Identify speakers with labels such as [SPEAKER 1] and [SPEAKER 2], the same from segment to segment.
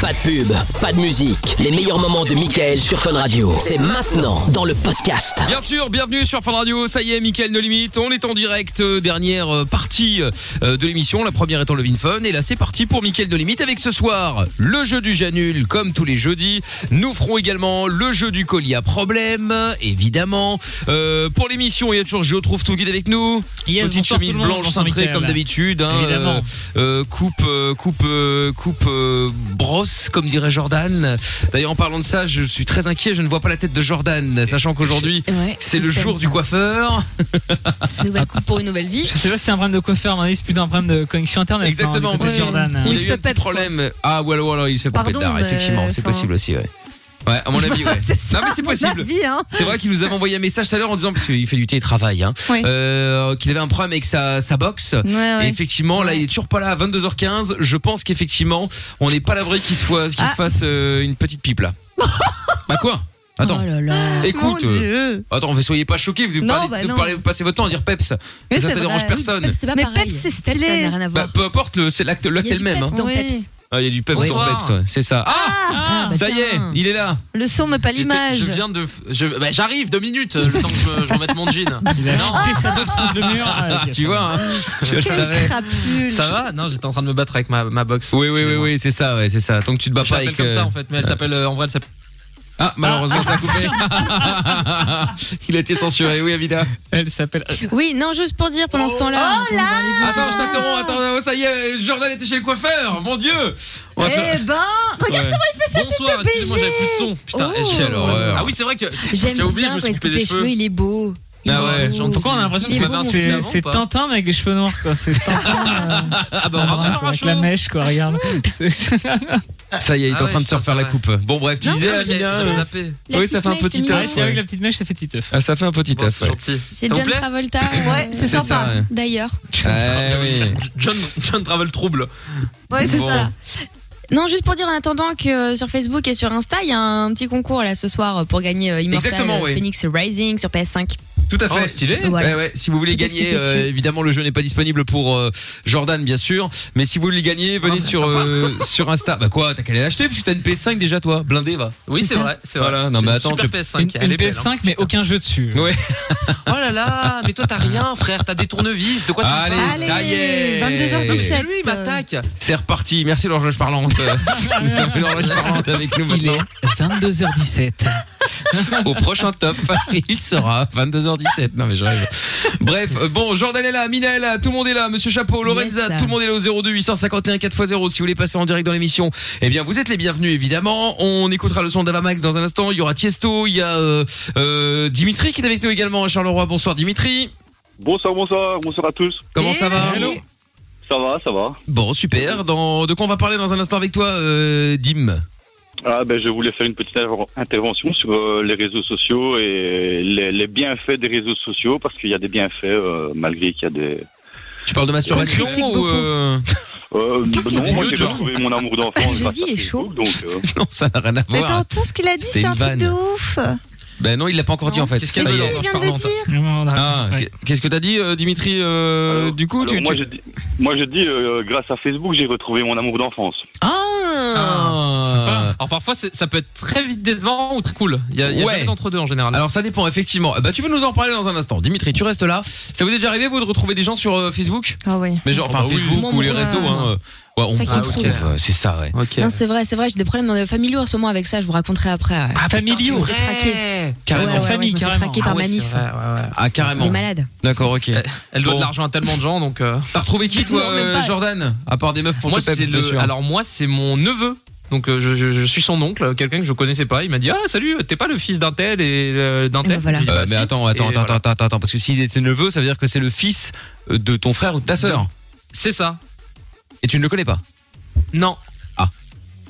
[SPEAKER 1] Pas de pub, pas de musique. Les meilleurs moments de Michael sur Fun Radio. C'est maintenant dans le podcast.
[SPEAKER 2] Bien sûr, bienvenue sur Fun Radio. Ça y est, Mickaël No Limite. On est en direct. euh, Dernière euh, partie euh, de l'émission. La première étant le Vin Fun. Et là, c'est parti pour Mickaël No Limite. Avec ce soir, le jeu du Janul, comme tous les jeudis. Nous ferons également le jeu du colis à problème, évidemment. Euh, pour l'émission, il y a toujours Géo Trouve Tout Guide avec nous.
[SPEAKER 3] Yes,
[SPEAKER 2] Petite
[SPEAKER 3] bonsoir
[SPEAKER 2] chemise
[SPEAKER 3] tout le monde,
[SPEAKER 2] blanche
[SPEAKER 3] bonsoir,
[SPEAKER 2] cintrée,
[SPEAKER 3] Mickaël.
[SPEAKER 2] comme d'habitude. hein.
[SPEAKER 3] Évidemment.
[SPEAKER 2] Euh, euh, coupe, euh, coupe, euh, coupe euh, brosse, comme dirait Jordan. D'ailleurs, en parlant de ça, je suis très inquiet. Je ne vois pas la tête de Jordan, sachant qu'aujourd'hui,
[SPEAKER 4] Ouais,
[SPEAKER 2] c'est le
[SPEAKER 4] suspense.
[SPEAKER 2] jour du coiffeur.
[SPEAKER 4] Nouvelle coupe pour une nouvelle vie.
[SPEAKER 3] Je sais pas si c'est un problème de coiffeur, mais c'est plutôt un problème de connexion internet.
[SPEAKER 2] Exactement,
[SPEAKER 3] non, du côté
[SPEAKER 2] parce
[SPEAKER 3] de
[SPEAKER 2] que-
[SPEAKER 3] Jordan. hein.
[SPEAKER 4] Oui,
[SPEAKER 2] Il a
[SPEAKER 4] il se
[SPEAKER 2] eu
[SPEAKER 4] fait
[SPEAKER 2] un petit
[SPEAKER 4] pète,
[SPEAKER 2] problème. Ah, ou alors, alors, il se fait
[SPEAKER 4] Pardon,
[SPEAKER 2] péter d'art,
[SPEAKER 4] mais,
[SPEAKER 2] effectivement, c'est
[SPEAKER 4] enfin.
[SPEAKER 2] possible aussi, ouais. Ouais, à mon avis, ouais. non, mais c'est possible.
[SPEAKER 5] vie, hein.
[SPEAKER 2] C'est vrai qu'il nous avait envoyé un message tout à l'heure en disant, parce qu'il fait du télétravail, hein,
[SPEAKER 5] Ouais.
[SPEAKER 2] euh, qu'il avait un problème avec sa, sa box.
[SPEAKER 5] Ouais, ouais.
[SPEAKER 2] Et effectivement, là, il est toujours pas là à 22h15. Je pense qu'effectivement, on n'est pas l'abri qu'il se, fasse- qu'il
[SPEAKER 5] Ah.
[SPEAKER 2] se fasse euh, une petite pipe là. bah quoi Attends,
[SPEAKER 4] Oh là là.
[SPEAKER 2] écoute.
[SPEAKER 5] Mon
[SPEAKER 2] euh,
[SPEAKER 5] Dieu.
[SPEAKER 2] attends, mais soyez pas choqués, vous
[SPEAKER 5] Non,
[SPEAKER 2] parlez-
[SPEAKER 5] bah
[SPEAKER 2] vous
[SPEAKER 5] non.
[SPEAKER 2] parlez- passez votre temps à dire peps.
[SPEAKER 5] Mais
[SPEAKER 2] Et ça,
[SPEAKER 5] c'est
[SPEAKER 2] ça dérange
[SPEAKER 5] vrai.
[SPEAKER 2] personne.
[SPEAKER 4] Peps, c'est pas
[SPEAKER 5] Mais
[SPEAKER 4] pareil.
[SPEAKER 5] Peps, c'est
[SPEAKER 4] Peps, ça
[SPEAKER 5] stylé.
[SPEAKER 4] n'a rien à voir.
[SPEAKER 2] Bah, peu importe, le- c'est l'acte l'acte
[SPEAKER 4] Il y a du
[SPEAKER 2] elle-même.
[SPEAKER 4] peps
[SPEAKER 2] hein.
[SPEAKER 4] dans
[SPEAKER 5] Oui.
[SPEAKER 4] Peps.
[SPEAKER 2] Ah, il y a du peps
[SPEAKER 3] Oui.
[SPEAKER 2] dans peps, ouais, c'est ça. Ah,
[SPEAKER 3] Ah,
[SPEAKER 4] bah
[SPEAKER 2] Ça y est,
[SPEAKER 4] tiens.
[SPEAKER 2] il est là.
[SPEAKER 5] Le son me pas
[SPEAKER 6] J'étais-
[SPEAKER 5] l'image.
[SPEAKER 6] Je viens de. je- bah, J'arrive, deux minutes, le temps que je, je remette mon jean.
[SPEAKER 3] il a jeté sa box contre le mur. Ah, ok.
[SPEAKER 2] Tu vois, hein je le savais.
[SPEAKER 5] Quelle crapule.
[SPEAKER 6] Ça va Non, j'étais en train de me battre avec ma, ma box.
[SPEAKER 2] Oui, oui, oui,
[SPEAKER 6] excusez-moi.
[SPEAKER 2] oui, c'est ça, ouais, c'est ça. Tant que tu te bats
[SPEAKER 6] Je
[SPEAKER 2] pas
[SPEAKER 6] l'appelle
[SPEAKER 2] avec.
[SPEAKER 6] comme ça
[SPEAKER 2] euh,
[SPEAKER 6] en fait, mais elle s'appelle euh, en vrai, elle s'appelle.
[SPEAKER 2] Ah, malheureusement, ça a coupé.
[SPEAKER 3] Ah,
[SPEAKER 2] il a été censuré, oui, Avida.
[SPEAKER 3] Elle s'appelle.
[SPEAKER 7] Oui, non, juste pour dire pendant ce temps-là.
[SPEAKER 5] Oh là
[SPEAKER 2] Attends, je t'interromps, attends, oh, ça y est, Jordan était chez le coiffeur, mon dieu On va faire-
[SPEAKER 5] Eh ben, regarde
[SPEAKER 2] Ouais.
[SPEAKER 6] Bonsoir, excusez-moi, j'avais plus de son. Putain,
[SPEAKER 7] Oh.
[SPEAKER 6] elle-
[SPEAKER 2] Quelle horreur.
[SPEAKER 6] Ah oui, c'est vrai que.
[SPEAKER 7] J'aime
[SPEAKER 6] j'ai oublié,
[SPEAKER 7] bien
[SPEAKER 6] je me
[SPEAKER 7] quand
[SPEAKER 6] suis
[SPEAKER 7] il se coupe
[SPEAKER 6] coupé
[SPEAKER 7] les
[SPEAKER 6] les
[SPEAKER 7] cheveux,
[SPEAKER 6] cheveux.
[SPEAKER 7] il est beau. Il
[SPEAKER 2] Ah
[SPEAKER 7] est
[SPEAKER 2] ouais.
[SPEAKER 7] beau.
[SPEAKER 3] Pourquoi on a l'impression que
[SPEAKER 7] Il est
[SPEAKER 3] c'est-
[SPEAKER 7] beau, mon
[SPEAKER 3] c'est
[SPEAKER 7] fils.
[SPEAKER 3] c'est
[SPEAKER 6] pas
[SPEAKER 3] Tintin mais avec les cheveux noirs quoi C'est Tintin. euh,
[SPEAKER 6] Ah bah,
[SPEAKER 3] brun,
[SPEAKER 6] bravo,
[SPEAKER 3] quoi, avec
[SPEAKER 6] Rachel.
[SPEAKER 3] la mèche quoi, regarde.
[SPEAKER 2] Ça y est, il est
[SPEAKER 6] Ah
[SPEAKER 2] en train
[SPEAKER 6] ouais,
[SPEAKER 2] de se
[SPEAKER 6] ça,
[SPEAKER 2] refaire la
[SPEAKER 6] ouais.
[SPEAKER 2] coupe. Bon, bref, tu
[SPEAKER 7] Non,
[SPEAKER 2] disais,
[SPEAKER 7] c'est
[SPEAKER 6] J'ai
[SPEAKER 2] Avida. euh,
[SPEAKER 6] zappé.
[SPEAKER 7] La
[SPEAKER 2] Oui, ça fait un
[SPEAKER 7] petite
[SPEAKER 2] petit
[SPEAKER 7] mèche,
[SPEAKER 2] œuf,
[SPEAKER 7] c'est
[SPEAKER 3] Ouais,
[SPEAKER 7] mignon.
[SPEAKER 3] c'est vrai
[SPEAKER 2] ouais.
[SPEAKER 3] que la petite mèche ça fait petit œuf.
[SPEAKER 2] Ah, ça fait un petit
[SPEAKER 6] Bon,
[SPEAKER 2] taf,
[SPEAKER 6] c'est
[SPEAKER 2] ouais.
[SPEAKER 6] gentil.
[SPEAKER 7] C'est
[SPEAKER 6] Ça vous
[SPEAKER 7] John
[SPEAKER 6] plaît
[SPEAKER 7] Travolta,
[SPEAKER 5] Ouais,
[SPEAKER 7] euh,
[SPEAKER 5] c'est
[SPEAKER 2] C'est
[SPEAKER 5] sympa.
[SPEAKER 2] ça, ouais.
[SPEAKER 7] d'ailleurs.
[SPEAKER 2] Ah, oui.
[SPEAKER 6] John, John Travel Trouble.
[SPEAKER 5] Ouais, c'est
[SPEAKER 2] Bon.
[SPEAKER 5] ça.
[SPEAKER 7] Non, juste pour dire en attendant que euh, sur Facebook et sur Insta, il y a un petit concours là ce soir pour gagner euh, Immortal
[SPEAKER 2] Exactement, oui.
[SPEAKER 7] Phoenix Rising sur PS5.
[SPEAKER 2] Tout à fait. Eh
[SPEAKER 6] Oh, stylé.
[SPEAKER 2] Ouais,
[SPEAKER 7] Voilà.
[SPEAKER 2] ouais, Si vous voulez
[SPEAKER 7] Tout
[SPEAKER 2] gagner,
[SPEAKER 7] expliqué
[SPEAKER 2] euh,
[SPEAKER 7] dessus.
[SPEAKER 2] évidemment, le jeu n'est pas disponible pour euh, Jordan, bien sûr. Mais si vous voulez le gagner, venez
[SPEAKER 6] Ah, c'est
[SPEAKER 2] sur
[SPEAKER 6] sympa.
[SPEAKER 2] euh, sur Insta. Bah quoi, t'as qu'à aller l'acheter puisque t'as une PS5 déjà, toi, blindé, va.
[SPEAKER 6] Oui, c'est
[SPEAKER 7] ça.
[SPEAKER 6] vrai, c'est vrai.
[SPEAKER 2] Voilà, non, mais
[SPEAKER 6] J'ai une
[SPEAKER 2] attends,
[SPEAKER 6] super
[SPEAKER 2] tu-
[SPEAKER 3] Une,
[SPEAKER 6] PS5,
[SPEAKER 3] une
[SPEAKER 6] elle est belle,
[SPEAKER 3] PS5
[SPEAKER 6] hein.
[SPEAKER 3] mais aucun jeu dessus.
[SPEAKER 2] Ouais.
[SPEAKER 6] Oh là là, mais toi t'as rien, frère, t'as des tournevis, de quoi tu me
[SPEAKER 2] Allez,
[SPEAKER 6] parles
[SPEAKER 2] ça y est.
[SPEAKER 6] Mais
[SPEAKER 5] 22h17.
[SPEAKER 6] c'est lui, il m'attaque.
[SPEAKER 2] C'est reparti. Merci l'horloge parlante. Nous avons l'horloge parlante avec nous
[SPEAKER 3] Il
[SPEAKER 2] maintenant.
[SPEAKER 3] est 22h17.
[SPEAKER 2] Au prochain top, il sera 22h17. Non mais je rêve. Bref, euh, bon, Jordan est là, Mina est là, tout le monde est là, Monsieur Chapeau, Lorenza,
[SPEAKER 7] Yes.
[SPEAKER 2] tout le monde est là au 02 851 4x0. Si vous voulez passer en direct dans l'émission, eh bien vous êtes les bienvenus évidemment. On écoutera le son d'Avamax dans un instant. Il y aura Tiesto, il y a euh, euh, Dimitri qui est avec nous également à Charleroi. Bonsoir Dimitri.
[SPEAKER 8] Bonsoir, bonsoir, bonsoir à tous.
[SPEAKER 2] Comment ça va
[SPEAKER 7] Hello.
[SPEAKER 8] Ça va, ça va.
[SPEAKER 2] Bon, super. Dans, de quoi on va parler dans un instant avec toi, euh, Dim
[SPEAKER 8] Ah ben, je voulais faire une petite inter- intervention sur euh, les réseaux sociaux et les, les bienfaits des réseaux sociaux parce qu'il y a des bienfaits euh, malgré qu'il y a des.
[SPEAKER 2] Tu parles de masturbation
[SPEAKER 5] critique
[SPEAKER 2] ou
[SPEAKER 5] beaucoup.
[SPEAKER 2] euh,
[SPEAKER 8] Euh,
[SPEAKER 7] Qu'est-ce qu'il y a
[SPEAKER 8] non, moi
[SPEAKER 7] de
[SPEAKER 8] j'ai
[SPEAKER 7] bien
[SPEAKER 8] bien trouvé mon amour d'enfance.
[SPEAKER 7] Jeudi,
[SPEAKER 8] grâce à
[SPEAKER 7] il est
[SPEAKER 8] Facebook, Donc, euh,
[SPEAKER 2] non, ça n'a rien à
[SPEAKER 5] Mais
[SPEAKER 2] voir.
[SPEAKER 5] t'entends ce qu'il a dit,
[SPEAKER 2] C'était
[SPEAKER 5] c'est un
[SPEAKER 2] une
[SPEAKER 5] truc de
[SPEAKER 2] vanne.
[SPEAKER 5] ouf.
[SPEAKER 2] Ben non, il l'a pas encore dit en fait.
[SPEAKER 6] Qu'est-ce qu'il
[SPEAKER 2] Ça
[SPEAKER 6] y a
[SPEAKER 2] y
[SPEAKER 6] dedans
[SPEAKER 2] est.
[SPEAKER 5] Il
[SPEAKER 6] je
[SPEAKER 5] vient de le
[SPEAKER 6] parlante.
[SPEAKER 5] dire.
[SPEAKER 3] Vraiment, on a-
[SPEAKER 2] Ah,
[SPEAKER 3] ouais.
[SPEAKER 2] qu'est- qu'est-ce que t'as dit, euh, Dimitri euh,
[SPEAKER 8] Alors-
[SPEAKER 2] Du coup, tu,
[SPEAKER 8] alors, moi,
[SPEAKER 2] tu-
[SPEAKER 8] je dis- moi, je dis, euh, grâce à Facebook, j'ai retrouvé mon amour d'enfance.
[SPEAKER 2] Ah,
[SPEAKER 6] Ah, Alors parfois c'est- ça peut être très vite décevant ou très cool. Il y a, il y a
[SPEAKER 2] Ouais.
[SPEAKER 6] jamais d'entre deux en général.
[SPEAKER 2] Alors ça dépend effectivement. Bah tu peux nous en parler dans un instant. Dimitri, tu restes là. Ça vous est déjà arrivé vous de retrouver des gens sur euh, Facebook
[SPEAKER 5] Ah oui.
[SPEAKER 2] Mais genre,
[SPEAKER 6] Ah
[SPEAKER 2] enfin
[SPEAKER 6] bah oui.
[SPEAKER 2] Facebook
[SPEAKER 7] Moi,
[SPEAKER 2] ou
[SPEAKER 7] mon
[SPEAKER 2] les
[SPEAKER 7] frère,
[SPEAKER 2] réseaux. Hein. euh, Ouais, on
[SPEAKER 7] Ça qui
[SPEAKER 2] prend-
[SPEAKER 7] trouve.
[SPEAKER 2] ok, ouais, c'est ça. Ouais.
[SPEAKER 6] ok.
[SPEAKER 7] Non, c'est vrai, c'est vrai, j'ai des problèmes euh, familiaux en ce moment avec ça, je vous raconterai après. ouais.
[SPEAKER 3] Ah,
[SPEAKER 7] je
[SPEAKER 3] familiaux.
[SPEAKER 7] me fais traquer.
[SPEAKER 2] Carrément.
[SPEAKER 7] Ouais, ouais, ouais,
[SPEAKER 3] famille,
[SPEAKER 7] je me fais
[SPEAKER 3] carrément.
[SPEAKER 7] traquer par manif.
[SPEAKER 2] Ah
[SPEAKER 7] On est
[SPEAKER 2] carrément.
[SPEAKER 7] malade.
[SPEAKER 2] D'accord, ok.
[SPEAKER 6] Euh, Elle doit
[SPEAKER 2] Bon.
[SPEAKER 6] de l'argent à tellement de gens donc. euh,
[SPEAKER 2] T'as retrouvé qui toi,
[SPEAKER 7] Non, même
[SPEAKER 2] euh,
[SPEAKER 7] pas.
[SPEAKER 2] Jordan À part des meufs pour
[SPEAKER 6] moi
[SPEAKER 2] te peps,
[SPEAKER 6] c'est
[SPEAKER 2] bien
[SPEAKER 6] le.
[SPEAKER 2] sûr.
[SPEAKER 6] Alors moi c'est mon neveu. Donc euh, je, je- je suis son oncle, quelqu'un que je connaissais pas. Il m'a dit ah salut, t'es pas le fils d'un tel et euh, d'un
[SPEAKER 7] Et
[SPEAKER 6] tel.
[SPEAKER 7] ben voilà.
[SPEAKER 6] Je lui ai dit,
[SPEAKER 2] Euh,
[SPEAKER 6] Bah,
[SPEAKER 2] mais
[SPEAKER 6] si.
[SPEAKER 2] attends, attends,
[SPEAKER 6] Et
[SPEAKER 2] attends,
[SPEAKER 6] voilà.
[SPEAKER 2] attends, attends, parce que s'il est tes neveux, ça veut dire que c'est le fils euh, de ton frère ou de ta sœur.
[SPEAKER 6] C'est ça.
[SPEAKER 2] Et tu ne le connais pas.
[SPEAKER 6] Non.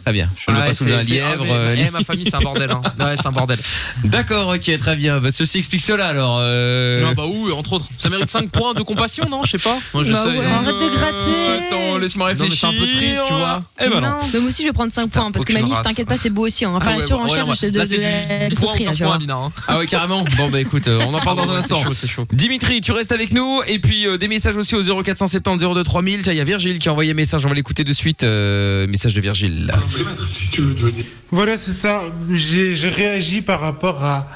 [SPEAKER 2] Très bien. Je ne le
[SPEAKER 6] Ouais,
[SPEAKER 2] pas sous
[SPEAKER 6] c'est-
[SPEAKER 2] un
[SPEAKER 6] c'est-
[SPEAKER 2] lièvre.
[SPEAKER 6] ah, mais-
[SPEAKER 2] euh,
[SPEAKER 6] eh, ma famille c'est un bordel. hein. Ouais, c'est un bordel.
[SPEAKER 2] D'accord, ok, très bien. Bah, ceci explique cela alors. euh,
[SPEAKER 6] Non, bah oui, entre autres. Ça mérite 5 points de compassion, non Je sais pas. Moi, je
[SPEAKER 2] Bah
[SPEAKER 6] sais. Oh,
[SPEAKER 2] ouais.
[SPEAKER 5] Arrête de gratter.
[SPEAKER 2] Attends, laisse-moi
[SPEAKER 6] Non, mais
[SPEAKER 2] réfléchir.
[SPEAKER 6] c'est un peu triste, tu vois.
[SPEAKER 2] Eh ben non.
[SPEAKER 7] Mais moi aussi, je vais prendre 5 points parce que
[SPEAKER 6] aucune
[SPEAKER 7] Mamie,
[SPEAKER 6] race.
[SPEAKER 7] t'inquiète pas, c'est beau aussi. Hein. Enfin,
[SPEAKER 6] Ah
[SPEAKER 7] la
[SPEAKER 6] ouais, ouais,
[SPEAKER 7] surenchère
[SPEAKER 6] ouais.
[SPEAKER 7] de, de,
[SPEAKER 6] Là,
[SPEAKER 7] de
[SPEAKER 6] c'est
[SPEAKER 7] la
[SPEAKER 6] du- du
[SPEAKER 7] saucerie, là,
[SPEAKER 6] 15
[SPEAKER 7] tu
[SPEAKER 6] points,
[SPEAKER 7] vois.
[SPEAKER 6] Amina, hein. Ah,
[SPEAKER 2] Ah ouais, carrément. Bon bah écoute, euh, on en parle dans un instant.
[SPEAKER 6] C'est chaud, c'est chaud.
[SPEAKER 2] Dimitri, tu restes avec nous et puis euh, des messages aussi au 0470 02 3000. Tiens, il y a Virgile qui a envoyé un message, on va l'écouter de suite. euh, message de Virgile.
[SPEAKER 9] si tu veux devenir. Voilà, c'est ça. J'ai- Je réagis par rapport à,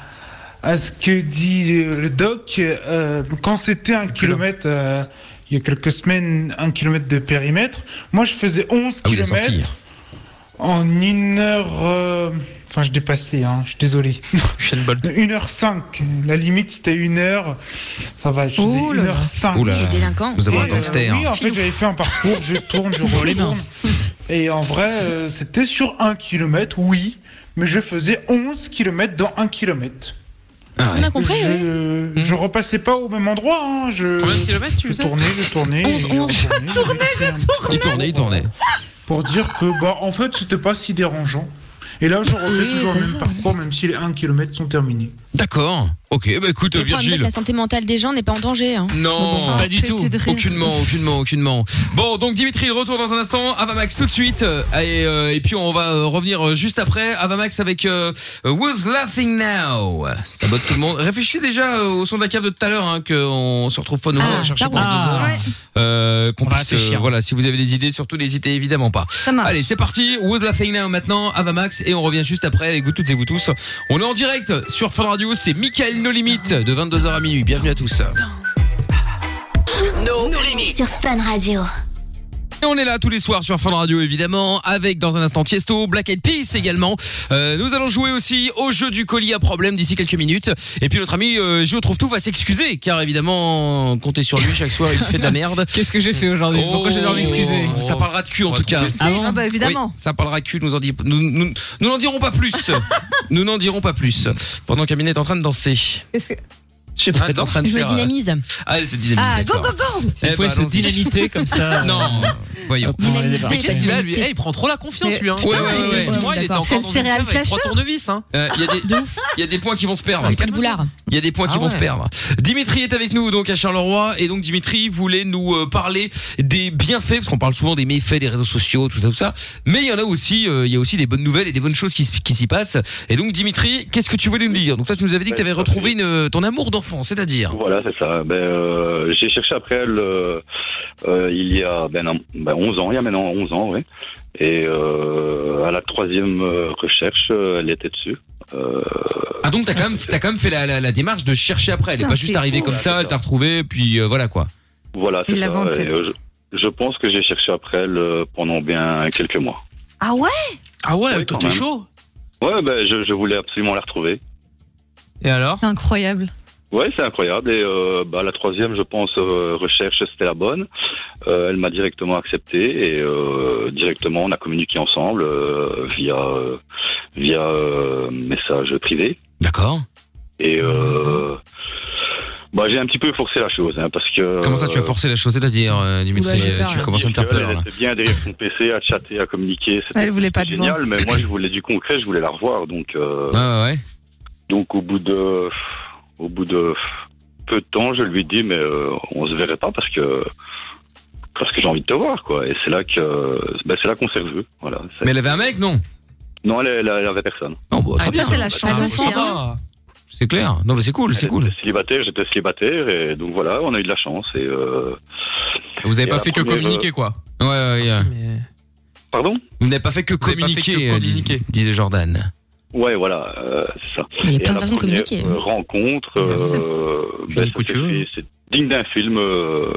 [SPEAKER 9] à ce que dit euh, le doc. Euh, quand c'était un kilomètre, euh, il y a quelques semaines, un kilomètre de périmètre, moi je faisais 11
[SPEAKER 2] Ah oui, la sortie.
[SPEAKER 9] kilomètres en une heure. euh, Enfin, je dépassais, hein, je suis désolé.
[SPEAKER 6] Usain Bolt.
[SPEAKER 9] 1h05. La limite, c'était 1h. Ça va, je faisais
[SPEAKER 5] Oh là là.
[SPEAKER 9] 1h05.
[SPEAKER 2] Oula.
[SPEAKER 7] Il est délinquant.
[SPEAKER 2] Nous avons un
[SPEAKER 9] Et, euh,
[SPEAKER 2] gangster. hein.
[SPEAKER 9] Oui, en fait, j'avais fait un parcours, je tourne, je
[SPEAKER 3] les
[SPEAKER 9] retourne.
[SPEAKER 3] mains.
[SPEAKER 9] Et en vrai, euh, c'était sur 1 km, oui, mais je faisais 11 km dans 1 km.
[SPEAKER 2] Ah ouais.
[SPEAKER 7] On a compris, oui.
[SPEAKER 9] je, je repassais pas au même endroit, hein, je,
[SPEAKER 6] Combien de kilomètres tu
[SPEAKER 9] je
[SPEAKER 6] faisais
[SPEAKER 9] tournais, je tournais.
[SPEAKER 7] Onze,
[SPEAKER 9] et
[SPEAKER 7] onze.
[SPEAKER 9] je tournais, je tournais.
[SPEAKER 2] Il tournait, il tournait.
[SPEAKER 9] Pour dire que, bah, en fait, c'était pas si dérangeant. Et là, je refais
[SPEAKER 7] Oui,
[SPEAKER 9] toujours
[SPEAKER 7] ça
[SPEAKER 9] le même
[SPEAKER 7] va.
[SPEAKER 9] parcours, même si les 1 km sont terminés.
[SPEAKER 2] D'accord. Ok, bah écoute,
[SPEAKER 7] Il faut admettre que
[SPEAKER 2] Virgile.
[SPEAKER 7] La santé mentale des gens n'est pas en danger. hein.
[SPEAKER 2] Non.
[SPEAKER 3] Pas du tout.
[SPEAKER 2] Aucunement, aucunement, aucunement. Bon, donc Dimitri, retour dans un instant. Avamax tout de suite. Euh, Et, euh, et puis on va euh, revenir euh, juste après. Avamax avec euh, Who's Laughing Now. Ça botte tout le monde. Réfléchis déjà euh, au son de la cave de tout à l'heure, hein, qu'on se retrouve pas nous
[SPEAKER 7] Ah,
[SPEAKER 2] chercher
[SPEAKER 7] ça
[SPEAKER 2] pendant
[SPEAKER 3] roule.
[SPEAKER 2] deux heures.
[SPEAKER 3] Ah.
[SPEAKER 2] Euh, qu'on
[SPEAKER 3] On va
[SPEAKER 2] puisse, euh,
[SPEAKER 3] réfléchir.
[SPEAKER 2] voilà, si vous avez des idées, surtout n'hésitez évidemment pas.
[SPEAKER 5] Ça marche.
[SPEAKER 2] Allez, c'est parti. Who's Laughing Now maintenant, Avamax, et on revient juste après avec vous toutes et vous tous. On est en direct sur Fun Radio, c'est Michael No Limit de 22h à minuit. Bienvenue à tous.
[SPEAKER 10] Sur Fun Radio.
[SPEAKER 2] Et on est là tous les soirs sur Fun Radio évidemment avec dans un instant Tiesto, Black Eyed Peas également. Euh, nous allons jouer aussi au jeu du colis à problème d'ici quelques minutes. Et puis notre ami euh, Gio trouve tout va s'excuser car évidemment compter sur lui chaque soir il fait de la merde.
[SPEAKER 3] Qu'est-ce que j'ai fait aujourd'hui Pourquoi je dois m'excuser
[SPEAKER 2] Oh, Ça parlera de cul en
[SPEAKER 6] On va
[SPEAKER 2] tout cas.
[SPEAKER 6] trouver.
[SPEAKER 3] Ah bon
[SPEAKER 5] Ah bah évidemment.
[SPEAKER 2] Oui, ça parlera cul, nous en dit, nous, nous, nous n'en dirons pas plus. nous n'en dirons pas plus. Pendant qu'Amine est en train de danser.
[SPEAKER 5] Est-ce que-
[SPEAKER 2] Je sais pas, elle est en train de
[SPEAKER 7] Je me
[SPEAKER 2] faire. euh,
[SPEAKER 7] dynamise.
[SPEAKER 2] Ah, elle se dynamise.
[SPEAKER 5] Ah, go
[SPEAKER 2] d'accord.
[SPEAKER 5] go go
[SPEAKER 2] Eh
[SPEAKER 3] Vous pouvez
[SPEAKER 2] ben,
[SPEAKER 3] se
[SPEAKER 2] allons-y.
[SPEAKER 3] dynamiter comme ça. euh,
[SPEAKER 2] Non, voyons.
[SPEAKER 3] hop, on va les
[SPEAKER 6] Mais
[SPEAKER 7] Dynamiser.
[SPEAKER 3] débarrasser.
[SPEAKER 6] qu'est-ce qu'il a lui
[SPEAKER 7] Mais-
[SPEAKER 6] Eh, Il prend trop la confiance lui. hein.
[SPEAKER 2] Ouais, ouais, ouais, ouais.
[SPEAKER 6] Moi, il était
[SPEAKER 7] D'accord.
[SPEAKER 6] encore
[SPEAKER 5] C'est le
[SPEAKER 6] dans une
[SPEAKER 5] céréal
[SPEAKER 6] cave avec trois
[SPEAKER 5] cacheur
[SPEAKER 6] tournevis. hein.
[SPEAKER 2] Euh, Il y, a des- il y a des points qui vont se perdre.
[SPEAKER 7] Quel boulard.
[SPEAKER 2] Il y a des points qui
[SPEAKER 6] Ah
[SPEAKER 2] vont
[SPEAKER 6] ouais.
[SPEAKER 2] se perdre. Dimitri est avec nous donc à Charleroi et donc Dimitri voulait nous euh, parler des bienfaits parce qu'on parle souvent des méfaits des réseaux sociaux tout ça tout ça mais il y en a aussi euh, il y a aussi des bonnes nouvelles et des bonnes choses qui, s- qui s'y passent et donc Dimitri qu'est-ce que tu voulais nous dire donc toi tu nous avais dit que tu avais retrouvé une, euh, ton amour d'enfant c'est-à-dire
[SPEAKER 8] Voilà, c'est ça. Ben, euh, j'ai cherché après elle euh, euh, il y a ben, non, ben, 11 ans, il y a maintenant 11 ans, oui. Et euh, à la troisième euh, recherche, euh, elle était dessus. Euh,
[SPEAKER 2] ah donc t'as quand même t'as quand même fait la, la, la démarche de chercher après elle est
[SPEAKER 5] Putain,
[SPEAKER 2] pas juste
[SPEAKER 5] c'est
[SPEAKER 2] arrivée
[SPEAKER 5] beau.
[SPEAKER 2] comme ça elle t'a retrouvé puis euh, voilà quoi
[SPEAKER 8] voilà, c'est
[SPEAKER 5] Il
[SPEAKER 8] ça.
[SPEAKER 5] l'avait en
[SPEAKER 8] Et,
[SPEAKER 5] tête.
[SPEAKER 8] euh, je, je pense que j'ai cherché après elle euh, pendant bien quelques mois.
[SPEAKER 5] Ah ouais
[SPEAKER 6] Ah
[SPEAKER 8] Oui,
[SPEAKER 6] ouais,
[SPEAKER 8] quand
[SPEAKER 6] toi t'es
[SPEAKER 8] même.
[SPEAKER 6] chaud.
[SPEAKER 8] Ouais, ben, je, je voulais absolument la retrouver.
[SPEAKER 6] Et alors
[SPEAKER 5] C'est incroyable.
[SPEAKER 8] Ouais, c'est incroyable. Et euh, bah, la troisième, je pense, euh, recherche, c'était la bonne. Euh, elle m'a directement accepté et euh, directement, on a communiqué ensemble euh, via euh, via euh, message privé.
[SPEAKER 2] d'accord
[SPEAKER 8] Et euh, bah, j'ai un petit peu forcé la chose, hein, parce que
[SPEAKER 2] comment ça tu as forcé la chose c'est-à-dire euh, Dimitri
[SPEAKER 7] Oula, j'ai
[SPEAKER 2] euh,
[SPEAKER 7] peur,
[SPEAKER 2] tu
[SPEAKER 7] là.
[SPEAKER 2] commences à me faire peur
[SPEAKER 8] Elle
[SPEAKER 2] là
[SPEAKER 8] était bien derrière son PC, à chatter, à communiquer. C'était
[SPEAKER 5] Elle voulait pas te voir.
[SPEAKER 8] génial, mais moi, je voulais du concret, je voulais la revoir. Donc, euh,
[SPEAKER 2] ah ouais
[SPEAKER 8] donc au bout de au bout de peu de temps, je lui dis mais euh, on se verrait pas parce que parce que j'ai envie de te voir quoi. Et c'est là que ben, c'est là qu'on s'est revus. Voilà. C'est-
[SPEAKER 2] mais elle avait un mec non
[SPEAKER 8] Non, elle, elle, elle avait personne.
[SPEAKER 2] non bon bah,
[SPEAKER 6] Ah,
[SPEAKER 2] très
[SPEAKER 6] mais
[SPEAKER 2] bien
[SPEAKER 5] Ça c'est la chance
[SPEAKER 6] Ah,
[SPEAKER 5] aussi.
[SPEAKER 6] ça
[SPEAKER 5] hein.
[SPEAKER 6] va.
[SPEAKER 2] c'est clair non mais c'est cool c'est
[SPEAKER 8] Elle
[SPEAKER 2] cool
[SPEAKER 8] était célibataire, j'étais célibataire et donc voilà, on a eu de la chance et euh,
[SPEAKER 6] Vous avez
[SPEAKER 8] Et
[SPEAKER 6] pas
[SPEAKER 8] la
[SPEAKER 6] fait que
[SPEAKER 8] première, euh,
[SPEAKER 6] communiquer quoi.
[SPEAKER 2] Ouais, ouais,
[SPEAKER 5] Ah,
[SPEAKER 2] ouais.
[SPEAKER 6] Mais-
[SPEAKER 8] pardon.
[SPEAKER 2] Vous n'avez pas fait que
[SPEAKER 6] Vous n'avez pas fait que
[SPEAKER 2] communiquer, euh, dis-
[SPEAKER 6] communiquer.
[SPEAKER 2] disait Jordan.
[SPEAKER 8] Ouais, voilà, euh, c'est ça.
[SPEAKER 7] Mais il y a
[SPEAKER 8] Et à
[SPEAKER 7] plein de
[SPEAKER 8] la
[SPEAKER 7] façons de
[SPEAKER 8] première,
[SPEAKER 7] communiquer. hein.
[SPEAKER 8] euh, rencontre,
[SPEAKER 6] Bien sûr.
[SPEAKER 8] euh,
[SPEAKER 6] Tu
[SPEAKER 8] ben,
[SPEAKER 6] dis que
[SPEAKER 8] ça
[SPEAKER 6] tu
[SPEAKER 8] s'est
[SPEAKER 6] veux.
[SPEAKER 8] fait- c'est digne d'un film. euh,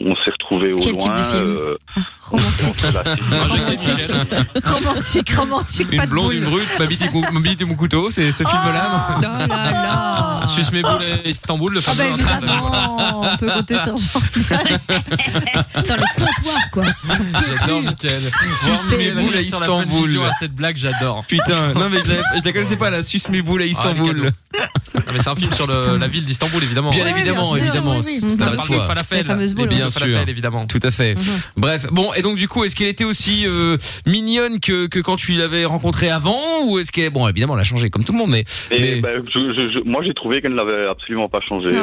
[SPEAKER 8] on s'est retrouvés au
[SPEAKER 7] Quel type
[SPEAKER 8] loin.
[SPEAKER 7] de film Ah,
[SPEAKER 8] euh,
[SPEAKER 5] Romantique,
[SPEAKER 8] on s'est battu.
[SPEAKER 6] Moi, j'ai dit Michel.
[SPEAKER 5] romantique, romantique, pas
[SPEAKER 2] Une
[SPEAKER 5] de
[SPEAKER 2] blonde,
[SPEAKER 5] boule.
[SPEAKER 2] une brute, ma bite et mon- ma bite et mon couteau, c'est ce film-là.
[SPEAKER 7] Oh là là.
[SPEAKER 6] Suce mes boules à Istanbul, le
[SPEAKER 5] Ah bah
[SPEAKER 6] fameux entrain de-
[SPEAKER 5] évidemment, on peut compter sur Jean.
[SPEAKER 7] Dans le comptoir, quoi.
[SPEAKER 6] J'adore Mickaël. Voir
[SPEAKER 2] mes
[SPEAKER 6] Mickaël
[SPEAKER 2] boules à
[SPEAKER 6] sur la bonne
[SPEAKER 2] Istanbul.
[SPEAKER 6] vision à cette blague, j'adore.
[SPEAKER 2] Putain, non mais je la, je la connaissais pas, la Suce mes boules à Istanbul.
[SPEAKER 6] Ah, mais c'est un film sur le- la ville d'Istanbul, évidemment.
[SPEAKER 2] bien
[SPEAKER 6] Ouais.
[SPEAKER 2] évidemment,
[SPEAKER 7] bien sûr,
[SPEAKER 2] évidemment,
[SPEAKER 7] oui, oui.
[SPEAKER 2] c'est- ça
[SPEAKER 6] Ça
[SPEAKER 2] va de
[SPEAKER 6] parle du
[SPEAKER 2] soi.
[SPEAKER 6] falafel.
[SPEAKER 5] Les fameuses boules,
[SPEAKER 6] Et bien
[SPEAKER 2] ouais.
[SPEAKER 6] sûr. falafel, évidemment. Mm-hmm.
[SPEAKER 2] Tout à fait. Bref, bon, et donc du coup, est-ce qu'elle était aussi euh, mignonne que, que quand tu l'avais rencontrée avant Ou est-ce qu'elle... Bon, évidemment, elle a changé comme tout le monde, mais...
[SPEAKER 8] Et
[SPEAKER 2] Mais-
[SPEAKER 8] ben, je- je- je- moi, j'ai trouvé qu'elle n'avait absolument pas changé. euh,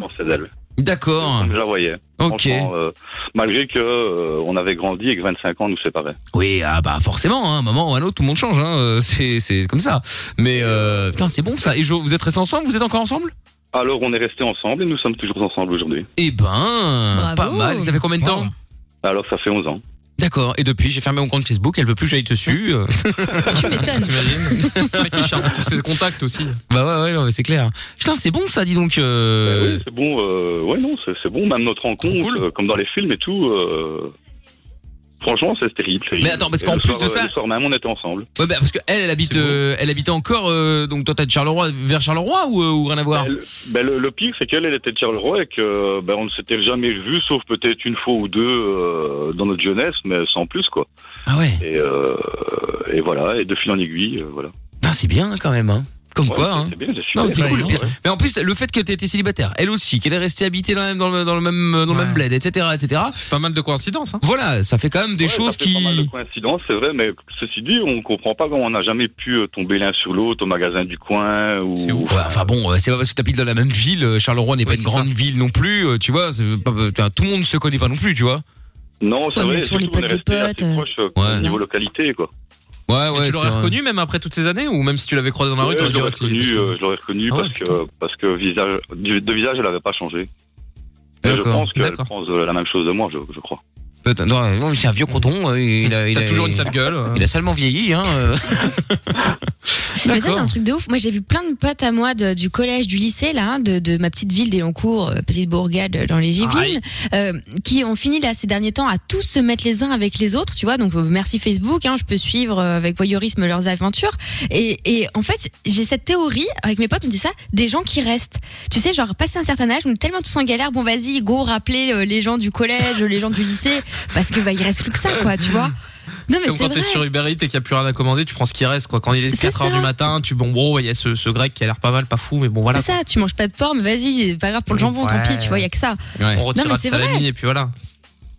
[SPEAKER 8] je pensais d'elle.
[SPEAKER 2] D'accord,
[SPEAKER 8] Je la voyais.
[SPEAKER 2] ok.
[SPEAKER 8] Franchement, euh, malgré que euh, on avait grandi et que 25 ans nous séparaient.
[SPEAKER 2] Oui, ah bah forcément, hein, à un moment ou à un autre, tout le monde change, hein, euh, c'est c'est comme ça. Mais euh, putain, c'est bon ça. Et Jo, vous êtes restés ensemble Vous êtes encore ensemble
[SPEAKER 8] Alors, on est restés ensemble et nous sommes toujours ensemble aujourd'hui.
[SPEAKER 2] Eh ben,
[SPEAKER 7] Bravo.
[SPEAKER 2] pas mal. Ça fait combien de temps
[SPEAKER 8] Alors, ça fait 11 ans.
[SPEAKER 2] D'accord. Et depuis, j'ai fermé mon compte Facebook. Elle veut plus que j'aille dessus. euh.
[SPEAKER 7] Tu m'étonnes.
[SPEAKER 6] Le mec, il charme tous ses contacts aussi.
[SPEAKER 2] bah ouais, ouais, non, mais c'est clair. Putain, c'est bon ça, dis donc.
[SPEAKER 8] Bah
[SPEAKER 2] euh.
[SPEAKER 8] Oui, c'est bon. euh, ouais, non, c'est c'est bon. Même notre rencontre, euh, comme dans les films et tout. euh, Franchement, c'est terrible.
[SPEAKER 2] Mais attends, parce
[SPEAKER 8] Et
[SPEAKER 2] qu'en
[SPEAKER 8] le
[SPEAKER 2] plus
[SPEAKER 8] soir,
[SPEAKER 2] de
[SPEAKER 8] euh,
[SPEAKER 2] ça-
[SPEAKER 8] le soir même, on était ensemble.
[SPEAKER 2] Ouais, bah, parce que elle, elle habite, euh, elle habitait encore. euh, donc toi, t'es de Charleroi, vers Charleroi ou, euh, ou rien à voir
[SPEAKER 8] Ben, le, le pire, c'est qu'elle, elle était de Charleroi et que ben, on ne s'était jamais vu, sauf peut-être une fois ou deux euh, dans notre jeunesse, mais sans plus quoi.
[SPEAKER 2] Ah ouais.
[SPEAKER 8] Et, euh, et voilà, et de fil en aiguille, euh, voilà.
[SPEAKER 2] Putain, c'est bien quand même. Hein. Comme
[SPEAKER 8] Ouais,
[SPEAKER 2] quoi. Hein.
[SPEAKER 8] c'est bien, c'est super.
[SPEAKER 2] Non, mais c'est
[SPEAKER 8] Ouais,
[SPEAKER 2] cool.
[SPEAKER 8] non,
[SPEAKER 2] pire.
[SPEAKER 8] ouais.
[SPEAKER 2] Mais en plus, le fait que t'aies été célibataire, elle aussi, qu'elle est restée habitée dans le même, dans le, dans le même, dans le même bled, etc., etc.
[SPEAKER 6] Pas mal de coïncidences. Hein.
[SPEAKER 2] Voilà, ça fait quand même des
[SPEAKER 8] Ouais,
[SPEAKER 2] choses
[SPEAKER 8] ça fait
[SPEAKER 2] qui.
[SPEAKER 8] Pas mal de coïncidences, c'est vrai, mais ceci dit, on comprend pas comment on n'a jamais pu euh, tomber l'un sur l'autre au magasin du coin ou.
[SPEAKER 2] Ouais, enfin bon, euh, c'est pas parce que t'habites dans la même ville. euh, Charleroi n'est pas une grande ville non plus. euh, Tu vois, c'est pas- euh, tout le monde se connaît pas non plus. Tu vois.
[SPEAKER 8] Non, c'est
[SPEAKER 7] Ouais, mais
[SPEAKER 8] vrai.
[SPEAKER 7] toujours
[SPEAKER 8] surtout, on
[SPEAKER 7] les
[SPEAKER 8] est
[SPEAKER 7] potes
[SPEAKER 8] resté
[SPEAKER 7] des
[SPEAKER 8] assez
[SPEAKER 7] potes, euh.
[SPEAKER 8] proches, euh,
[SPEAKER 2] Ouais.
[SPEAKER 8] au niveau localité, quoi.
[SPEAKER 2] Ouais, ouais.
[SPEAKER 6] tu l'aurais
[SPEAKER 2] c'est vrai.
[SPEAKER 6] reconnu hein, même après toutes ces années ou même si tu l'avais croisé dans la rue,
[SPEAKER 8] Ouais,
[SPEAKER 6] t'aurais
[SPEAKER 8] je
[SPEAKER 6] dit
[SPEAKER 8] l'aurais
[SPEAKER 6] ah, c'est-
[SPEAKER 8] reconnu,
[SPEAKER 6] parce que-
[SPEAKER 8] euh, je l'aurais reconnu
[SPEAKER 6] Ah ouais,
[SPEAKER 8] parce que parce que visage du- de visage elle n'avait pas changé. Et je
[SPEAKER 2] D'accord,
[SPEAKER 8] pense qu'elle
[SPEAKER 6] d'accord.
[SPEAKER 8] pense euh, la même chose de moi, je, je crois.
[SPEAKER 2] Putain, non, non, mais c'est un vieux croton. euh, Il a, il
[SPEAKER 6] T'as
[SPEAKER 2] a-
[SPEAKER 6] toujours une sale gueule. euh.
[SPEAKER 2] Il a salement vieilli. Hein. euh.
[SPEAKER 7] Mais ça, c'est
[SPEAKER 2] D'accord.
[SPEAKER 7] un truc de ouf. Moi, j'ai vu plein de potes à moi de- du collège, du lycée, là, hein, de, de ma petite ville d'Elancourt, euh, petite bourgade euh, dans les Yvelines, euh, qui ont fini, là, ces derniers temps, à tous se mettre les uns avec les autres, tu vois. Donc, euh, merci Facebook, hein, je peux suivre euh, avec voyeurisme leurs aventures. Et, et en fait, j'ai cette théorie, avec mes potes, on dit ça, des gens qui restent. Tu sais, genre, passé un certain âge, on est tellement tous en galère, bon, vas-y, go, rappelez euh, les gens du collège, les gens du lycée, parce que, bah, il reste plus que ça, quoi, tu vois. Non, mais
[SPEAKER 6] Comme
[SPEAKER 7] c'est
[SPEAKER 6] quand
[SPEAKER 7] vrai.
[SPEAKER 6] t'es sur Uber Eats et qu'il n'y a plus rien à commander, tu prends ce qui reste. Quoi. Quand il est
[SPEAKER 7] C'est
[SPEAKER 6] 4h
[SPEAKER 7] ça.
[SPEAKER 6] du matin, tu bon, bro, il y a ce, ce grec qui a l'air pas mal, pas fou, mais bon, voilà.
[SPEAKER 7] C'est ça, tu manges pas de porc, mais vas-y, pas grave pour le jambon, tant
[SPEAKER 6] Ouais.
[SPEAKER 7] pis, tu vois, il y a que ça.
[SPEAKER 6] On
[SPEAKER 7] Non,
[SPEAKER 6] retirera
[SPEAKER 7] mais
[SPEAKER 6] de
[SPEAKER 7] c'est
[SPEAKER 6] salami et puis voilà.
[SPEAKER 7] Non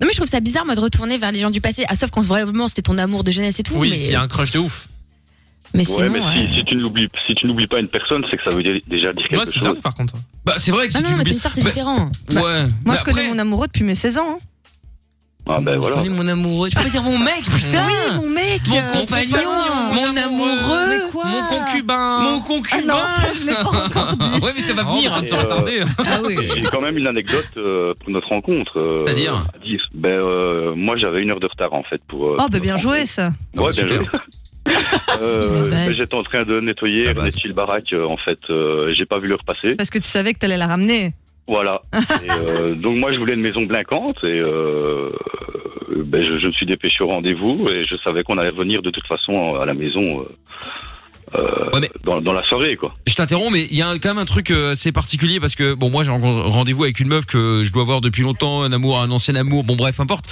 [SPEAKER 7] mais je trouve ça bizarre moi de retourner vers les gens du passé, ah, sauf quand vraiment c'était ton amour de jeunesse et tout,
[SPEAKER 6] Oui,
[SPEAKER 7] mais,
[SPEAKER 6] s'il y a un crush de ouf.
[SPEAKER 7] mais sinon...
[SPEAKER 8] ouais, mais
[SPEAKER 7] ouais.
[SPEAKER 8] si, si tu n'oublies si tu n'oublies pas une personne, c'est que ça veut dire- déjà dire quelque
[SPEAKER 6] Moi, c'est
[SPEAKER 8] chose.
[SPEAKER 6] dingue par contre.
[SPEAKER 2] Bah, c'est vrai que
[SPEAKER 7] Ah
[SPEAKER 2] si
[SPEAKER 7] non,
[SPEAKER 2] tu
[SPEAKER 7] non, mais
[SPEAKER 2] oublies-
[SPEAKER 7] ton histoire c'est
[SPEAKER 2] Bah,
[SPEAKER 7] différent.
[SPEAKER 2] Ouais.
[SPEAKER 5] Moi,
[SPEAKER 2] Mais
[SPEAKER 5] je connais
[SPEAKER 2] après-
[SPEAKER 5] mon amoureux depuis mes 16 ans. hein.
[SPEAKER 8] Ah ben voilà.
[SPEAKER 2] mon amoureux. Tu peux pas dire mon mec, putain.
[SPEAKER 5] Oui, mon mec.
[SPEAKER 2] Mon
[SPEAKER 5] euh,
[SPEAKER 2] compagnon, mon amoureux,
[SPEAKER 5] Mais quoi
[SPEAKER 2] mon concubin, mon
[SPEAKER 5] Ah
[SPEAKER 2] concubin.
[SPEAKER 5] non, ça, je l'ai pas encore dit.
[SPEAKER 2] Ah ouais, mais ça va
[SPEAKER 6] Oh,
[SPEAKER 2] venir.
[SPEAKER 6] on
[SPEAKER 2] hein.
[SPEAKER 6] va se
[SPEAKER 8] Et, euh,
[SPEAKER 6] retarder.
[SPEAKER 7] Ah oui.
[SPEAKER 8] J'ai quand même une anecdote euh, pour notre rencontre. euh,
[SPEAKER 2] C'est-à-dire
[SPEAKER 8] à dire. Ben, euh, moi, j'avais une heure de retard, en fait, pour... euh, pour
[SPEAKER 5] Oh,
[SPEAKER 7] ben,
[SPEAKER 5] bah
[SPEAKER 8] notre
[SPEAKER 5] bien joué, ça.
[SPEAKER 8] rencontre. Ouais,
[SPEAKER 2] Ah, bah,
[SPEAKER 8] bien joué. Euh,
[SPEAKER 7] base.
[SPEAKER 8] J'étais en train de nettoyer,
[SPEAKER 2] La base.
[SPEAKER 8] nettoyer le baraque, euh, en fait. euh, J'ai pas vu l'heure passer.
[SPEAKER 5] Parce que tu savais que t'allais la ramener.
[SPEAKER 8] Voilà. Et, euh, donc moi, je voulais une maison blincante et euh, euh, ben, je, je me suis dépêché au rendez-vous et je savais qu'on allait revenir de toute façon à la maison euh, euh,
[SPEAKER 2] Ouais, mais-
[SPEAKER 8] dans, dans la soirée, quoi.
[SPEAKER 2] Je t'interromps, mais il y a quand même un truc euh, assez particulier parce que bon, moi j'ai rencontré- rendez-vous avec une meuf que je dois voir depuis longtemps, un amour, un ancien amour. Bon, bref, importe.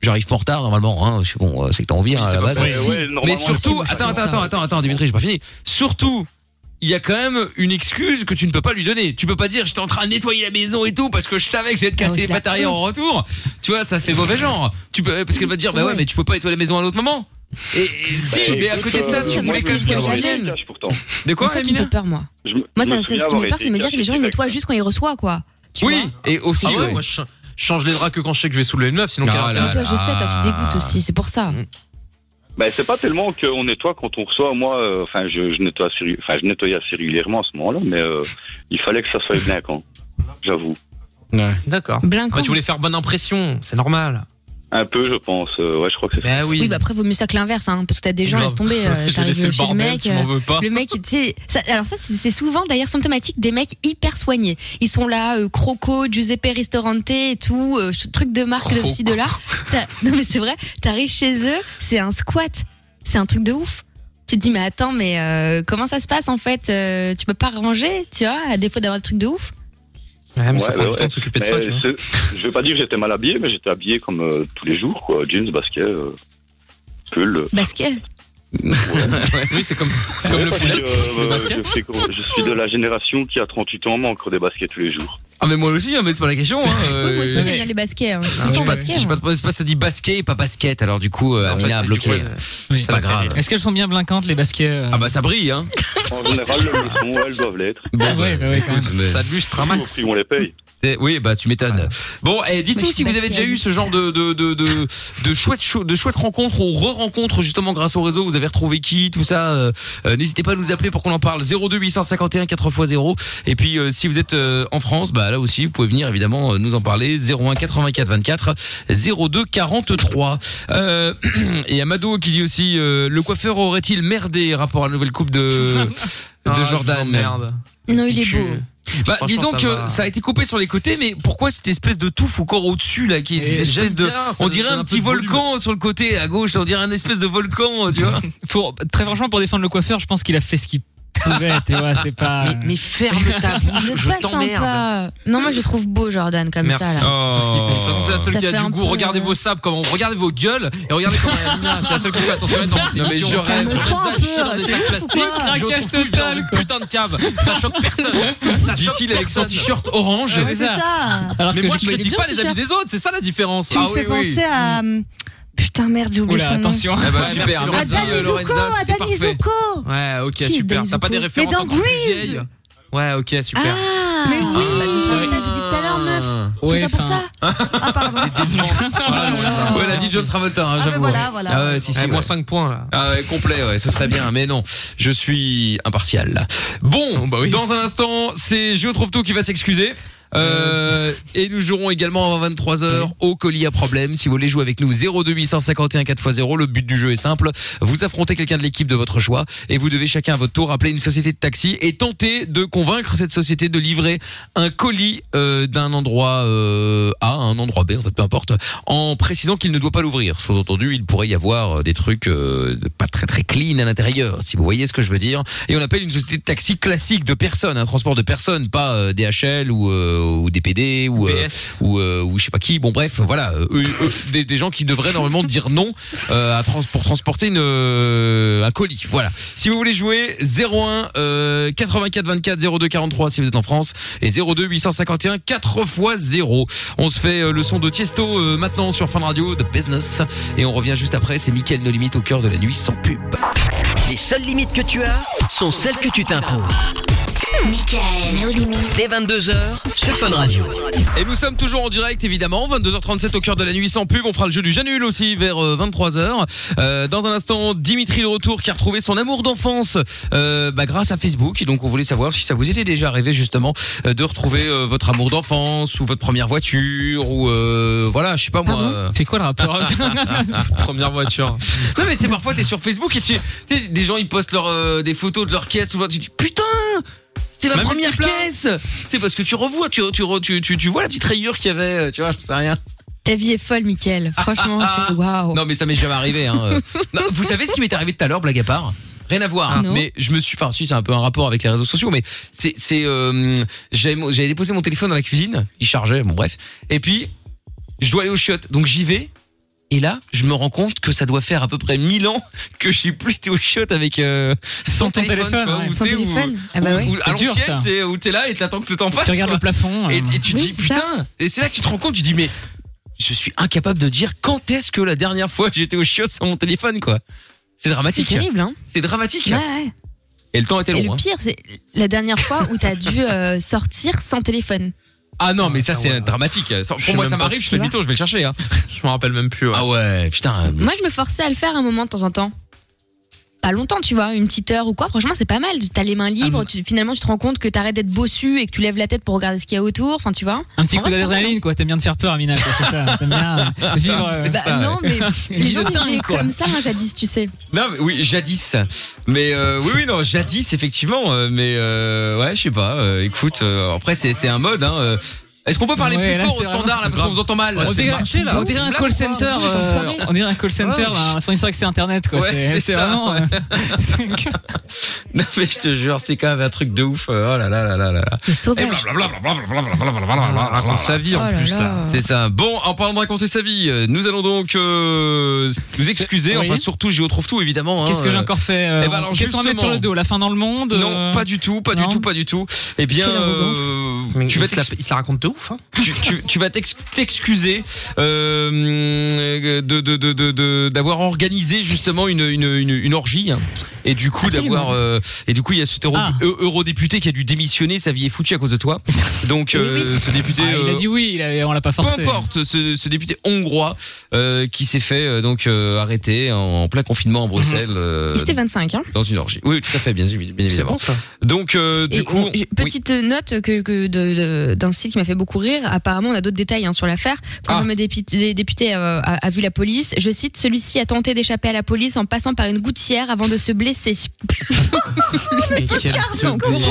[SPEAKER 2] J'arrive pas en retard normalement. Hein, parce que bon, euh, c'est que t'as envie hein, à la base.
[SPEAKER 8] Ouais,
[SPEAKER 2] Mais
[SPEAKER 8] ouais,
[SPEAKER 2] mais
[SPEAKER 8] normalement,
[SPEAKER 2] surtout,
[SPEAKER 8] c'est-
[SPEAKER 2] attends, attends, attends, attends, attends, Dimitri, j'ai pas fini. Surtout. Il y a quand même une excuse que tu ne peux pas lui donner. Tu peux pas dire j'étais en train de nettoyer la maison et tout parce que je savais que j'allais te
[SPEAKER 7] Ah,
[SPEAKER 2] casser les
[SPEAKER 7] oui, c'est la
[SPEAKER 2] pattes arrière en
[SPEAKER 7] honte.
[SPEAKER 2] retour. Tu vois, ça fait mauvais genre. Tu peux parce qu'elle va te dire bah ouais,
[SPEAKER 7] Ouais.
[SPEAKER 2] mais tu peux pas nettoyer la maison à un autre moment. Et, et si,
[SPEAKER 8] Bah,
[SPEAKER 2] mais à
[SPEAKER 8] écoute,
[SPEAKER 2] côté de ça,
[SPEAKER 8] euh,
[SPEAKER 2] tu
[SPEAKER 7] moi,
[SPEAKER 2] voulais
[SPEAKER 7] je
[SPEAKER 2] quand
[SPEAKER 7] me
[SPEAKER 2] même qu'elle
[SPEAKER 7] souviens, ouais.
[SPEAKER 2] revienne.
[SPEAKER 8] Cash pourtant.
[SPEAKER 2] De quoi,
[SPEAKER 7] c'est ça qui me
[SPEAKER 2] Emina
[SPEAKER 7] fait peur moi.
[SPEAKER 8] Je me-
[SPEAKER 7] Moi
[SPEAKER 8] je
[SPEAKER 7] ça,
[SPEAKER 8] me souviens
[SPEAKER 7] ça, ce qui
[SPEAKER 8] avoir
[SPEAKER 7] me fait peur
[SPEAKER 8] été
[SPEAKER 7] c'est de me dire
[SPEAKER 8] cash
[SPEAKER 7] que les gens ils
[SPEAKER 8] direct.
[SPEAKER 7] nettoient juste quand ils reçoivent quoi. Tu
[SPEAKER 2] Oui,
[SPEAKER 7] vois
[SPEAKER 2] et aussi
[SPEAKER 6] Ah
[SPEAKER 2] jouer.
[SPEAKER 6] ouais, moi, je je change les draps que quand je sais que je vais soulever une meuf, sinon
[SPEAKER 2] Non,
[SPEAKER 6] quel intérêt
[SPEAKER 2] là,
[SPEAKER 7] Mais toi, je sais, toi, tu
[SPEAKER 6] Ah.
[SPEAKER 7] dégoûtes aussi, c'est pour ça.
[SPEAKER 8] Ben, c'est pas tellement qu'on nettoie quand on reçoit. Moi, euh, enfin, je, je nettoie, assez- enfin, je nettoyais assez régulièrement à ce moment-là, mais euh, il fallait que ça soit blincant. J'avoue.
[SPEAKER 6] D'accord.
[SPEAKER 7] Blinquant.
[SPEAKER 6] Bah, tu voulais faire bonne impression, c'est normal.
[SPEAKER 8] Un peu, je pense. Euh, ouais, je crois que c'est.
[SPEAKER 6] Bah
[SPEAKER 7] Oui, bah après, vaut mieux ça que l'inverse, hein, parce que t'as des gens,
[SPEAKER 6] Grave.
[SPEAKER 7] laisse tomber, euh,
[SPEAKER 6] J'ai
[SPEAKER 7] t'arrives
[SPEAKER 6] laissé
[SPEAKER 7] chez
[SPEAKER 6] le
[SPEAKER 7] le
[SPEAKER 6] bordel,
[SPEAKER 7] mec.
[SPEAKER 6] tu
[SPEAKER 7] euh,
[SPEAKER 6] m'en veux pas.
[SPEAKER 7] Le mec, tu sais, ça- alors ça, c'est c'est souvent d'ailleurs symptomatique des mecs hyper soignés. Ils sont là, euh, croco, Giuseppe Ristorante et tout, euh, ce truc de marque de ci, de là. T'as- Non mais c'est vrai, t'arrives chez eux, c'est un squat, c'est un truc de ouf. Tu te dis mais attends, mais euh, comment ça se passe en fait Euh, Tu peux pas ranger, tu vois, à défaut d'avoir le truc de ouf.
[SPEAKER 6] Ouais, Ah, mais ça
[SPEAKER 8] Ouais,
[SPEAKER 6] prend
[SPEAKER 8] ouais,
[SPEAKER 6] du temps
[SPEAKER 8] ouais.
[SPEAKER 6] de s'occuper de
[SPEAKER 8] Mais
[SPEAKER 6] soi, tu vois.
[SPEAKER 8] c'est- Je vais pas dire que j'étais mal habillé, mais j'étais habillé comme euh, tous les jours, quoi. Jeans, basket, euh, pull. euh.
[SPEAKER 7] Basket.
[SPEAKER 6] Oui, c'est comme, c'est comme
[SPEAKER 8] Ouais,
[SPEAKER 6] le
[SPEAKER 8] parce
[SPEAKER 6] poulet.
[SPEAKER 8] que, euh,
[SPEAKER 6] Le basket.
[SPEAKER 8] je, fais quoi je suis de la génération qui, à 38 ans, manque des baskets tous les jours.
[SPEAKER 2] Ah mais moi aussi, hein, mais c'est pas la question. Hein,
[SPEAKER 7] Oui, moi aussi
[SPEAKER 2] euh,
[SPEAKER 7] j'aime bien les baskets. Hein. Je suis
[SPEAKER 6] Ah,
[SPEAKER 7] tout
[SPEAKER 6] ouais.
[SPEAKER 7] en basket,
[SPEAKER 2] je sais
[SPEAKER 7] moi.
[SPEAKER 2] pas, je sais pas si ça dit basket et pas basket, alors du coup, euh,
[SPEAKER 6] En fait,
[SPEAKER 2] Amina a
[SPEAKER 6] du
[SPEAKER 2] bloqué.
[SPEAKER 6] coup,
[SPEAKER 3] Oui.
[SPEAKER 2] c'est pas
[SPEAKER 6] ça m'a fait
[SPEAKER 2] grave.
[SPEAKER 6] rire.
[SPEAKER 3] Est-ce qu'elles sont bien blinquantes, les baskets euh
[SPEAKER 2] Ah bah ça brille, hein.
[SPEAKER 8] En général, le leçon, elles doivent l'être.
[SPEAKER 3] Ah ouais, bah ouais, quand même.
[SPEAKER 2] Mais-
[SPEAKER 6] Ça lustre un
[SPEAKER 8] Au
[SPEAKER 6] max.
[SPEAKER 8] prix où on les paye.
[SPEAKER 2] Eh, Oui, bah tu m'étonnes. Bon, et
[SPEAKER 7] Moi,
[SPEAKER 2] dites-nous
[SPEAKER 7] je suis
[SPEAKER 2] si vous avez
[SPEAKER 7] basket
[SPEAKER 2] déjà eu
[SPEAKER 7] addict.
[SPEAKER 2] ce genre de de de de, de chouette cho- de chouette rencontres ou re-rencontres justement grâce au réseau. Vous avez retrouvé qui, tout ça. euh, euh, N'hésitez pas à nous appeler pour qu'on en parle. 02 851 4 x 0. Et puis euh, si vous êtes euh, en France, bah là aussi, vous pouvez venir évidemment euh, nous en parler. 01 84 24 02 43. Euh, et Amado qui dit aussi euh, le coiffeur aurait-il merdé rapport à la nouvelle coupe de
[SPEAKER 6] Ah, je
[SPEAKER 2] de
[SPEAKER 6] vous
[SPEAKER 2] Jordan
[SPEAKER 6] emmerde.
[SPEAKER 7] Non, il est beau.
[SPEAKER 2] Bah,
[SPEAKER 6] Franchement,
[SPEAKER 2] disons
[SPEAKER 6] ça
[SPEAKER 2] que
[SPEAKER 6] va.
[SPEAKER 2] ça a été coupé sur les côtés, mais pourquoi cette espèce de touffe encore au-dessus là, qui est
[SPEAKER 6] Et
[SPEAKER 2] une espèce
[SPEAKER 6] j'aime
[SPEAKER 2] de,
[SPEAKER 6] bien, ça
[SPEAKER 2] on
[SPEAKER 6] donne
[SPEAKER 2] dirait
[SPEAKER 6] un
[SPEAKER 2] un,
[SPEAKER 6] peu
[SPEAKER 2] petit
[SPEAKER 6] de volume.
[SPEAKER 2] volcan sur le côté à gauche, on dirait un espèce de volcan, euh, tu vois.
[SPEAKER 3] Pour, très franchement, pour défendre le coiffeur, je pense qu'il a fait ce qu'il pouvait, tu vois, c'est pas.
[SPEAKER 2] Mais, ferme ta
[SPEAKER 7] Vous êtes pas sympa. Non, moi je le trouve beau Jordan comme
[SPEAKER 6] Merci.
[SPEAKER 7] ça. Là.
[SPEAKER 6] C'est tout ce qui compte. De toute façon, c'est la seule
[SPEAKER 7] Ça
[SPEAKER 6] qui
[SPEAKER 7] fait
[SPEAKER 6] a
[SPEAKER 7] un
[SPEAKER 6] du goût.
[SPEAKER 7] peu,
[SPEAKER 6] Regardez
[SPEAKER 7] euh,
[SPEAKER 6] vos sables, comment regardez vos gueules et regardez comment elle est bien. C'est la seule qui fait attention. elle est dans cette
[SPEAKER 2] Non, mais
[SPEAKER 6] émission.
[SPEAKER 2] je rêve.
[SPEAKER 6] Elle
[SPEAKER 5] Toi, un
[SPEAKER 6] se
[SPEAKER 5] peu,
[SPEAKER 6] dans des
[SPEAKER 5] t'es
[SPEAKER 6] sacs
[SPEAKER 5] ouf ou
[SPEAKER 6] plastiques.
[SPEAKER 5] quoi
[SPEAKER 6] Je
[SPEAKER 3] Craquage
[SPEAKER 6] retrouve tout dans
[SPEAKER 3] total,
[SPEAKER 6] une putain de cave. Ça choque personne. Ça choque
[SPEAKER 2] Dit-il avec son
[SPEAKER 6] personne.
[SPEAKER 2] t-shirt orange.
[SPEAKER 3] Ouais,
[SPEAKER 5] Ouais,
[SPEAKER 3] c'est
[SPEAKER 5] c'est ça.
[SPEAKER 3] Alors
[SPEAKER 6] Mais
[SPEAKER 3] que
[SPEAKER 6] moi,
[SPEAKER 3] je-
[SPEAKER 6] je
[SPEAKER 7] mais il est
[SPEAKER 6] critique
[SPEAKER 7] bien,
[SPEAKER 6] pas
[SPEAKER 7] ce
[SPEAKER 6] les habits des autres. C'est ça la différence.
[SPEAKER 5] Tu me
[SPEAKER 2] Ah oui,
[SPEAKER 5] fais
[SPEAKER 2] oui.
[SPEAKER 5] penser à. hum, Putain, merde, j'ai oublié
[SPEAKER 3] Oula,
[SPEAKER 5] son nom.
[SPEAKER 3] attention.
[SPEAKER 2] Eh bah
[SPEAKER 6] Ouais,
[SPEAKER 2] super,
[SPEAKER 6] merci,
[SPEAKER 5] À
[SPEAKER 2] merci
[SPEAKER 5] Dan
[SPEAKER 2] euh,
[SPEAKER 5] Izuko,
[SPEAKER 2] Lorenza,
[SPEAKER 5] à
[SPEAKER 2] c'était
[SPEAKER 5] Dan
[SPEAKER 2] parfait.
[SPEAKER 5] Izuko.
[SPEAKER 6] Ouais, ok,
[SPEAKER 7] Qui est
[SPEAKER 6] super.
[SPEAKER 7] Daizuku
[SPEAKER 6] T'as pas des
[SPEAKER 7] Mais
[SPEAKER 6] références
[SPEAKER 5] dans
[SPEAKER 6] encore plus
[SPEAKER 5] Grease
[SPEAKER 6] vieilles Ouais, ok, super.
[SPEAKER 7] Ah,
[SPEAKER 5] Mais oui.
[SPEAKER 7] Bah, tu te rappelles, je dis tout à l'heure, meuf. Tout
[SPEAKER 3] Ouais,
[SPEAKER 7] ça pour
[SPEAKER 3] enfin,
[SPEAKER 7] ça.
[SPEAKER 5] Ah, pardon.
[SPEAKER 6] Voilà, Lorenza.
[SPEAKER 2] Ah, Ouais, elle a dit John Travolta, hein,
[SPEAKER 5] Ah, mais
[SPEAKER 2] j'avoue.
[SPEAKER 5] voilà,
[SPEAKER 2] ouais.
[SPEAKER 5] voilà.
[SPEAKER 2] Ah ouais, si, si,
[SPEAKER 6] Eh, Moins
[SPEAKER 2] ouais.
[SPEAKER 6] 5 points là.
[SPEAKER 2] Ah ouais, complet, ouais, ce serait bien, mais non, je suis impartial. Bon,
[SPEAKER 6] bah oui.
[SPEAKER 2] dans un instant, c'est Géo Trouve Tout qui va s'excuser. Euh, et nous jouerons également à 23h au colis à problème. Si vous voulez jouer avec nous, 02851 4x0. Le but du jeu est simple. Vous affrontez quelqu'un de l'équipe de votre choix et vous devez chacun à votre tour appeler une société de taxi et tenter de convaincre cette société de livrer un colis euh, d'un endroit euh, A à un endroit B, en fait, peu importe, en précisant qu'il ne doit pas l'ouvrir. Sous-entendu, il pourrait y avoir euh, des trucs euh, de- pas très très clean à l'intérieur, si vous voyez ce que je veux dire. Et on appelle une société de taxi classique de personnes, un transport de personnes, pas euh, DHL ou, euh, ou DPD ou euh,
[SPEAKER 6] PS.
[SPEAKER 2] ou, euh, ou je sais pas qui. Bon bref, voilà, euh, eux- eux, des, des gens qui devraient normalement dire non euh, à trans- pour transporter une, euh, un colis. Voilà. Si vous voulez jouer 01 euh, 84 24 02 43 si vous êtes en France et 02 851 4 x 0. On se fait euh, le son de Tiesto euh, maintenant sur Fun Radio de Business et on revient juste après. C'est Mickaël No Limite au cœur de la nuit sans pub.
[SPEAKER 1] Les seules limites que tu as sont celles que tu t'imposes.
[SPEAKER 10] Michael, nos limites.
[SPEAKER 1] Dès 22h sur Fun Radio.
[SPEAKER 2] Et nous sommes toujours en direct évidemment, 22h37 au cœur de la nuit sans pub, on fera le jeu du Janul aussi vers euh, 23h. Euh, dans un instant, Dimitri de retour qui a retrouvé son amour d'enfance euh, bah, grâce à Facebook et donc on voulait savoir si ça vous était déjà arrivé justement euh, de retrouver euh, votre amour d'enfance ou votre première voiture ou euh, voilà, je sais pas moi.
[SPEAKER 7] Pardon
[SPEAKER 2] euh.
[SPEAKER 3] C'est quoi le rapport
[SPEAKER 6] Première voiture.
[SPEAKER 2] Non mais tu sais parfois t'es sur Facebook et tu tu sais, des gens ils postent leur, euh, des photos de leur caisse ou leur- tu dis putain c'était ma
[SPEAKER 6] Ma
[SPEAKER 2] première
[SPEAKER 6] multipla.
[SPEAKER 2] caisse C'est parce que tu revois, tu, tu, re- tu, tu, tu vois la petite rayure qu'il y avait, euh, tu vois, je sais rien.
[SPEAKER 7] Ta vie est folle, Mickaël. Franchement,
[SPEAKER 2] ah,
[SPEAKER 7] c'est waouh.
[SPEAKER 2] Non, mais ça m'est jamais arrivé. Hein. Euh, non, vous savez ce qui m'est arrivé tout à l'heure, blague à part Rien à voir, hein.
[SPEAKER 7] Non.
[SPEAKER 2] mais je me suis, enfin, si c'est un peu un rapport avec les réseaux sociaux, mais c'est, c'est, euh, j'avais mon- j'avais déposé mon téléphone dans la cuisine, il chargeait, bon bref, et puis je dois aller au chiottes, donc j'y vais, et là je me rends compte que ça doit faire à peu près 1000 ans que j'ai plus été au chiottes avec euh, sans,
[SPEAKER 3] Sans ton
[SPEAKER 2] téléphone,
[SPEAKER 3] téléphone,
[SPEAKER 2] tu vois,
[SPEAKER 3] ouais.
[SPEAKER 2] ou
[SPEAKER 7] Sans
[SPEAKER 2] t'es- ou-
[SPEAKER 7] téléphone Ah bah
[SPEAKER 2] ou-
[SPEAKER 7] ouais.
[SPEAKER 2] ou à
[SPEAKER 3] C'est dur,
[SPEAKER 2] l'ancienne,
[SPEAKER 3] ça.
[SPEAKER 2] t'es- où t'es là et t'attends que le temps passe.
[SPEAKER 3] Tu regardes
[SPEAKER 2] quoi.
[SPEAKER 3] le plafond.
[SPEAKER 2] Et,
[SPEAKER 3] euh,
[SPEAKER 2] et tu
[SPEAKER 7] Oui,
[SPEAKER 2] dis
[SPEAKER 7] c'est ça.
[SPEAKER 2] putain, et c'est là que tu te rends compte, tu dis mais je suis incapable de dire quand est-ce que la dernière fois j'étais au chiottes sur mon téléphone quoi. C'est
[SPEAKER 7] C'est
[SPEAKER 2] dramatique,
[SPEAKER 7] terrible, hein
[SPEAKER 2] c'est dramatique.
[SPEAKER 7] Ouais, ouais.
[SPEAKER 2] Et le temps était long.
[SPEAKER 7] Et le
[SPEAKER 2] hein.
[SPEAKER 7] pire, c'est la dernière fois où t'as dû euh, sortir sans téléphone.
[SPEAKER 2] Ah non mais ça
[SPEAKER 6] Ah
[SPEAKER 2] c'est
[SPEAKER 6] ouais.
[SPEAKER 2] dramatique. Ça-
[SPEAKER 6] Je
[SPEAKER 2] Pour
[SPEAKER 6] sais
[SPEAKER 2] moi
[SPEAKER 6] même
[SPEAKER 2] ça
[SPEAKER 6] pas,
[SPEAKER 2] m'arrive, je
[SPEAKER 7] tu
[SPEAKER 2] fais
[SPEAKER 7] vois.
[SPEAKER 2] mytho, je vais le chercher. Hein.
[SPEAKER 6] Je me rappelle même plus. ouais.
[SPEAKER 2] Ah ouais, putain.
[SPEAKER 7] Moi, je me forçais à le faire un moment de temps en temps. Pas longtemps, tu vois, une petite heure ou quoi. Franchement, c'est pas mal. T'as les mains
[SPEAKER 2] Ah
[SPEAKER 7] libres. tu- finalement, tu te rends compte que t'arrêtes d'être bossu et que tu lèves la tête pour regarder ce qu'il y a autour. Enfin, tu vois.
[SPEAKER 3] Un petit
[SPEAKER 7] En
[SPEAKER 3] coup
[SPEAKER 7] vrai, c'est pas mal,
[SPEAKER 3] d'adrénaline, quoi. T'aimes bien te faire peur, Amina, quoi. C'est ça. T'aimes bien euh, vivre. euh,
[SPEAKER 7] Bah,
[SPEAKER 2] ça,
[SPEAKER 7] non, mais les gens
[SPEAKER 3] Une vie de dingue,
[SPEAKER 7] vivaient
[SPEAKER 3] quoi.
[SPEAKER 7] comme ça hein, jadis, tu sais.
[SPEAKER 2] Non mais oui jadis. Mais euh, oui oui non jadis effectivement. euh, Mais euh, ouais je sais pas. euh, écoute euh, après c'est c'est un mode. Hein, euh. Est-ce qu'on peut parler
[SPEAKER 3] Ouais,
[SPEAKER 2] plus
[SPEAKER 3] là,
[SPEAKER 2] fort au
[SPEAKER 3] c'est
[SPEAKER 2] standard là parce qu'on
[SPEAKER 6] grave.
[SPEAKER 2] vous entend mal.
[SPEAKER 6] Ouais,
[SPEAKER 3] On
[SPEAKER 6] c'est
[SPEAKER 3] dirait,
[SPEAKER 6] marché, là.
[SPEAKER 3] on dirait un
[SPEAKER 2] Blague
[SPEAKER 3] call
[SPEAKER 2] ou pas
[SPEAKER 3] center,
[SPEAKER 7] C'est une
[SPEAKER 3] euh,
[SPEAKER 7] soirée.
[SPEAKER 3] on dirait un call center, euh,
[SPEAKER 2] Ouais.
[SPEAKER 3] un fournisseur accès internet, quoi.
[SPEAKER 2] Ah, Ouais, c'est
[SPEAKER 3] c'est c'est
[SPEAKER 2] ça,
[SPEAKER 3] vraiment. euh, c'est-
[SPEAKER 2] Non mais je te jure c'est quand même un truc de ouf. euh, Oh là là là là là. là.
[SPEAKER 7] C'est sauvage.
[SPEAKER 6] Raconte sa vie en
[SPEAKER 7] Oh là
[SPEAKER 6] plus
[SPEAKER 7] là.
[SPEAKER 6] là.
[SPEAKER 2] C'est ça. Bon, en parlant de raconter sa vie, euh, nous allons donc euh, nous excuser.
[SPEAKER 3] Oui.
[SPEAKER 2] Enfin, surtout, j'y retrouve tout, évidemment. hein.
[SPEAKER 3] Qu'est-ce que j'ai
[SPEAKER 2] Euh,
[SPEAKER 3] encore fait euh,
[SPEAKER 2] eh ben alors,
[SPEAKER 3] Qu'est-ce qu'on va mettre
[SPEAKER 2] justement.
[SPEAKER 3] sur le dos La fin dans le monde euh,
[SPEAKER 2] Non, pas du tout, pas
[SPEAKER 3] non.
[SPEAKER 2] du tout, pas du tout. Eh bien,
[SPEAKER 7] Quelle arrogance.
[SPEAKER 2] euh,
[SPEAKER 6] Mais
[SPEAKER 2] tu vas
[SPEAKER 6] il, se la,
[SPEAKER 2] t'ex-
[SPEAKER 6] il se la raconte de ouf. Hein.
[SPEAKER 2] tu, tu- tu vas t'ex- t'excuser euh, de de- de- de- de- d'avoir organisé justement une une, une, une orgie hein, Et du coup
[SPEAKER 11] Absolument.
[SPEAKER 2] d'avoir euh, et du coup il y a cet euro-
[SPEAKER 11] Ah.
[SPEAKER 2] eu- eurodéputé qui a dû démissionner, sa vie est foutue à cause de toi. Donc euh, ce député
[SPEAKER 3] Eh Ah, il a
[SPEAKER 2] euh,
[SPEAKER 3] dit oui, il a- on l'a pas forcé. hein,
[SPEAKER 2] peu importe, ce, ce député hongrois euh, qui s'est fait euh, donc euh, arrêter en, en plein
[SPEAKER 3] Mhm.
[SPEAKER 2] confinement en Bruxelles. euh,
[SPEAKER 7] Et C'était 25, hein.
[SPEAKER 2] dans une orgie. Oui, tout à fait, bien, bien évidemment.
[SPEAKER 6] bon, ça.
[SPEAKER 2] Donc, euh,
[SPEAKER 7] Et
[SPEAKER 2] du coup,
[SPEAKER 7] on- j'ai- petite note que, que de- de- d'un site qui m'a fait beaucoup rire. Apparemment, on a d'autres détails hein, sur l'affaire. Quand
[SPEAKER 2] Ah.
[SPEAKER 7] un député, député euh, a, a vu la police, je cite, celui-ci a tenté d'échapper à la police en passant par une gouttière avant de se blesser.
[SPEAKER 6] Mais quel teubé.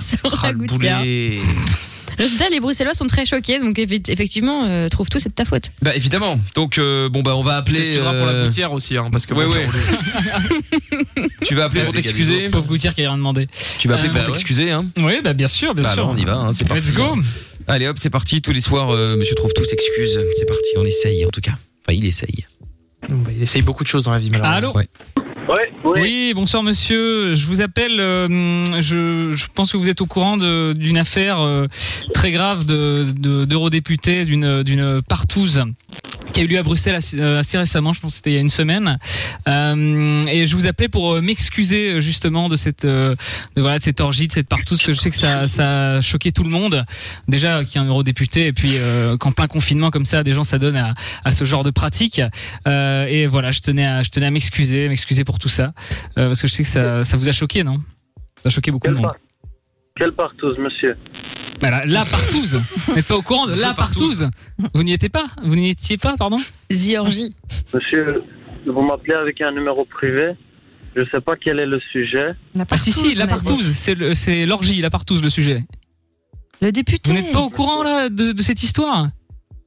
[SPEAKER 7] Sur
[SPEAKER 6] Ah,
[SPEAKER 7] la
[SPEAKER 6] le
[SPEAKER 7] gouttière.
[SPEAKER 6] boulet.
[SPEAKER 7] Résultat, les Bruxellois sont très choqués, donc effe- effectivement, euh, trouvent-tout, c'est de ta faute.
[SPEAKER 2] bah évidemment. Donc, euh, bon, bah on va appeler.
[SPEAKER 6] T'excuseras pour la hein,
[SPEAKER 2] gouttière aussi, parce que. Ouais, ouais. tu vas appeler pour t'excuser.
[SPEAKER 3] Pauvre gouttière qui a rien demandé.
[SPEAKER 2] Tu vas appeler
[SPEAKER 3] Euh,
[SPEAKER 2] pour
[SPEAKER 3] bah ouais.
[SPEAKER 2] t'excuser, hein.
[SPEAKER 3] Oui, bah bien sûr, bien
[SPEAKER 2] Bah
[SPEAKER 3] sûr.
[SPEAKER 2] alors, on y va, hein, c'est parti.
[SPEAKER 3] Let's go.
[SPEAKER 2] Allez hop, c'est parti. Tous les soirs, euh, Monsieur trouve tout s'excuse. C'est parti, on essaye en tout cas. Enfin, il essaye.
[SPEAKER 6] bah, Il essaye beaucoup de choses dans la vie, malheureusement.
[SPEAKER 3] Ah, Allô
[SPEAKER 2] Ouais.
[SPEAKER 3] oui. bonsoir monsieur. Je vous appelle. euh, hum, je, je pense que vous êtes au courant de- d'une affaire euh, très grave d'eurodéputés, de, d'eurodéputés, d'une d'une partouze qui a eu lieu à Bruxelles assez, euh, assez récemment. Je pense que c'était il y a une semaine. Euh, et je vous appelais pour euh, m'excuser euh, justement de cette euh, de, voilà de cette orgie, de cette partouze. Parce que je sais que ça, ça a choqué tout le monde. Déjà euh, qu'il y a un eurodéputé et puis euh, qu'en plein confinement comme ça, des gens s'adonnent à, à ce genre de pratique. Euh, et voilà, je tenais à, je tenais à m'excuser, m'excuser pour tout ça, Euh, parce que je sais que ça, ça vous a choqué, non Ça a choqué beaucoup de monde.
[SPEAKER 12] Quelle partouze, monsieur
[SPEAKER 3] Bah, la, la partouze. Vous n'êtes pas au courant de la partouze. Vous n'y étiez pas Vous n'y étiez pas, pardon
[SPEAKER 7] Georgie.
[SPEAKER 12] Monsieur, vous m'appelez avec un numéro privé. Je ne sais pas quel est le sujet.
[SPEAKER 3] Ah si si, la partouze, c'est le- c'est l'orgie, la partouze le sujet.
[SPEAKER 5] Le député.
[SPEAKER 3] Vous n'êtes pas au courant là de, de cette histoire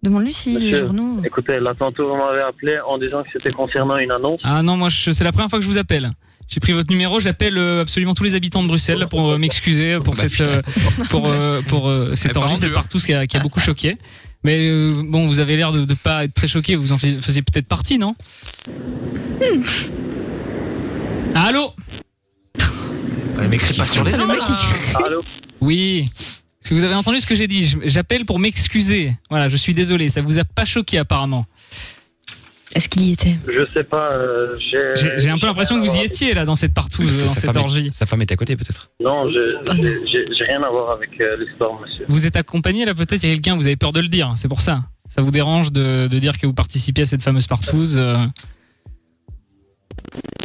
[SPEAKER 5] Demande-lui si les
[SPEAKER 12] Monsieur,
[SPEAKER 5] journaux.
[SPEAKER 12] écoutez, là, tantôt, vous m'avez appelé en disant que c'était concernant une annonce.
[SPEAKER 3] Ah non, moi je- c'est la première fois que je vous appelle. J'ai pris votre numéro, j'appelle euh, absolument tous les habitants de Bruxelles là, pour euh, m'excuser
[SPEAKER 6] Bah,
[SPEAKER 3] pour cette euh, pour euh, pour euh, cette
[SPEAKER 6] par
[SPEAKER 3] orgie,
[SPEAKER 6] contre,
[SPEAKER 3] cette
[SPEAKER 6] euh,
[SPEAKER 3] partouze qui a, qui a beaucoup choqué. Mais euh, bon, vous avez l'air de ne pas être très choqué, vous en fais- faisiez peut-être partie, non Allô
[SPEAKER 6] Mais Bah, c'est pas sur les
[SPEAKER 3] Ah, Le mec
[SPEAKER 12] Allô
[SPEAKER 3] Oui. Est-ce que vous avez entendu ce que j'ai dit Je- J'appelle pour m'excuser. Voilà, je suis désolé, ça vous a pas choqué apparemment.
[SPEAKER 7] Est-ce qu'il y était
[SPEAKER 12] Je ne sais pas. euh, j'ai- Euh,
[SPEAKER 3] J'ai j'ai un peu l'impression que vous y étiez là dans cette partouze, dans cette orgie.
[SPEAKER 2] Sa femme est à côté peut-être.
[SPEAKER 12] Non, je- j'ai- j'ai j'ai rien à voir avec euh, l'histoire, monsieur.
[SPEAKER 3] Vous êtes accompagné là peut-être il y a quelqu'un, vous avez peur de le dire, c'est pour ça. Ça vous dérange de, de dire que vous participez à cette fameuse partouze euh.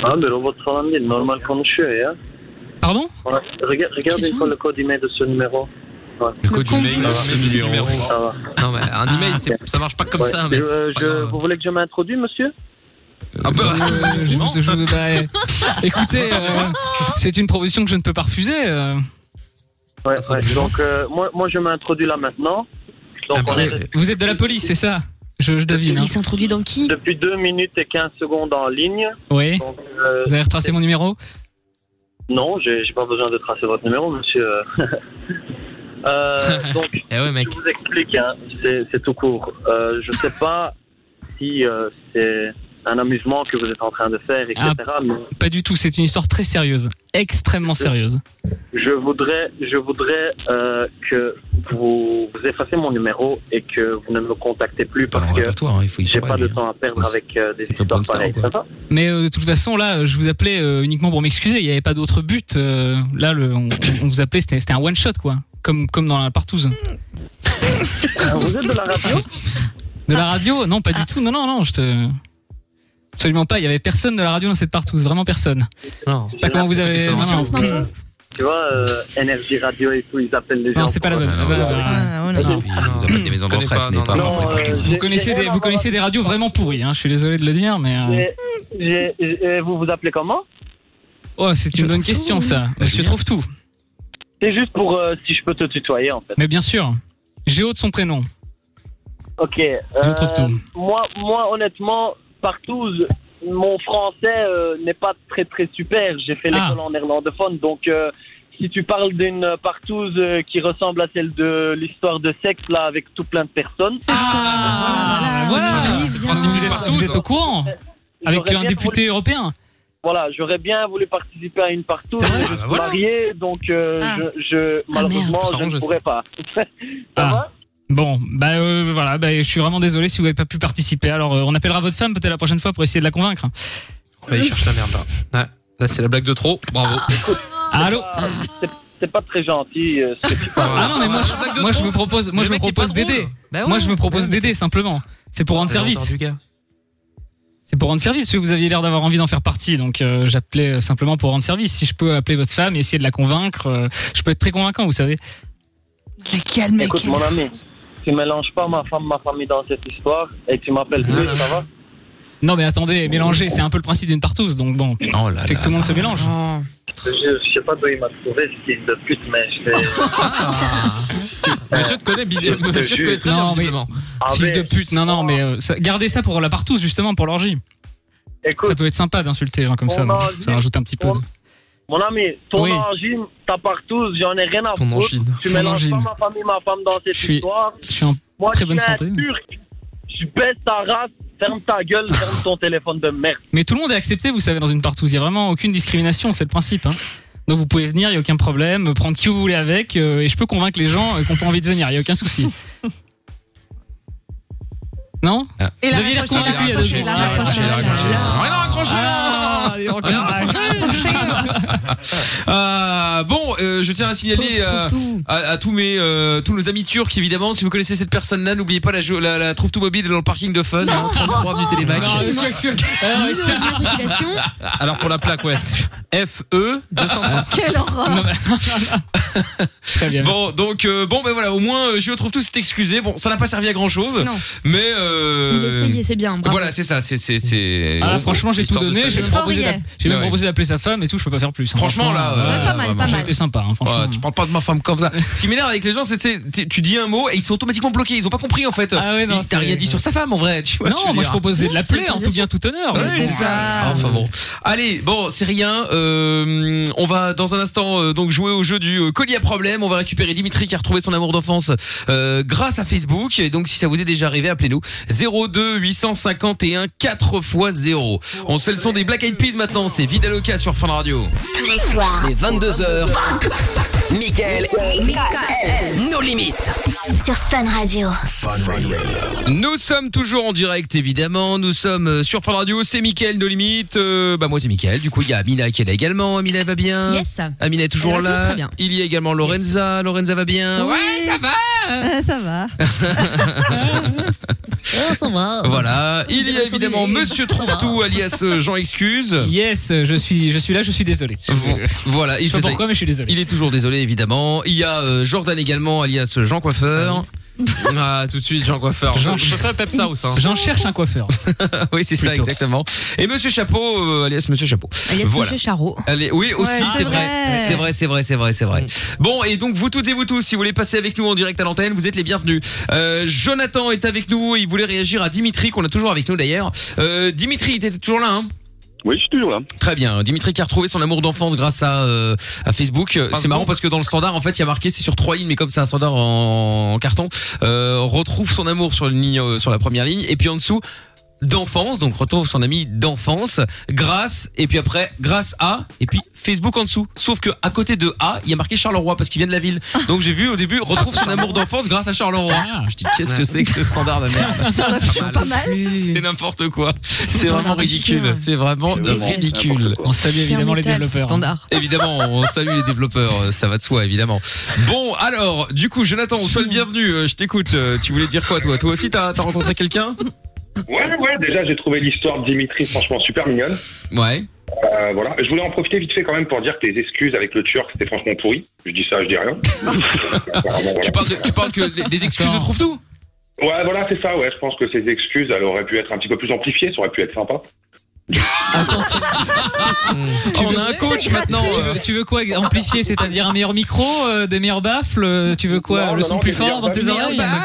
[SPEAKER 12] Ah, le robot falan değil, normal hein. konuşuyor ya.
[SPEAKER 3] Pardon
[SPEAKER 12] On a- Regarde, regarde une fois le code email de ce numéro. Ouais.
[SPEAKER 2] Le code email de ce numéro.
[SPEAKER 12] Ça va.
[SPEAKER 6] Non, mais un email, c'est-
[SPEAKER 13] Ah.
[SPEAKER 6] ça marche pas comme
[SPEAKER 12] Ah, Ouais.
[SPEAKER 6] ça, mais.
[SPEAKER 12] Et, euh, je- vous voulez que je m'introduise, monsieur
[SPEAKER 6] Ah bah,
[SPEAKER 3] Euh, je vous- je vous- bah, euh, écoutez, euh, c'est une proposition que je ne peux pas refuser. euh.
[SPEAKER 12] Ouais, ouais. Donc, euh, moi, moi, je m'introduis là maintenant. Donc,
[SPEAKER 6] Ah,
[SPEAKER 12] on
[SPEAKER 6] bah
[SPEAKER 12] est
[SPEAKER 3] Vous êtes de la police, c'est ça je, je devine. hein.
[SPEAKER 12] Il
[SPEAKER 7] s'introduit dans qui
[SPEAKER 12] depuis 2 minutes et 15 secondes en ligne.
[SPEAKER 3] Oui.
[SPEAKER 12] Donc, euh,
[SPEAKER 3] Vous avez retracé mon numéro
[SPEAKER 12] Non, j'ai j'ai pas besoin de tracer votre numéro, monsieur. Euh, donc,
[SPEAKER 6] Eh
[SPEAKER 12] je vous explique, hein, c'est c'est tout court. Euh, je sais pas si euh, c'est un amusement que vous êtes en train de faire, etc. mais
[SPEAKER 3] Ah, Pas du tout, c'est une histoire très sérieuse, extrêmement sérieuse.
[SPEAKER 12] Je voudrais, je voudrais euh, que vous, vous effacez mon numéro et que vous ne me contactez plus parce que
[SPEAKER 3] hein,
[SPEAKER 12] j'ai pas de temps à perdre avec euh, des histoires pareilles. Ça va
[SPEAKER 3] Mais euh, de toute façon, là, je vous appelais euh, uniquement pour m'excuser. Il n'y avait pas d'autre but. euh, là, le, on, on vous appelait, c'était c'était un one shot, quoi. Comme, comme dans la partouze.
[SPEAKER 12] Euh, vous êtes de la radio
[SPEAKER 3] De
[SPEAKER 7] Ah.
[SPEAKER 3] la radio Non, pas du tout. Non, non, non, je te. Absolument pas. Il y avait personne de la radio dans cette partouze. Vraiment personne. Non. Pas comment vous avez. Non, non.
[SPEAKER 12] Euh, Tu vois, euh, énergie radio et tout, ils appellent les gens.
[SPEAKER 3] Non, c'est pas la
[SPEAKER 12] pour- euh,
[SPEAKER 3] bonne. Bah, bah, bah, non.
[SPEAKER 2] des maisons de retraite, mais pas
[SPEAKER 12] non,
[SPEAKER 2] pour les
[SPEAKER 12] euh,
[SPEAKER 2] parkings.
[SPEAKER 3] Vous connaissez des, vous connaissez des radios vraiment pourries. Hein. Je suis désolé de le dire, mais. euh,
[SPEAKER 12] J'ai- j'ai- j'ai- Vous vous appelez comment
[SPEAKER 3] Oh, c'est une bonne question, ça. Je trouve tout.
[SPEAKER 12] C'est juste pour euh, si je peux te tutoyer en fait.
[SPEAKER 3] Mais bien sûr. Géo de son prénom.
[SPEAKER 12] Ok. euh,
[SPEAKER 3] Je trouve tout.
[SPEAKER 12] Moi, moi, honnêtement, partout, je- mon français euh, n'est pas très très super. J'ai fait
[SPEAKER 3] Ah.
[SPEAKER 12] l'école en néerlandophone, donc euh, si tu parles d'une partouze euh, qui ressemble à celle de l'histoire de sexe là, avec tout plein de personnes.
[SPEAKER 3] Ah, voilà. Vous êtes, vous êtes au courant Avec
[SPEAKER 12] J'aurais
[SPEAKER 3] un
[SPEAKER 12] bien
[SPEAKER 3] député européen
[SPEAKER 12] Voilà, j'aurais bien voulu participer à une partouze. mais Je suis
[SPEAKER 3] bah voilà. Ah,
[SPEAKER 12] marié, donc euh, je, je-
[SPEAKER 3] Ça
[SPEAKER 12] malheureusement, je
[SPEAKER 3] s'arrange,
[SPEAKER 12] ne
[SPEAKER 3] ça.
[SPEAKER 12] pourrais pas.
[SPEAKER 3] Ah. Bon, bah euh, voilà, bah, je suis vraiment désolé si vous n'avez pas pu participer. Alors, euh, on appellera votre femme peut-être la prochaine fois pour essayer de la convaincre.
[SPEAKER 6] Ouais, il cherche la merde là. Ouais. Là, c'est la blague de trop. Bravo.
[SPEAKER 3] Ah. Allô
[SPEAKER 12] C'est pas très gentil. euh, ce que tu parles.
[SPEAKER 3] Ah non, mais moi, je, moi, je me propose, moi, je me propose d'aider. moi, je me propose d'aider simplement. C'est pour rendre
[SPEAKER 6] T'as l'air
[SPEAKER 3] service.
[SPEAKER 6] du gars.
[SPEAKER 3] C'est pour rendre service. parce que Vous aviez l'air d'avoir envie d'en faire partie, donc euh, j'appelais simplement pour rendre service. Si je peux appeler votre femme et essayer de la convaincre, euh, je peux être très convaincant, vous savez.
[SPEAKER 12] Écoute, mon ami, tu mélanges pas ma femme, ma famille dans cette histoire et tu m'appelles plus,
[SPEAKER 3] Ah.
[SPEAKER 12] ça va
[SPEAKER 3] Non, mais attendez, mélanger, c'est un peu le principe d'une partouze, donc bon. c'est que tout le monde se mélange.
[SPEAKER 12] Je, je sais pas d'où il m'a trouvé, ce fils de pute, mais je vais.
[SPEAKER 6] Monsieur te connaît, bizarre- monsieur te connaît très bien,
[SPEAKER 3] Non, mais-
[SPEAKER 6] visiblement.
[SPEAKER 12] Ah,
[SPEAKER 3] Fils de pute, non,
[SPEAKER 12] Oh.
[SPEAKER 3] non, mais euh, ça- gardez ça pour la partouze, justement, pour l'orgie. Ça peut être sympa d'insulter les gens comme ça,
[SPEAKER 12] on
[SPEAKER 3] donc
[SPEAKER 12] en-
[SPEAKER 3] ça rajoute un petit peu. de-
[SPEAKER 12] Mon ami, ton
[SPEAKER 3] Oui.
[SPEAKER 12] angine, ta partouze, j'en ai rien à
[SPEAKER 3] Ton
[SPEAKER 12] foutre.
[SPEAKER 3] angine.
[SPEAKER 12] Tu
[SPEAKER 3] Ton
[SPEAKER 12] mélanges
[SPEAKER 3] angine.
[SPEAKER 12] pas ma famille, ma femme dans cette
[SPEAKER 3] Je suis-
[SPEAKER 12] histoire.
[SPEAKER 3] Je suis en
[SPEAKER 12] Moi,
[SPEAKER 3] très
[SPEAKER 12] je
[SPEAKER 3] bonne
[SPEAKER 12] suis un
[SPEAKER 3] santé.
[SPEAKER 12] Turc. Je baisse ta race, ferme ta gueule, ferme ton téléphone de merde.
[SPEAKER 3] Mais tout le monde est accepté, vous savez, dans une partouze. Il n'y a vraiment aucune discrimination, c'est le principe. hein. Donc vous pouvez venir, il n'y a aucun problème, euh, prendre qui vous voulez avec, euh, et je peux convaincre les gens euh, qu'on peut envie de venir, il n'y a aucun souci. Non
[SPEAKER 2] Et
[SPEAKER 3] Vous
[SPEAKER 2] la
[SPEAKER 3] aviez l'air
[SPEAKER 2] raccroché,
[SPEAKER 3] convaincu il y a deux secondes.
[SPEAKER 2] la raccroché, la raccroché, la raccroché. Ah, non,
[SPEAKER 3] raccroché, non.
[SPEAKER 2] Ah, bon, euh, je tiens à signaler euh, à, à tous mes euh, tous nos amis turcs évidemment. Si vous connaissez cette personne-là, n'oubliez pas la, jo- la, la trouve tout mobile dans le parking de Fun, hein, 33 avenue Télémac.
[SPEAKER 3] Non, mais quoi que ce- Alors, tiens.
[SPEAKER 2] Ah,
[SPEAKER 6] Alors pour la plaque, ouais. E FE 230.
[SPEAKER 3] Quelle horreur. Non,
[SPEAKER 2] Bon, donc euh, bon, ben voilà, au moins euh, Gio trouve tout s'est excusé. Bon, ça n'a pas servi à grand chose,
[SPEAKER 7] Non.
[SPEAKER 2] mais euh,
[SPEAKER 7] Il essayait, c'est bien, bravo.
[SPEAKER 2] Voilà, c'est ça, c'est c'est c'est.
[SPEAKER 3] Ah, là, franchement, j'ai tout
[SPEAKER 2] Histoire de
[SPEAKER 3] donné,
[SPEAKER 2] salut.
[SPEAKER 3] j'ai même proposé d'a- j'ai même
[SPEAKER 2] Ouais, ouais.
[SPEAKER 3] proposé d'appeler sa femme et tout, je peux pas faire plus. hein.
[SPEAKER 2] Franchement, là, euh,
[SPEAKER 3] euh, j'ai été sympa. hein, franchement.
[SPEAKER 2] Ouais, tu parles pas de ma femme comme ça. Ce qui m'énerve avec les gens, c'est c'est- tu tu dis un mot et ils sont automatiquement bloqués. Ils ont pas compris en fait.
[SPEAKER 3] Ah ouais, non,
[SPEAKER 2] Ils- T'as
[SPEAKER 3] c'est-
[SPEAKER 2] rien dit sur sa femme en vrai. Tu vois,
[SPEAKER 3] Non, moi, je proposais de l'appeler, en tout bien, tout honneur.
[SPEAKER 2] Ouais,
[SPEAKER 3] Mais
[SPEAKER 2] c'est
[SPEAKER 3] bon.
[SPEAKER 2] ça. Enfin bon. Allez, bon, c'est rien. Euh, on va dans un instant euh, donc jouer au jeu du euh, colis à problème. On va récupérer Dimitri qui a retrouvé son amour d'enfance euh, grâce à Facebook. Et donc si ça vous est déjà arrivé, appelez-nous 02 851 4 x 0. On se fait le son des Black Eyed Peas maintenant. C'est Vidaloca sur Fun Radio.
[SPEAKER 10] Tous les soirs.
[SPEAKER 1] Les 22h. Michael. Nos limites.
[SPEAKER 10] Sur Fun Radio.
[SPEAKER 2] Nous sommes toujours en direct évidemment, nous sommes euh, sur Fun Radio, c'est Mickaël de Limite, Euh, bah moi c'est Mickaël, du coup il y a Amina qui est là également, Amina va bien
[SPEAKER 7] Yes.
[SPEAKER 2] Amina est toujours
[SPEAKER 7] Elle va
[SPEAKER 2] là,
[SPEAKER 7] toujours très bien.
[SPEAKER 2] il y a également Lorenza, Lorenza va bien Ouais ça va
[SPEAKER 5] Ah, Ça va.
[SPEAKER 7] ça va.
[SPEAKER 2] Voilà, il y a évidemment Monsieur Trouve-Tout alias euh, Jean Excuse
[SPEAKER 3] Yes, je suis, je suis là, je suis désolé.
[SPEAKER 2] Voilà,
[SPEAKER 3] Je sais pas pourquoi, mais je suis désolé.
[SPEAKER 2] Il est toujours désolé évidemment, il y a euh, Jordan également alias Jean Coiffeur
[SPEAKER 6] Ah, tout de suite, Jean Coiffeur.
[SPEAKER 2] Jean-
[SPEAKER 6] Jean... Je préfère Peps House. Hein.
[SPEAKER 3] J'en cherche un coiffeur.
[SPEAKER 2] oui, c'est ça, exactement. Et Monsieur Chapeau, euh, alias Monsieur Chapeau.
[SPEAKER 7] Alias
[SPEAKER 2] Voilà.
[SPEAKER 7] Monsieur Charot.
[SPEAKER 2] Allez, oui, aussi,
[SPEAKER 7] Ouais,
[SPEAKER 2] c'est
[SPEAKER 7] c'est
[SPEAKER 2] vrai.
[SPEAKER 7] vrai.
[SPEAKER 2] C'est vrai, c'est vrai, c'est vrai, c'est vrai. Bon, et donc, vous toutes et vous tous, si vous voulez passer avec nous en direct à l'antenne, vous êtes les bienvenus. Euh, Jonathan est avec nous, il voulait réagir à Dimitri, qu'on a toujours avec nous d'ailleurs. Euh, Dimitri, t'étais toujours là, hein
[SPEAKER 8] Oui, je suis toujours là.
[SPEAKER 2] Très bien. Dimitri qui a retrouvé son amour d'enfance grâce à, euh, à Facebook. Euh, C'est marrant parce que dans le standard, en fait, il y a marqué, c'est sur trois lignes, mais comme c'est un standard en, en carton, euh, retrouve son amour sur, une ligne, euh, sur la première ligne, et puis en dessous, d'enfance, donc retrouve son ami d'enfance, grâce, et puis après, grâce à, et puis Facebook en dessous. Sauf que à côté de A, il y a marqué Charleroi parce qu'il vient de la ville. Donc j'ai vu au début, retrouve son amour d'enfance grâce à Charleroi.
[SPEAKER 3] Ah.
[SPEAKER 2] Je dis, qu'est-ce que c'est que ce standard de merde
[SPEAKER 3] Pas mal.
[SPEAKER 2] C'est n'importe quoi. C'est vraiment ridicule. C'est vraiment ridicule.
[SPEAKER 3] On salue évidemment les développeurs. hein.
[SPEAKER 2] Évidemment, on salue les développeurs, euh, ça va de soi évidemment. Bon, alors, du coup, Jonathan, on soit le bienvenu, euh, je t'écoute. Euh, Tu voulais dire quoi toi Toi aussi t'as t'as rencontré quelqu'un
[SPEAKER 11] Ouais, ouais, déjà j'ai trouvé l'histoire de Dimitri franchement super mignonne.
[SPEAKER 2] Ouais.
[SPEAKER 11] Euh, voilà, je voulais en profiter vite fait quand même pour dire que tes excuses avec le Turc c'était franchement pourri. Je dis ça, je dis rien.
[SPEAKER 2] Tu parles, de- tu parles que des- des excuses de trouve tout
[SPEAKER 11] Ouais, voilà, c'est ça, ouais. Je pense que ces excuses, elles auraient pu être un petit peu plus amplifiées, ça aurait pu être sympa.
[SPEAKER 2] on a un coach maintenant.
[SPEAKER 3] Ah.
[SPEAKER 2] euh.
[SPEAKER 3] Tu veux, tu veux quoi amplifier C'est-à-dire un meilleur micro, euh, des meilleurs baffles euh, Tu veux quoi Le son plus fort dans tes oreils
[SPEAKER 11] hein.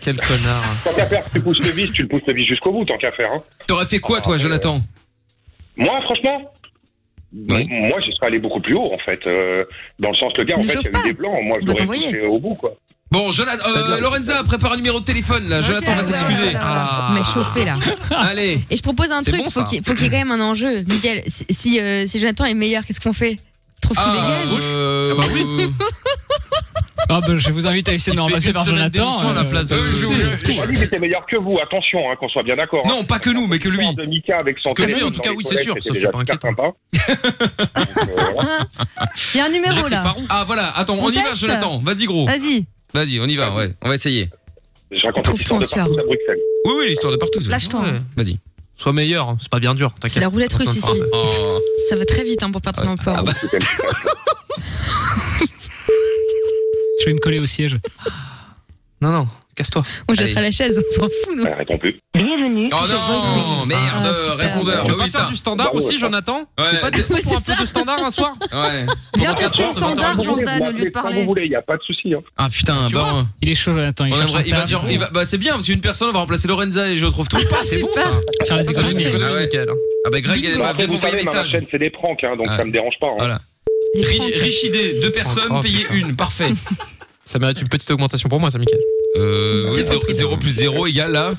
[SPEAKER 6] Quel connard.
[SPEAKER 11] Tant qu'à faire, tu pousses le vis, tu le pousses le vis jusqu'au bout, tant qu'à faire. Hein.
[SPEAKER 2] T'aurais fait quoi toi, Jonathan
[SPEAKER 11] Moi, franchement, m- moi, je serais allé beaucoup plus haut, en fait. euh, dans le sens, le gars, en
[SPEAKER 2] Ne
[SPEAKER 11] fait,
[SPEAKER 2] jure
[SPEAKER 11] il y
[SPEAKER 2] pas.
[SPEAKER 11] avait des blancs. Moi,
[SPEAKER 2] On
[SPEAKER 11] je
[SPEAKER 2] va
[SPEAKER 11] l'aurais
[SPEAKER 2] t'envoyer.
[SPEAKER 11] poussé au bout, quoi.
[SPEAKER 2] Bon, Jonathan, euh, Lorenza, prépare un numéro de téléphone là. Jonathan va s'excuser. Ah.
[SPEAKER 7] Mais chauffé là.
[SPEAKER 2] Allez.
[SPEAKER 7] Et je propose un
[SPEAKER 2] C'est
[SPEAKER 7] truc,
[SPEAKER 2] bon,
[SPEAKER 7] faut
[SPEAKER 2] ça.
[SPEAKER 7] qu'il faut qu'il y ait quand même un enjeu. Miguel, si, si,
[SPEAKER 3] Ah,
[SPEAKER 7] euh, si Jonathan est meilleur, qu'est-ce qu'on fait Trouve tu
[SPEAKER 2] Ah,
[SPEAKER 7] dégage
[SPEAKER 2] euh, bah oui.
[SPEAKER 3] Ah ben, je vous invite à essayer de me remplacer par Jonathan. euh,
[SPEAKER 11] il était meilleur que vous, attention, hein, qu'on soit bien d'accord.
[SPEAKER 2] Non, pas que nous, mais que lui.
[SPEAKER 11] De Mika avec son
[SPEAKER 2] Que lui,
[SPEAKER 11] téléphone
[SPEAKER 2] en tout
[SPEAKER 11] dans
[SPEAKER 2] cas,
[SPEAKER 11] les
[SPEAKER 2] oui,
[SPEAKER 11] toilettes,
[SPEAKER 2] c'est sûr, ça,
[SPEAKER 11] c'était
[SPEAKER 2] je suis
[SPEAKER 11] déjà
[SPEAKER 2] pas
[SPEAKER 11] super
[SPEAKER 2] inquiétant.
[SPEAKER 11] sympa.
[SPEAKER 5] Il y a un numéro là.
[SPEAKER 2] Ah voilà, attends, on,
[SPEAKER 5] On
[SPEAKER 2] y va,
[SPEAKER 5] teste
[SPEAKER 2] Jonathan. Vas-y, gros.
[SPEAKER 5] Vas-y.
[SPEAKER 2] Vas-y, on y va, ouais. On va essayer.
[SPEAKER 11] Je raconte l'histoire de Partouze à Bruxelles.
[SPEAKER 2] Oui, oui, l'histoire de Partouze.
[SPEAKER 5] Lâche-toi.
[SPEAKER 2] Ouais. Vas-y.
[SPEAKER 6] Sois meilleur, hein. c'est pas bien dur. t'inquiète.
[SPEAKER 7] C'est la roulette russe ici.
[SPEAKER 2] Oh.
[SPEAKER 7] Ça va très vite hein, pour
[SPEAKER 2] Ah
[SPEAKER 7] partir dans
[SPEAKER 2] bah,
[SPEAKER 7] le port.
[SPEAKER 3] Je vais me coller au siège.
[SPEAKER 6] Non, non, casse-toi.
[SPEAKER 7] On jettera la chaise, on s'en fout nous.
[SPEAKER 5] Bienvenue.
[SPEAKER 2] Oh non, merde,
[SPEAKER 6] Ah, super.
[SPEAKER 2] répondeur.
[SPEAKER 6] Tu
[SPEAKER 2] Bah
[SPEAKER 6] veux pas
[SPEAKER 2] oui,
[SPEAKER 6] faire
[SPEAKER 2] ça.
[SPEAKER 6] du standard aussi, Jonathan
[SPEAKER 2] Ouais.
[SPEAKER 6] T'es pas dispo pour un peu de standard un soir
[SPEAKER 2] Ouais.
[SPEAKER 5] Bien testé le standard, Jordan, au lieu de parler.
[SPEAKER 11] Il n'y a pas de souci. Hein.
[SPEAKER 2] Ah putain,
[SPEAKER 3] Tu
[SPEAKER 2] bah,
[SPEAKER 3] vois, Il est chaud, Jonathan. Il,
[SPEAKER 2] on
[SPEAKER 3] cherche
[SPEAKER 2] aimerait-
[SPEAKER 3] un
[SPEAKER 2] il va
[SPEAKER 3] taf.
[SPEAKER 2] dire, il va- bah c'est bien parce qu'une personne va remplacer Lorenza et je trouve tout le pas. C'est bon ça.
[SPEAKER 3] Faire les économies.
[SPEAKER 2] Ah ouais. Ah bah Greg, elle
[SPEAKER 11] Bah,
[SPEAKER 2] m'a
[SPEAKER 11] après, vous
[SPEAKER 2] bien envoyé
[SPEAKER 11] savez, ma
[SPEAKER 2] un
[SPEAKER 11] ma
[SPEAKER 2] message.
[SPEAKER 11] chaîne, c'est des pranks, hein, donc ça me dérange pas. hein.
[SPEAKER 2] Ah. Voilà. Riche, riche idée, deux personnes, payer une, parfait.
[SPEAKER 6] Oh, Ça mérite une petite augmentation pour moi, ça, Bah, Mickaël.
[SPEAKER 2] Euh, 0 plus 0 égale là.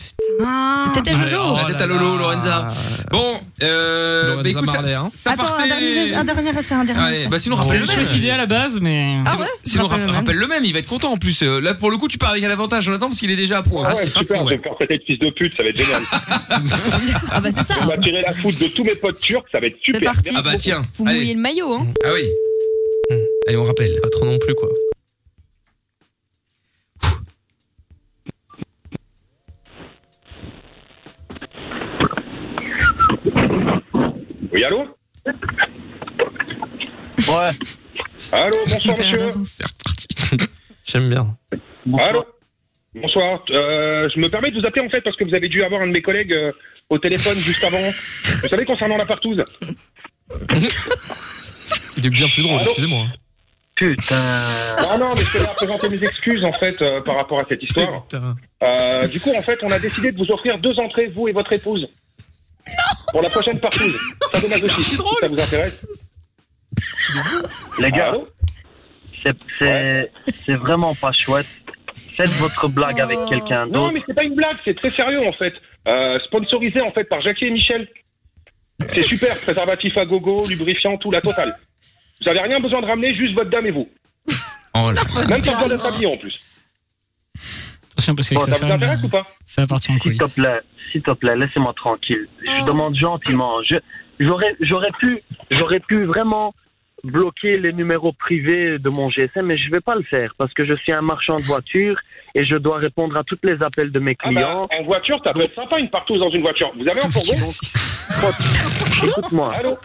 [SPEAKER 7] Tête à Jojo.
[SPEAKER 5] oh
[SPEAKER 2] La tête à Lolo, Lorenza. Bon, euh, bah, écoute, ça,
[SPEAKER 6] Marley, hein.
[SPEAKER 2] ça
[SPEAKER 5] Attends, un dernier, un
[SPEAKER 2] partait.
[SPEAKER 5] dernier essai, un dernier
[SPEAKER 2] Allez,
[SPEAKER 5] essai.
[SPEAKER 2] bah sinon
[SPEAKER 3] C'était
[SPEAKER 2] rappelle
[SPEAKER 3] le
[SPEAKER 2] le
[SPEAKER 3] truc idée
[SPEAKER 2] même.
[SPEAKER 3] à la base, mais.
[SPEAKER 5] Ah ouais
[SPEAKER 2] Sinon rappelle,
[SPEAKER 5] Rappelle le même.
[SPEAKER 2] rappelle le même, il va être content en plus. Euh, Là pour le coup, tu pars avec un avantage, Jonathan, parce qu'il est déjà à point.
[SPEAKER 11] Ah ouais, super, je vais me faire traiter de fils de pute, ça va être génial.
[SPEAKER 7] Ah bah c'est ça.
[SPEAKER 11] On va tirer la foudre de tous mes potes turcs, ça va être super.
[SPEAKER 5] parti.
[SPEAKER 2] Ah bah tiens,
[SPEAKER 7] Vous mouillez
[SPEAKER 2] allez.
[SPEAKER 7] le maillot
[SPEAKER 5] Mmh.
[SPEAKER 7] hein.
[SPEAKER 2] Ah oui. Allez, on rappelle.
[SPEAKER 6] Hmm. Pas trop non plus, quoi.
[SPEAKER 11] Oui, allô
[SPEAKER 12] Ouais.
[SPEAKER 11] Allô, bonsoir
[SPEAKER 7] Super
[SPEAKER 11] monsieur.
[SPEAKER 7] d'avance.
[SPEAKER 6] J'aime bien.
[SPEAKER 11] Allô Bonsoir. Euh, je me permets de vous appeler en fait parce que vous avez dû avoir un de mes collègues euh, au téléphone juste avant. Vous savez concernant la partouze
[SPEAKER 6] Il est bien plus drôle,
[SPEAKER 11] Allô
[SPEAKER 6] excusez-moi.
[SPEAKER 3] hein.
[SPEAKER 12] Putain.
[SPEAKER 11] Non, Ah non, mais je tenais à présenter mes excuses en fait euh, par rapport à cette histoire. Euh, du coup, en fait, on a décidé de vous offrir deux entrées, vous et votre épouse. Pour la prochaine partouze. Ça dommage aussi. Si ça vous intéresse.
[SPEAKER 12] Les gars,
[SPEAKER 11] Allô
[SPEAKER 12] c'est- c'est c'est vraiment pas chouette. Faites votre blague avec quelqu'un
[SPEAKER 11] Oh. Non,
[SPEAKER 12] d'autre.
[SPEAKER 11] mais c'est pas une blague, c'est très sérieux en fait. Euh, sponsorisé en fait par Jackie et Michel. C'est super, préservatif à gogo, lubrifiant, tout, la totale. Vous avez rien besoin de ramener, juste votre dame et vous.
[SPEAKER 2] Oh là.
[SPEAKER 11] Même pas besoin d'être habillé en plus.
[SPEAKER 3] Attention, parce
[SPEAKER 11] Bon,
[SPEAKER 3] qu'avec
[SPEAKER 11] ça
[SPEAKER 3] sa
[SPEAKER 11] vous
[SPEAKER 3] femme,
[SPEAKER 11] intéresse ou
[SPEAKER 3] euh,
[SPEAKER 11] pas
[SPEAKER 3] ça va partir en couille.
[SPEAKER 12] S'il te plaît, s'il te plaît, laissez-moi tranquille.
[SPEAKER 11] Ah.
[SPEAKER 12] Je demande gentiment. Je- J'aurais j'aurais pu, j'aurais pu vraiment bloquer les numéros privés de mon GSM, mais je vais pas le faire parce que je suis un marchand de voitures et je dois répondre à tous les appels de mes
[SPEAKER 11] Ah bah,
[SPEAKER 12] clients.
[SPEAKER 11] en voiture, ça peut être sympa une partouze dans une voiture. Vous avez un fourgon
[SPEAKER 12] Écoute-moi,
[SPEAKER 11] Allô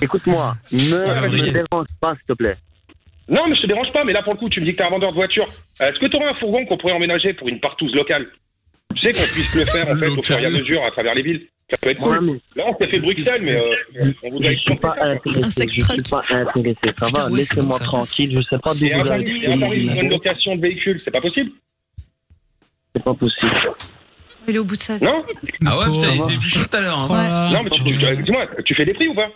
[SPEAKER 12] écoute-moi. Ne
[SPEAKER 11] Ouais,
[SPEAKER 12] me
[SPEAKER 11] Gabriel.
[SPEAKER 12] dérange pas, s'il te plaît.
[SPEAKER 11] Non, mais je te dérange pas, mais là pour le coup, tu me dis que t'es un vendeur de voiture. Euh, Est-ce que t'aurais un fourgon qu'on pourrait emménager pour une partouze locale Tu sais qu'on puisse le faire en fait au fur et à mesure à travers les villes. Ça peut être cool.
[SPEAKER 12] Ouais, mais
[SPEAKER 11] Là, on s'est fait Bruxelles, mais euh, on
[SPEAKER 12] Je
[SPEAKER 11] voudrait
[SPEAKER 12] suis pas
[SPEAKER 7] Un
[SPEAKER 12] intéressé.
[SPEAKER 7] sex
[SPEAKER 12] Je suis
[SPEAKER 7] truck.
[SPEAKER 12] pas intéressé. Ça
[SPEAKER 2] Putain,
[SPEAKER 12] va,
[SPEAKER 2] ouais, c'est
[SPEAKER 12] laissez-moi
[SPEAKER 2] comme ça.
[SPEAKER 12] tranquille. Je sais pas d'où
[SPEAKER 11] Et un
[SPEAKER 12] vous
[SPEAKER 11] tarif,
[SPEAKER 12] avez
[SPEAKER 11] et un tarif pour une location de véhicule, c'est pas possible
[SPEAKER 12] C'est pas possible.
[SPEAKER 5] Il est au bout de sa vie.
[SPEAKER 11] Non
[SPEAKER 2] Ah ouais,
[SPEAKER 3] Pauvre.
[SPEAKER 2] putain, il était plus chaud tout à l'heure. hein.
[SPEAKER 3] Voilà.
[SPEAKER 11] Non, mais tu, tu- tu- dis-moi, tu fais des prix ou pas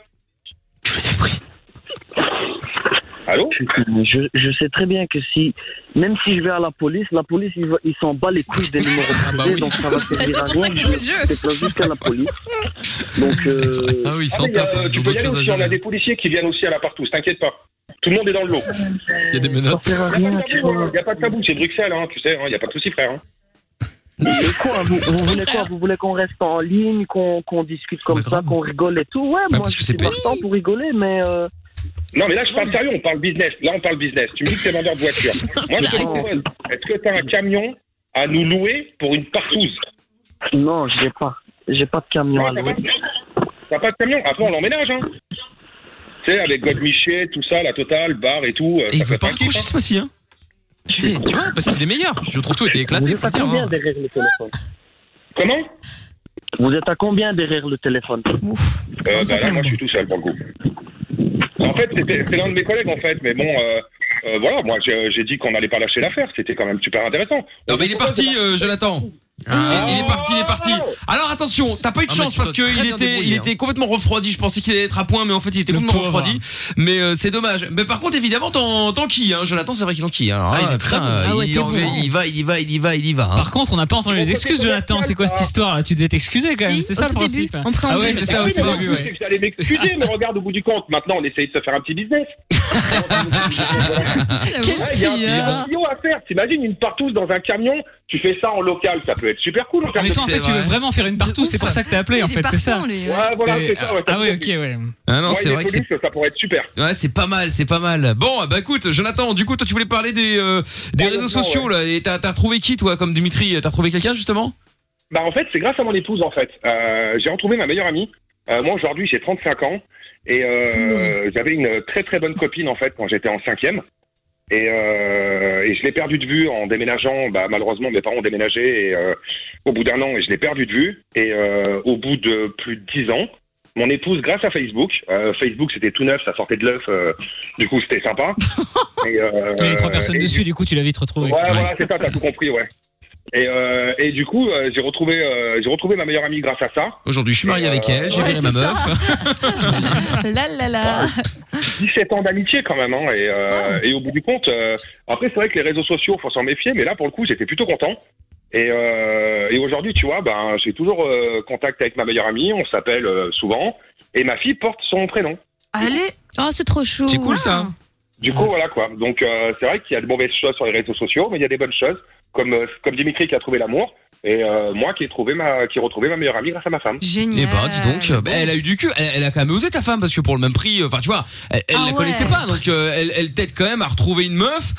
[SPEAKER 11] Allô
[SPEAKER 12] Putain, Je, je sais très bien que si, même si je vais à la police, la police, ils, va- ils s'en bat les couilles des numéros privés,
[SPEAKER 6] bah oui.
[SPEAKER 12] donc ça va
[SPEAKER 7] Ah C'est
[SPEAKER 12] servir à
[SPEAKER 7] pour ça
[SPEAKER 12] rien.
[SPEAKER 7] que je joue le jeu.
[SPEAKER 12] C'est pas jusqu'à la police. Donc,
[SPEAKER 6] Ah
[SPEAKER 12] euh,
[SPEAKER 6] oui, il
[SPEAKER 11] Ah, mais,
[SPEAKER 6] s'en tape.
[SPEAKER 11] euh,
[SPEAKER 6] hein, ils
[SPEAKER 11] Tu
[SPEAKER 6] ont
[SPEAKER 11] peux y
[SPEAKER 6] d'autres
[SPEAKER 11] aller
[SPEAKER 6] choses à
[SPEAKER 11] aussi, on a
[SPEAKER 6] gérer.
[SPEAKER 11] des policiers qui viennent aussi à la partouze, t'inquiète pas. Tout le monde est dans le lot.
[SPEAKER 6] Il y a des
[SPEAKER 12] ça
[SPEAKER 6] menottes.
[SPEAKER 12] sert à
[SPEAKER 11] Il n'y
[SPEAKER 12] rien, tu vois.
[SPEAKER 11] a pas de tabou, c'est Bruxelles, hein, tu sais, il n'y a pas de souci, frère. hein.
[SPEAKER 12] Et quoi, vous, vous voulez quoi Vous voulez qu'on reste en ligne, qu'on qu'on discute comme
[SPEAKER 6] Bah,
[SPEAKER 12] ça,
[SPEAKER 6] grave. Bah.
[SPEAKER 12] qu'on rigole et tout Ouais, moi,
[SPEAKER 6] parce que
[SPEAKER 12] je
[SPEAKER 6] c'est
[SPEAKER 12] suis
[SPEAKER 6] payé.
[SPEAKER 12] partant pour rigoler, mais... euh,
[SPEAKER 11] Non, mais là, je parle sérieux, on parle business. Là, on parle business. Tu me dis que t'es vendeur de voiture. Moi, je te
[SPEAKER 12] Sérieux.
[SPEAKER 11] demande, est-ce que t'as un camion à nous louer pour une partouze
[SPEAKER 12] Non, je n'ai pas. J'ai pas de camion à
[SPEAKER 11] Non, T'as
[SPEAKER 12] louer.
[SPEAKER 11] pas de- t'as pas de camion Après, on l'emménage, hein Tu sais, avec God Miché, tout ça, la totale, bar et tout. euh,
[SPEAKER 2] Et
[SPEAKER 11] ça
[SPEAKER 2] il
[SPEAKER 11] peut
[SPEAKER 2] veut
[SPEAKER 11] être
[SPEAKER 2] pas
[SPEAKER 11] un kiff,
[SPEAKER 2] raccrocher
[SPEAKER 11] hein.
[SPEAKER 2] ce fois-ci, hein.
[SPEAKER 6] Eh, Tu vois, parce qu'il est meilleur. Je trouve tout était
[SPEAKER 12] Vous
[SPEAKER 6] éclaté,
[SPEAKER 12] êtes
[SPEAKER 6] faut
[SPEAKER 12] à
[SPEAKER 6] le dire.
[SPEAKER 12] combien
[SPEAKER 6] hein.
[SPEAKER 12] derrière le téléphone
[SPEAKER 11] Comment
[SPEAKER 12] Vous êtes à combien derrière le téléphone
[SPEAKER 11] Euh,
[SPEAKER 7] Ah,
[SPEAKER 11] bah,
[SPEAKER 7] ça
[SPEAKER 11] là,
[SPEAKER 7] tombe.
[SPEAKER 11] moi, je suis tout seul pour le coup. En fait, c'était c'est l'un de mes collègues, en fait, mais bon, euh, euh, voilà, moi, j'ai j'ai dit qu'on n'allait pas lâcher l'affaire, c'était quand même super intéressant.
[SPEAKER 2] Non, mais il est parti, euh, Jonathan.
[SPEAKER 6] Ah.
[SPEAKER 2] Il est parti, il est parti. Alors attention, t'as pas eu de
[SPEAKER 6] Ah, mais
[SPEAKER 2] chance
[SPEAKER 6] tu
[SPEAKER 2] parce
[SPEAKER 6] dois
[SPEAKER 2] que
[SPEAKER 6] très
[SPEAKER 2] il
[SPEAKER 6] bien
[SPEAKER 2] était, il
[SPEAKER 6] débrouiller, hein.
[SPEAKER 2] était complètement refroidi. Je pensais qu'il allait être à point, mais en fait, il était
[SPEAKER 3] Le
[SPEAKER 2] complètement
[SPEAKER 3] pauvre.
[SPEAKER 2] refroidi. Mais euh, c'est dommage. Mais par contre, évidemment, t'en t'en qui, hein, Jonathan, c'est vrai qu'il en qui. Alors,
[SPEAKER 6] Ah, il
[SPEAKER 2] là,
[SPEAKER 6] est très
[SPEAKER 2] putain,
[SPEAKER 7] bon. Ah ouais,
[SPEAKER 2] il,
[SPEAKER 7] t'es
[SPEAKER 2] en-
[SPEAKER 7] bon.
[SPEAKER 2] il va, il y va, il y va, il y va. hein.
[SPEAKER 3] Par contre, on n'a pas entendu les excuses, Jonathan. C'est quoi cette histoire là Tu devais t'excuser quand même.
[SPEAKER 7] Si,
[SPEAKER 3] C'est ça
[SPEAKER 7] au
[SPEAKER 3] le
[SPEAKER 7] tout début,
[SPEAKER 3] principe.
[SPEAKER 7] en
[SPEAKER 3] Ah ouais,
[SPEAKER 7] préambule.
[SPEAKER 3] c'est
[SPEAKER 11] Ah
[SPEAKER 3] ça au
[SPEAKER 11] oui,
[SPEAKER 3] tout
[SPEAKER 11] mais
[SPEAKER 3] début.
[SPEAKER 11] le truc,
[SPEAKER 3] ouais.
[SPEAKER 11] c'est que J'allais m'excuser, mais regarde au bout du compte. Maintenant, on essaye de se faire un petit business. Ouais, il y a un- il y a un vidéo à faire. T'imagines une partouze dans un camion, tu fais ça en local, ça peut être super cool. en termes
[SPEAKER 3] Mais
[SPEAKER 11] de-
[SPEAKER 3] ça, en fait, tu veux vraiment faire une partout, c'est pour ça que t'as appelé, en fait, c'est ça.
[SPEAKER 11] Ouais, voilà, c'est ça. ouais, ça
[SPEAKER 3] Ah
[SPEAKER 11] peut
[SPEAKER 3] ouais,
[SPEAKER 11] être-
[SPEAKER 3] ok, ouais.
[SPEAKER 2] Ah non,
[SPEAKER 11] Ouais,
[SPEAKER 2] c'est
[SPEAKER 11] des
[SPEAKER 2] vrai que c'est.
[SPEAKER 11] polices, Ça pourrait être super.
[SPEAKER 2] Ouais, c'est pas mal, c'est pas mal. Bon, bah écoute, Jonathan, du coup, toi, tu voulais parler des euh,
[SPEAKER 5] Ah,
[SPEAKER 2] des réseaux sociaux là, et t'as t'as retrouvé qui toi, comme Dimitri, t'as retrouvé quelqu'un justement
[SPEAKER 11] Bah en fait, c'est grâce à mon épouse en fait. Euh, j'ai retrouvé ma meilleure amie. Euh, moi aujourd'hui, j'ai 35 ans et euh, j'avais une très très bonne copine en fait quand j'étais en cinquième. Et, euh, et je l'ai perdue de vue en déménageant. Bah, malheureusement, mes parents ont déménagé et, euh, au bout d'un an, et je l'ai perdue de vue. Et euh, au bout de plus de dix ans, mon épouse, grâce à Facebook, euh, Facebook c'était tout neuf, ça sortait de l'œuf, euh, du coup c'était sympa. et, euh,
[SPEAKER 3] Il y avait trois personnes
[SPEAKER 11] et du
[SPEAKER 3] dessus, du coup, tu l'as vite retrouvé.
[SPEAKER 11] Ouais, Ah, voilà, c'est ça, t'as tout compris, ouais. Et, euh, et du coup, euh, j'ai retrouvé, euh, j'ai retrouvé ma meilleure amie grâce à ça.
[SPEAKER 2] Aujourd'hui, je suis marié
[SPEAKER 5] euh,
[SPEAKER 2] avec elle, j'ai
[SPEAKER 11] ouais,
[SPEAKER 2] viré ma
[SPEAKER 11] c'est
[SPEAKER 2] meuf.
[SPEAKER 5] Là, là, là.
[SPEAKER 11] 17 ans d'amitié quand même, hein, et, euh,
[SPEAKER 2] Ah.
[SPEAKER 11] et au bout du compte, euh, après c'est vrai que les réseaux sociaux, faut s'en méfier, mais là pour le coup, j'étais plutôt content. Et, euh, et aujourd'hui, tu vois, ben, j'ai toujours euh, contact avec ma meilleure amie, on s'appelle euh, souvent, et ma fille porte son prénom.
[SPEAKER 5] Allez.
[SPEAKER 7] Oh, c'est trop Ah, chou.
[SPEAKER 2] C'est cool ça.
[SPEAKER 11] Du
[SPEAKER 2] Ah.
[SPEAKER 11] coup, voilà quoi. Donc, euh, c'est vrai qu'il y a de mauvaises choses sur les réseaux sociaux, mais il y a des bonnes choses, comme, euh, comme Dimitri qui a trouvé l'amour, et euh, moi qui ai, trouvé ma, qui ai retrouvé ma meilleure amie grâce à ma femme.
[SPEAKER 5] Génial.
[SPEAKER 2] Et bah dis donc, bah, elle a eu du cul, elle, elle a quand même osé ta femme parce que pour le même prix, euh, enfin tu vois, elle, elle
[SPEAKER 5] Ah
[SPEAKER 2] la
[SPEAKER 5] ouais.
[SPEAKER 2] connaissait pas, donc euh, elle, elle t'aide quand même à retrouver une meuf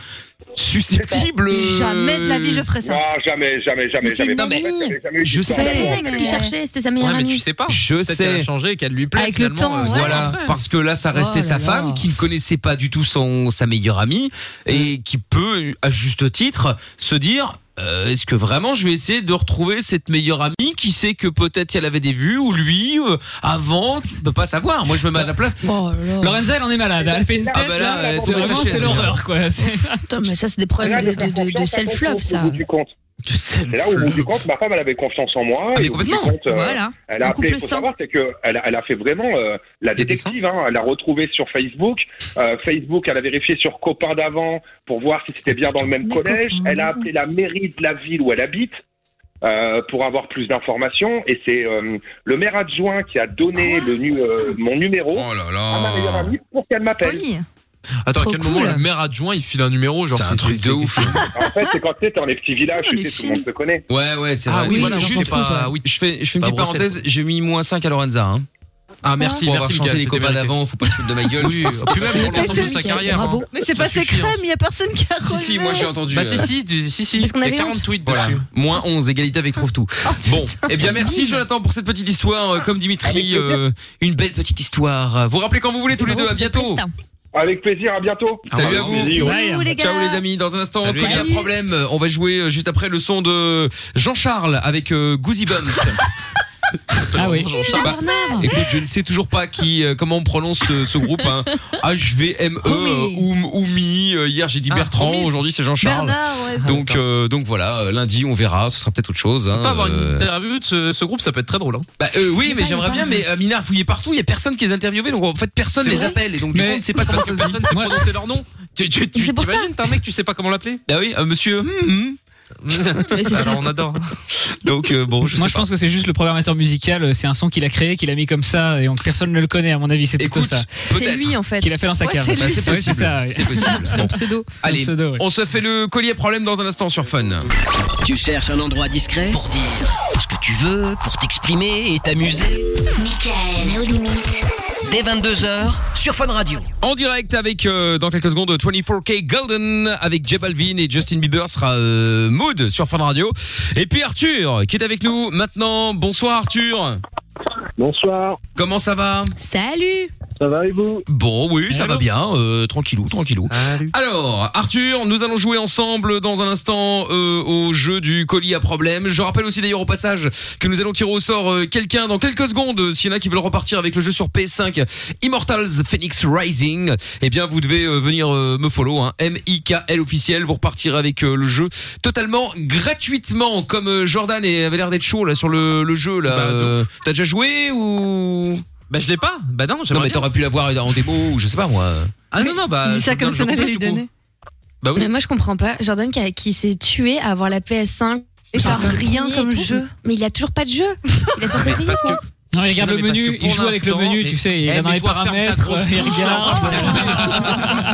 [SPEAKER 2] susceptible. euh,
[SPEAKER 5] Jamais de la vie, je ferais ça.
[SPEAKER 11] Ah, jamais, jamais, jamais,
[SPEAKER 7] C'est
[SPEAKER 11] jamais.
[SPEAKER 7] une
[SPEAKER 11] Jamais,
[SPEAKER 7] amie.
[SPEAKER 11] jamais, jamais eu
[SPEAKER 2] Je
[SPEAKER 11] d'histoire
[SPEAKER 2] sais.
[SPEAKER 11] d'amour.
[SPEAKER 7] Alex qui cherchait, c'était sa meilleure
[SPEAKER 2] Ouais, mais
[SPEAKER 7] amie.
[SPEAKER 2] tu sais pas. Je
[SPEAKER 6] Peut-être qu'elle
[SPEAKER 2] sais.
[SPEAKER 6] a changé, qu'elle lui plaît.
[SPEAKER 7] Avec le
[SPEAKER 6] finalement,
[SPEAKER 7] temps,
[SPEAKER 6] euh,
[SPEAKER 7] ouais.
[SPEAKER 2] Voilà, parce que là, ça restait
[SPEAKER 6] Oh
[SPEAKER 2] sa
[SPEAKER 6] là
[SPEAKER 2] femme
[SPEAKER 6] là.
[SPEAKER 2] qui ne connaissait pas du tout son sa meilleure amie et qui peut, à juste titre, se dire euh, est-ce que vraiment je vais essayer de retrouver cette meilleure amie qui sait que peut-être qu'elle avait des vues ou lui euh, avant, tu peux pas savoir. Moi, je me mets à la place.
[SPEAKER 3] Lorenza, elle en est malade. Elle fait une tête.
[SPEAKER 2] Ah bah là,
[SPEAKER 3] là,
[SPEAKER 2] elle est
[SPEAKER 3] c'est
[SPEAKER 2] tombée de sa
[SPEAKER 3] vraiment,
[SPEAKER 2] chaise,
[SPEAKER 3] c'est
[SPEAKER 2] déjà.
[SPEAKER 3] l'horreur, quoi. C'est-
[SPEAKER 7] Putain, mais ça, c'est des preuves de, de- de- de self-love, ça.
[SPEAKER 11] Au bout du compte. C'est là où, au bout du compte, ma femme, elle avait confiance en moi. et au bout du compte, euh,
[SPEAKER 7] Voilà.
[SPEAKER 11] Elle a
[SPEAKER 7] Un
[SPEAKER 11] appelé,
[SPEAKER 7] couple
[SPEAKER 11] faut
[SPEAKER 7] sain.
[SPEAKER 11] savoir, c'est que elle, a- elle a fait vraiment euh, la détective. Hein, elle a retrouvé sur Facebook. Euh, Facebook, elle a vérifié sur copains d'avant pour voir si c'était bien dans le même collège. Elle a appelé la mairie de la ville où elle habite. euh, pour avoir plus d'informations et c'est euh, le maire adjoint qui a donné
[SPEAKER 7] Ah.
[SPEAKER 11] le nu- euh, mon numéro à ma meilleure amie pour qu'elle m'appelle.
[SPEAKER 6] Attends, à
[SPEAKER 11] Trop
[SPEAKER 6] quel
[SPEAKER 11] cool.
[SPEAKER 6] moment le maire adjoint il file un numéro genre C'est un truc de ouf.
[SPEAKER 2] hein.
[SPEAKER 11] En fait, c'est quand tu es dans les petits villages, tu sais, tout le monde se connaît.
[SPEAKER 2] Ouais, ouais, c'est
[SPEAKER 6] Ah
[SPEAKER 2] vrai.
[SPEAKER 6] oui,
[SPEAKER 2] Voilà,
[SPEAKER 6] j'en
[SPEAKER 2] juste
[SPEAKER 6] fais pas,
[SPEAKER 2] pas.
[SPEAKER 6] oui.
[SPEAKER 2] Je fais, je fais une
[SPEAKER 6] Pas
[SPEAKER 2] petite
[SPEAKER 6] Bruxelles.
[SPEAKER 2] parenthèse. J'ai mis moins 5 à Lorenza. Hein.
[SPEAKER 6] Ah, merci,
[SPEAKER 2] Pour
[SPEAKER 6] merci,
[SPEAKER 2] avoir chanté
[SPEAKER 6] Mickaël,
[SPEAKER 2] les
[SPEAKER 6] c'était
[SPEAKER 2] copains
[SPEAKER 6] bien
[SPEAKER 2] d'avant, faut pas se foutre de ma gueule.
[SPEAKER 6] Oui, puis même pour l'ensemble de sa carrière. hein.
[SPEAKER 5] Mais c'est pas ses crèmes, il y a personne qui a relevé.
[SPEAKER 6] Bah si, si, du- si, si.
[SPEAKER 5] Parce qu'on
[SPEAKER 6] Il y a
[SPEAKER 5] avait
[SPEAKER 6] 40
[SPEAKER 5] honte. Oh,
[SPEAKER 6] tweets
[SPEAKER 2] euh, Voilà.
[SPEAKER 6] dessus.
[SPEAKER 2] Moins 11, égalité avec trouve tout. Bon, eh bien merci Jonathan pour cette petite histoire, euh, comme Dimitri, euh, une belle petite histoire. Vous rappelez quand vous voulez tous les deux, à
[SPEAKER 5] hein.
[SPEAKER 2] bientôt. Ah,
[SPEAKER 11] Avec plaisir, à bientôt.
[SPEAKER 2] Salut à vous.
[SPEAKER 11] Bisous, les gars.
[SPEAKER 2] Ciao les amis, dans un instant,
[SPEAKER 11] Salut.
[SPEAKER 2] il y a un
[SPEAKER 11] Salut.
[SPEAKER 2] problème, on va jouer euh, juste après le son de Jean-Charles avec euh, Goosey Bumps.
[SPEAKER 3] Ah oui.
[SPEAKER 2] Bah, Écoute, je ne sais toujours pas qui, euh, comment on prononce ce, ce groupe. Hein. HVME, euh, Oum, Oumi. euh, Hier j'ai dit
[SPEAKER 6] Ah,
[SPEAKER 2] Bertrand,
[SPEAKER 6] Oumi.
[SPEAKER 2] aujourd'hui c'est Jean-Charles.
[SPEAKER 6] Bernard, ouais.
[SPEAKER 2] Donc euh, donc voilà, euh, lundi on verra, ce sera peut-être autre chose. hein,
[SPEAKER 6] Pas avoir une
[SPEAKER 2] euh.
[SPEAKER 6] interview de ce, ce groupe, ça peut être très drôle. Hein.
[SPEAKER 2] Bah, euh, oui, mais j'aimerais bien, mais euh, Minard fouillait partout, il y a personne qui les interviewait, donc en fait personne
[SPEAKER 6] C'est
[SPEAKER 2] les
[SPEAKER 6] vrai
[SPEAKER 2] appelle, et donc du coup on ne sait pas comment
[SPEAKER 6] parce
[SPEAKER 2] ça
[SPEAKER 6] que
[SPEAKER 2] se dit.
[SPEAKER 6] personne ne sait prononcer leur nom. Tu, tu, tu t'imagines, t'as un mec, tu sais pas comment l'appeler
[SPEAKER 2] Bah oui, euh, monsieur. hum,
[SPEAKER 6] c'est
[SPEAKER 2] hum.
[SPEAKER 6] ça. Alors, on adore. hein.
[SPEAKER 2] Donc euh, bon, je
[SPEAKER 3] Moi,
[SPEAKER 2] sais
[SPEAKER 3] je
[SPEAKER 2] pas.
[SPEAKER 3] pense que c'est juste le programmateur musical. euh, C'est un son qu'il a créé, qu'il a mis comme ça, et on- personne ne le connaît, à mon avis. C'est plutôt ça.
[SPEAKER 7] C'est lui, en fait.
[SPEAKER 3] Qu'il a fait dans sa cave.
[SPEAKER 2] Bah, c'est possible. C'est possible. Bon. Allez,
[SPEAKER 3] pseudo, ouais.
[SPEAKER 2] on se fait le collier problème dans un instant sur Fun.
[SPEAKER 1] Tu cherches un endroit discret pour dire ce que tu veux, pour t'exprimer et t'amuser.
[SPEAKER 10] Michael, aux limites.
[SPEAKER 1] Dès 22h sur Fun Radio.
[SPEAKER 2] En direct avec euh, dans quelques secondes 24K Golden avec J Balvin et Justin Bieber sera euh, Mood sur Fun Radio et puis Arthur qui est avec nous maintenant. Bonsoir Arthur.
[SPEAKER 14] Bonsoir.
[SPEAKER 2] Comment ça va
[SPEAKER 7] Salut.
[SPEAKER 14] Ça va et vous
[SPEAKER 2] Bon oui, ça va bien, euh, tranquillou, tranquillou. Alors Arthur, nous allons jouer ensemble dans un instant euh, au jeu du colis à problème. Je rappelle aussi d'ailleurs au passage que nous allons tirer au sort euh, quelqu'un dans quelques secondes. Euh, S'il y en a qui veulent repartir avec le jeu sur PS5 Immortals Phoenix Rising, eh bien vous devez euh, venir euh, me follow hein, M I K L officiel, vous repartirez avec euh, le jeu totalement gratuitement comme euh, Jordan et avait l'air d'être chaud là sur le, le jeu là. Euh, T'as déjà joué ou
[SPEAKER 6] Bah je l'ai pas. Bah non,
[SPEAKER 2] Non mais t'aurais pu l'avoir en démo ou je sais pas moi.
[SPEAKER 6] Ah non non bah
[SPEAKER 5] Il dit ça
[SPEAKER 6] je
[SPEAKER 5] comme si
[SPEAKER 6] regarde le
[SPEAKER 5] on allait lui
[SPEAKER 6] complet, du coup.
[SPEAKER 5] donner.
[SPEAKER 6] Bah oui.
[SPEAKER 7] Mais moi, je comprends pas. Jordan qui, a- qui s'est tué à avoir la PS5.
[SPEAKER 5] Et par
[SPEAKER 7] par
[SPEAKER 5] rien comme jeu.
[SPEAKER 7] Mais il a toujours pas de jeu. Il a toujours pas essayé, quoi.
[SPEAKER 3] Non, il regarde
[SPEAKER 6] Non,
[SPEAKER 3] le
[SPEAKER 6] mais parce
[SPEAKER 3] menu,
[SPEAKER 6] que pour
[SPEAKER 3] il joue avec le
[SPEAKER 6] l'instant,
[SPEAKER 3] menu,
[SPEAKER 6] mais-
[SPEAKER 3] tu sais,
[SPEAKER 6] Eh,
[SPEAKER 3] il va dans
[SPEAKER 6] mais
[SPEAKER 3] les
[SPEAKER 6] toi, ferme ta
[SPEAKER 3] paramètres,
[SPEAKER 6] grosse
[SPEAKER 3] il
[SPEAKER 6] bouche.
[SPEAKER 3] regarde.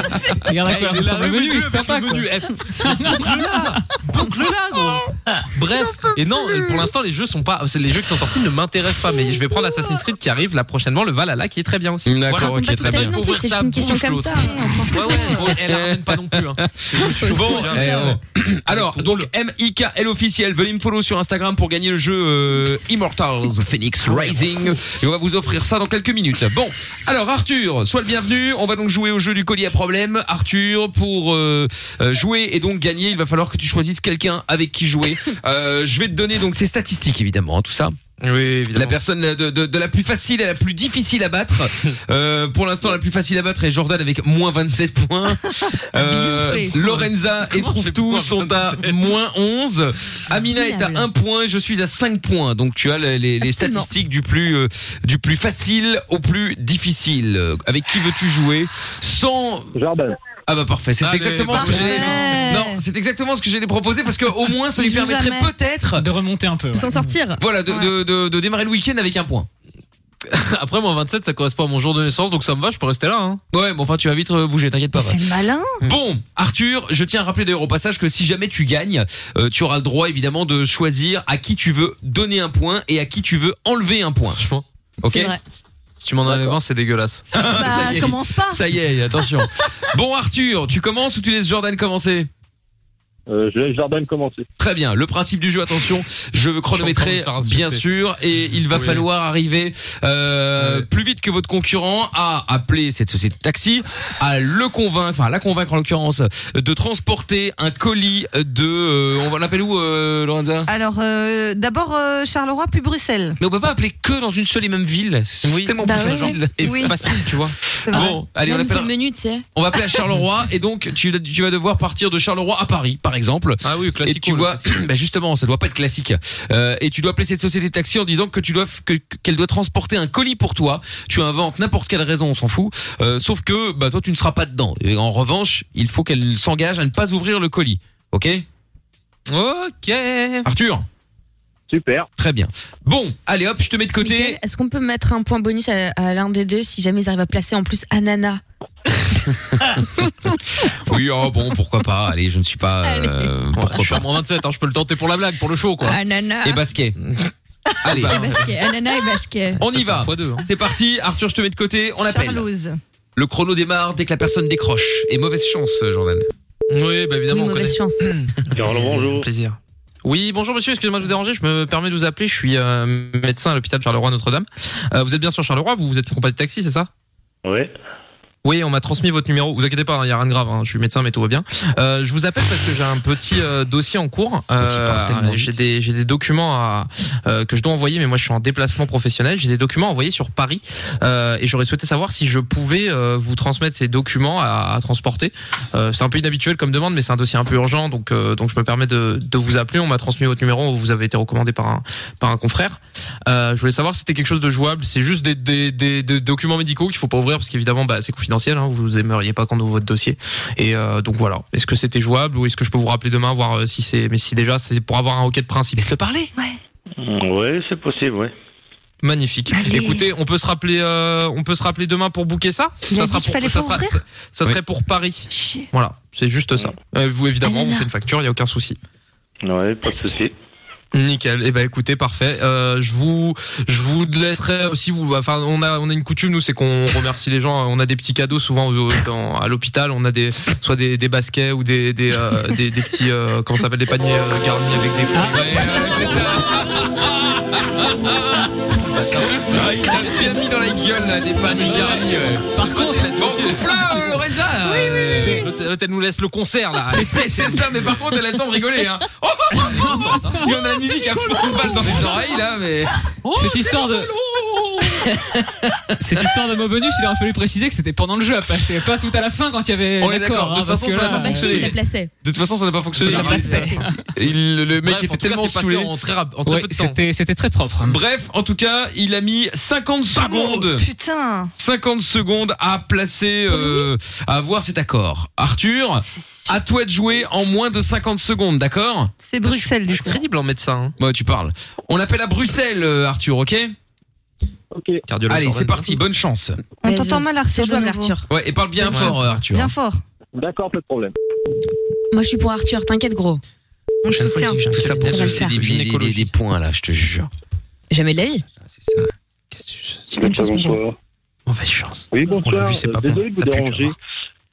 [SPEAKER 3] Il regarde à quoi
[SPEAKER 6] Eh, il est
[SPEAKER 3] ressemble
[SPEAKER 6] là,
[SPEAKER 3] le
[SPEAKER 6] le
[SPEAKER 3] menu,
[SPEAKER 6] menu
[SPEAKER 3] c'est sympa quoi.
[SPEAKER 6] Donc le là, Oh.
[SPEAKER 2] Oh.
[SPEAKER 6] Bref, et non, et pour l'instant les jeux sont pas, c'est- les jeux qui sont sortis ne m'intéressent pas, mais je vais prendre Assassin's Creed qui arrive là prochainement, le Valhalla qui est très bien aussi.
[SPEAKER 2] D'accord, ok,
[SPEAKER 6] qui est
[SPEAKER 2] très bien.
[SPEAKER 7] C'est juste une question comme ça.
[SPEAKER 6] Ouais, ouais, bon, elle la ramène pas non plus. hein.
[SPEAKER 2] Bon,
[SPEAKER 6] c'est
[SPEAKER 2] eh,
[SPEAKER 6] ça,
[SPEAKER 2] ouais. alors donc M-I-K-L officiel, venez me follow sur Instagram pour gagner le jeu euh, Immortals Phoenix
[SPEAKER 6] Ah
[SPEAKER 2] Rising et on va vous offrir ça dans quelques minutes. Bon, alors Arthur, sois le bienvenu. On va donc jouer au jeu du collier à problème. Arthur, pour euh, euh, jouer et donc gagner, il va falloir que tu choisisses quelqu'un avec qui jouer. Euh, je vais te donner donc ses statistiques évidemment, hein, tout ça.
[SPEAKER 6] Oui,
[SPEAKER 2] La personne de, de- de la plus facile à la plus difficile à battre. Euh, pour l'instant, la plus facile à battre est Jordan avec moins 27 points. Euh,
[SPEAKER 6] Bien fait.
[SPEAKER 2] Lorenza et
[SPEAKER 6] Comment j'ai
[SPEAKER 2] Trouve-Tout
[SPEAKER 6] moins
[SPEAKER 2] sont à moins 11. Amina est à
[SPEAKER 6] Minable.
[SPEAKER 2] 1 point, je suis à 5 points. Donc tu as les, les- les
[SPEAKER 6] Absolument.
[SPEAKER 2] statistiques du plus, euh, du plus facile au plus difficile. Euh, Avec qui veux-tu jouer Sans...
[SPEAKER 14] Jordan.
[SPEAKER 2] Ah bah parfait, c'est
[SPEAKER 6] Allez,
[SPEAKER 2] exactement ce que
[SPEAKER 6] parfait.
[SPEAKER 2] j'allais... Non, c'est exactement ce que j'allais proposer parce que au moins ça lui
[SPEAKER 7] Je
[SPEAKER 2] permettrait
[SPEAKER 7] jamais.
[SPEAKER 2] peut-être...
[SPEAKER 3] De remonter un peu.
[SPEAKER 7] De s'en sortir.
[SPEAKER 2] Voilà, de, de- de- de démarrer le week-end avec un point.
[SPEAKER 6] Après, moi, 27, ça correspond à mon jour de naissance, donc ça me va, je peux rester là. Hein.
[SPEAKER 2] Ouais, mais enfin, tu vas vite euh, bouger, t'inquiète pas.
[SPEAKER 5] Malin.
[SPEAKER 6] Hmm.
[SPEAKER 2] Bon, Arthur, je tiens à rappeler d'ailleurs au passage que si jamais tu gagnes, euh, tu auras le droit évidemment de choisir à qui tu veux donner un point et à qui tu veux enlever un point. Ok
[SPEAKER 6] C'est vrai. Bah, Si tu m'en enlèves un, c'est dégueulasse.
[SPEAKER 2] Ça y est.
[SPEAKER 5] Bah, commence pas.
[SPEAKER 2] Ça y est, attention. bon, Arthur, tu commences ou tu laisses Jordan commencer
[SPEAKER 14] Euh, je laisse Jordan commencer.
[SPEAKER 2] Très bien. Le principe du jeu, attention, je chronométrer bien sûr et il va
[SPEAKER 6] Oui.
[SPEAKER 2] falloir arriver euh, plus vite que votre concurrent à appeler cette société de taxi, à le convaincre, enfin à la convaincre en l'occurrence, de transporter un colis de, euh, on va l'appeler où, euh, Lorenza
[SPEAKER 5] Alors, euh, d'abord euh, Charleroi, puis Bruxelles.
[SPEAKER 2] mais on peut pas appeler que dans une seule et même ville. C'est tellement
[SPEAKER 5] Bah
[SPEAKER 2] plus
[SPEAKER 5] ouais.
[SPEAKER 2] facile. Et
[SPEAKER 5] Oui.
[SPEAKER 2] facile, tu vois. Bon, allez, on
[SPEAKER 7] Même
[SPEAKER 2] appelle.
[SPEAKER 7] sur le menu, tu sais.
[SPEAKER 2] On va appeler à Charleroi et donc tu, tu vas devoir partir de Charleroi à Paris par exemple.
[SPEAKER 6] Ah oui,
[SPEAKER 2] classique. Et tu dois bah justement, ça doit pas être classique. Euh, et tu dois appeler cette société de taxi en disant que tu dois f- que qu'elle doit transporter un colis pour toi. Tu inventes n'importe quelle raison, on s'en fout. Euh, sauf que bah toi tu ne seras pas dedans. Et en revanche, il faut qu'elle s'engage à ne pas ouvrir le colis. OK
[SPEAKER 6] Ok.
[SPEAKER 2] Arthur.
[SPEAKER 14] Super.
[SPEAKER 2] Très bien. Bon, allez hop, je te mets de côté.
[SPEAKER 7] Mickaël, Est-ce qu'on peut mettre un point bonus à, à l'un des deux si jamais ils arrivent à placer en plus Anana
[SPEAKER 2] Oui, oh, bon, pourquoi pas. Allez, je ne suis pas. euh, pourquoi
[SPEAKER 6] je suis à
[SPEAKER 2] pas.
[SPEAKER 6] moins 27, hein, je peux le tenter pour la blague, pour le show, quoi.
[SPEAKER 7] Ah, Anana. Eh
[SPEAKER 2] Et basquet. Eh ben, allez.
[SPEAKER 7] Et Basquet. Anana et Basquet.
[SPEAKER 2] On y va.
[SPEAKER 6] hein.
[SPEAKER 2] C'est parti. Arthur, je te mets de côté. On appelle.
[SPEAKER 5] Charlouse.
[SPEAKER 2] Le chrono démarre dès que la personne décroche. Et mauvaise chance, euh, Jordan.
[SPEAKER 6] Oui, bah évidemment,
[SPEAKER 7] oui,
[SPEAKER 6] on
[SPEAKER 7] mauvaise
[SPEAKER 6] connaît.
[SPEAKER 7] chance.
[SPEAKER 6] bonjour. Plaisir. Oui, bonjour monsieur, excusez-moi de vous déranger, je me permets de vous appeler, je suis euh, médecin à l'hôpital Charleroi Notre-Dame. Euh, vous êtes bien sur Charleroi, vous, vous êtes une compagnie de taxi, c'est ça
[SPEAKER 14] Oui.
[SPEAKER 6] Oui, on m'a transmis votre numéro. Vous inquiétez pas, il n'y a rien de grave. hein, Je suis médecin, mais tout va bien. Euh, je vous appelle parce que j'ai un petit euh, dossier en cours. Euh, j'ai des j'ai des documents à, euh, que je dois envoyer, mais moi je suis en déplacement professionnel. J'ai des documents à envoyer sur Paris euh, et j'aurais souhaité savoir si je pouvais euh, vous transmettre ces documents à, à transporter. Euh, c'est un peu inhabituel comme demande, mais c'est un dossier un peu urgent, donc euh, donc je me permets de, de vous appeler. On m'a transmis votre numéro. Vous avez été recommandé par un par un confrère. Euh, je voulais savoir si c'était quelque chose de jouable. C'est juste des, des, des, des documents médicaux qu'il faut pas ouvrir parce qu'évidemment bah, c'est confidentiel. Hein, vous aimeriez pas qu'on ouvre votre dossier. Et euh, donc voilà. Est-ce que c'était jouable ou est-ce que je peux vous rappeler demain voir euh, si c'est mais si déjà c'est pour avoir un hockey de principe. Laisse-le parler.
[SPEAKER 15] Mmh,
[SPEAKER 14] Oui, c'est possible, oui.
[SPEAKER 6] Magnifique. Écoutez, on peut se rappeler euh, on peut se rappeler demain pour booker ça.
[SPEAKER 14] Il a
[SPEAKER 6] Ça
[SPEAKER 14] dit
[SPEAKER 6] sera
[SPEAKER 14] qu'il fallait
[SPEAKER 6] pour ça
[SPEAKER 14] pas
[SPEAKER 6] sera
[SPEAKER 14] ouvrir
[SPEAKER 6] ça, ça serait pour Paris. Voilà, c'est juste ça. Euh, vous évidemment, vous faites une facture, il y a aucun souci.
[SPEAKER 14] Ah Ouais, pas de souci.
[SPEAKER 6] Nickel. Eh ben écoutez, parfait. Euh, je vous, je vous laisserai aussi vous. Enfin, on a, on a une coutume nous, c'est qu'on remercie les gens. On a des petits cadeaux souvent aux- aux- dans- à l'hôpital. On a des, soit des, des baskets ou des, des, euh, des, des petits, euh, comment ça s'appelle, des paniers euh, garnis avec des fruits. Ouais,
[SPEAKER 2] c'est Ah, il a bien mis dans la gueule là, des paniers garnis.
[SPEAKER 6] Par contre,
[SPEAKER 2] bon coupe là, euh, Lorenza.
[SPEAKER 6] hein, C'est- l'hôtel- L'hôtel nous laisse le concert là.
[SPEAKER 2] Mais C'est ça, mais par contre, elle a le temps de rigoler. Hein. Oh, oh, oh, oh. Et on a la musique à fond de balle dans les oreilles là, mais.
[SPEAKER 3] Oh, Cette histoire de. Cette histoire de mot bonus, il aurait fallu préciser que c'était pendant le jeu à passer, pas tout à la fin quand il y avait.
[SPEAKER 2] On est d'accord, de
[SPEAKER 3] hein,
[SPEAKER 2] toute
[SPEAKER 3] parce
[SPEAKER 2] façon,
[SPEAKER 3] que
[SPEAKER 2] ça n'a
[SPEAKER 3] là-
[SPEAKER 2] pas fonctionné.
[SPEAKER 7] Il la plaçait.
[SPEAKER 2] De toute façon, ça n'a pas fonctionné.
[SPEAKER 3] Il a passé.
[SPEAKER 2] Il- le
[SPEAKER 6] Bref,
[SPEAKER 2] mec
[SPEAKER 6] en
[SPEAKER 2] était
[SPEAKER 6] tout cas,
[SPEAKER 2] tellement
[SPEAKER 6] c'est passé
[SPEAKER 2] saoulé.
[SPEAKER 6] en très rap- en très peu de temps.
[SPEAKER 3] C'était très propre.
[SPEAKER 2] Bref, en tout cas, il a mis 50 secondes.
[SPEAKER 5] Oh, Putain.
[SPEAKER 2] 50 secondes à placer, euh, à avoir cet accord. Arthur, à toi de jouer en moins de 50 secondes, d'accord
[SPEAKER 5] C'est Bruxelles, du
[SPEAKER 11] hein.
[SPEAKER 6] coup. Crédible en médecin.
[SPEAKER 2] Bah, tu parles. On appelle à Bruxelles, euh, Arthur, ok
[SPEAKER 11] Cardiologue
[SPEAKER 2] Allez, c'est
[SPEAKER 11] Jordan.
[SPEAKER 2] parti, bonne chance.
[SPEAKER 5] On t'entend mal, Arthur.
[SPEAKER 7] jouable,
[SPEAKER 5] de nouveau.
[SPEAKER 7] Arthur.
[SPEAKER 2] Ouais, et parle bien fort, euh, Arthur.
[SPEAKER 5] Bien fort.
[SPEAKER 11] D'accord, pas de problème.
[SPEAKER 7] Moi, je suis pour Arthur, t'inquiète, gros.
[SPEAKER 5] On te soutient.
[SPEAKER 2] Tout ça pour
[SPEAKER 7] Ça va le
[SPEAKER 2] glisser
[SPEAKER 7] faire.
[SPEAKER 2] des, billets, des, des- des points, là, je te jure.
[SPEAKER 7] Jamais de la vie.
[SPEAKER 14] Bonne chance, bonsoir.
[SPEAKER 6] Mauvaise chance.
[SPEAKER 14] Oui, bonsoir.
[SPEAKER 6] vu, c'est pas
[SPEAKER 14] Euh,
[SPEAKER 6] bon.
[SPEAKER 14] Désolé de vous
[SPEAKER 6] Ça pue, tu vas
[SPEAKER 14] déranger.
[SPEAKER 6] voir.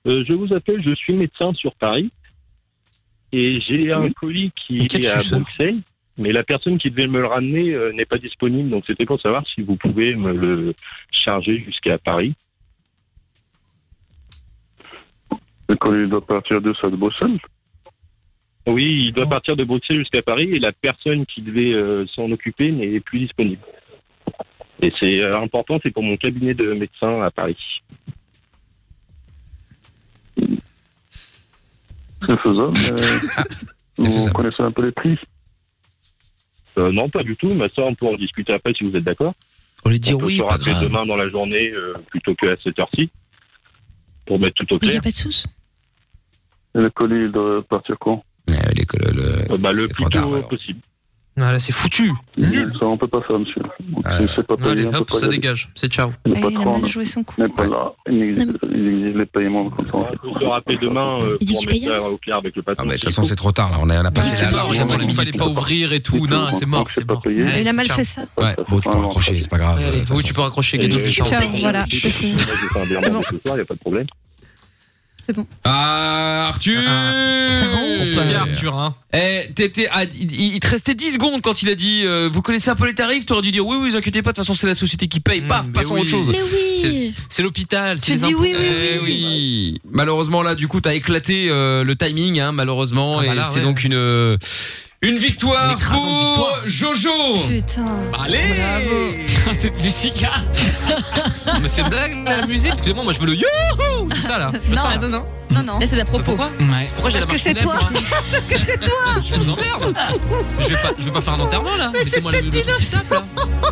[SPEAKER 14] Euh, je vous appelle, je suis médecin sur Paris. Et j'ai un colis qui
[SPEAKER 6] Mais quel
[SPEAKER 14] est à
[SPEAKER 6] suceur.
[SPEAKER 14] Bruxelles. Mais la personne qui devait me le ramener euh, n'est pas disponible. Donc c'était pour savoir si vous pouvez me le charger jusqu'à Paris.
[SPEAKER 15] Le colis doit partir de ça de Bruxelles.
[SPEAKER 14] Oui, il doit partir de Bruxelles jusqu'à Paris et la personne qui devait euh, s'en occuper n'est plus disponible. Et c'est euh, important, c'est pour mon cabinet de médecin à Paris.
[SPEAKER 15] C'est faisable. mais euh, vous connaissez un peu les prix
[SPEAKER 14] Euh, non, pas du tout, mais ça, on peut en discuter après si vous êtes d'accord.
[SPEAKER 2] On lui
[SPEAKER 14] dit oui, pas demain dans la journée euh, plutôt qu'à cette heure-ci pour mettre tout au
[SPEAKER 7] Mais il
[SPEAKER 14] clair.
[SPEAKER 7] a pas de soucis.
[SPEAKER 15] Et Le colis il doit partir quand
[SPEAKER 14] Euh, bah, le plus tôt possible.
[SPEAKER 6] Ah, là, c'est foutu.
[SPEAKER 15] Ça, on peut pas faire, monsieur. Donc, c'est pas payé,
[SPEAKER 6] Allez,
[SPEAKER 15] on peut
[SPEAKER 6] hop,
[SPEAKER 15] pas
[SPEAKER 6] ça
[SPEAKER 15] y aller.
[SPEAKER 6] dégage. C'est ciao.
[SPEAKER 15] Le patron n'est pas là. Il exige, il exige les paiements comme ça.
[SPEAKER 14] On peut Ah, se rappeler demain euh,
[SPEAKER 2] Il dit
[SPEAKER 14] pour
[SPEAKER 2] que tu
[SPEAKER 14] mettre ça
[SPEAKER 7] hein.
[SPEAKER 14] au clair avec le patron.
[SPEAKER 2] Mais Bah, de toute façon, c'est trop tard, là. On a, on a passé la large.
[SPEAKER 6] J'avoue qu'il fallait pas ouvrir et tout. Non, c'est mort, c'est mort. Ouais,
[SPEAKER 5] Il a
[SPEAKER 6] c'est
[SPEAKER 5] mal
[SPEAKER 6] ciao.
[SPEAKER 5] fait ça.
[SPEAKER 2] Ouais, bon, tu peux raccrocher, c'est pas grave.
[SPEAKER 6] Allez, Oui, tu peux raccrocher quelque chose de
[SPEAKER 5] Ciao, voilà. c'est fini.
[SPEAKER 14] Il n'y a pas de problème.
[SPEAKER 2] Ah, Arthur
[SPEAKER 6] C'est bien, Arthur, hein.
[SPEAKER 2] Eh, t'étais à- il, il te restait 10 secondes quand il a dit euh, Vous connaissez un peu les tarifs T'aurais dû dire Oui, oui, vous inquiétez pas, de toute façon, c'est la société qui
[SPEAKER 6] Hmm,
[SPEAKER 2] paye. Paf, passons à autre chose.
[SPEAKER 6] oui. C'est- C'est l'hôpital.
[SPEAKER 2] Tu dis oui, oui, Eh oui. Malheureusement, là, du coup, t'as éclaté euh, le timing, hein, malheureusement. et
[SPEAKER 6] Ah, bah là,
[SPEAKER 2] c'est
[SPEAKER 6] ouais.
[SPEAKER 2] donc une, euh, une victoire
[SPEAKER 6] Une écrasante
[SPEAKER 2] pour
[SPEAKER 6] victoire.
[SPEAKER 2] Jojo.
[SPEAKER 5] Putain.
[SPEAKER 6] Allez Cette musique là Mais c'est blague la musique Excusez-moi, moi je veux le youhou Tout ça là Je veux
[SPEAKER 7] Non,
[SPEAKER 6] ça, là.
[SPEAKER 7] non, non.
[SPEAKER 5] Non, non.
[SPEAKER 7] Là, c'est d'à propos.
[SPEAKER 6] Ouais. Pourquoi j'ai la
[SPEAKER 7] Parce que
[SPEAKER 6] marche
[SPEAKER 7] c'est
[SPEAKER 6] funèbre,
[SPEAKER 7] toi.
[SPEAKER 6] moi
[SPEAKER 5] Parce que c'est
[SPEAKER 6] Je vous emmerde Je vais pas, je vais pas faire un enterrement là Mettez-moi la musique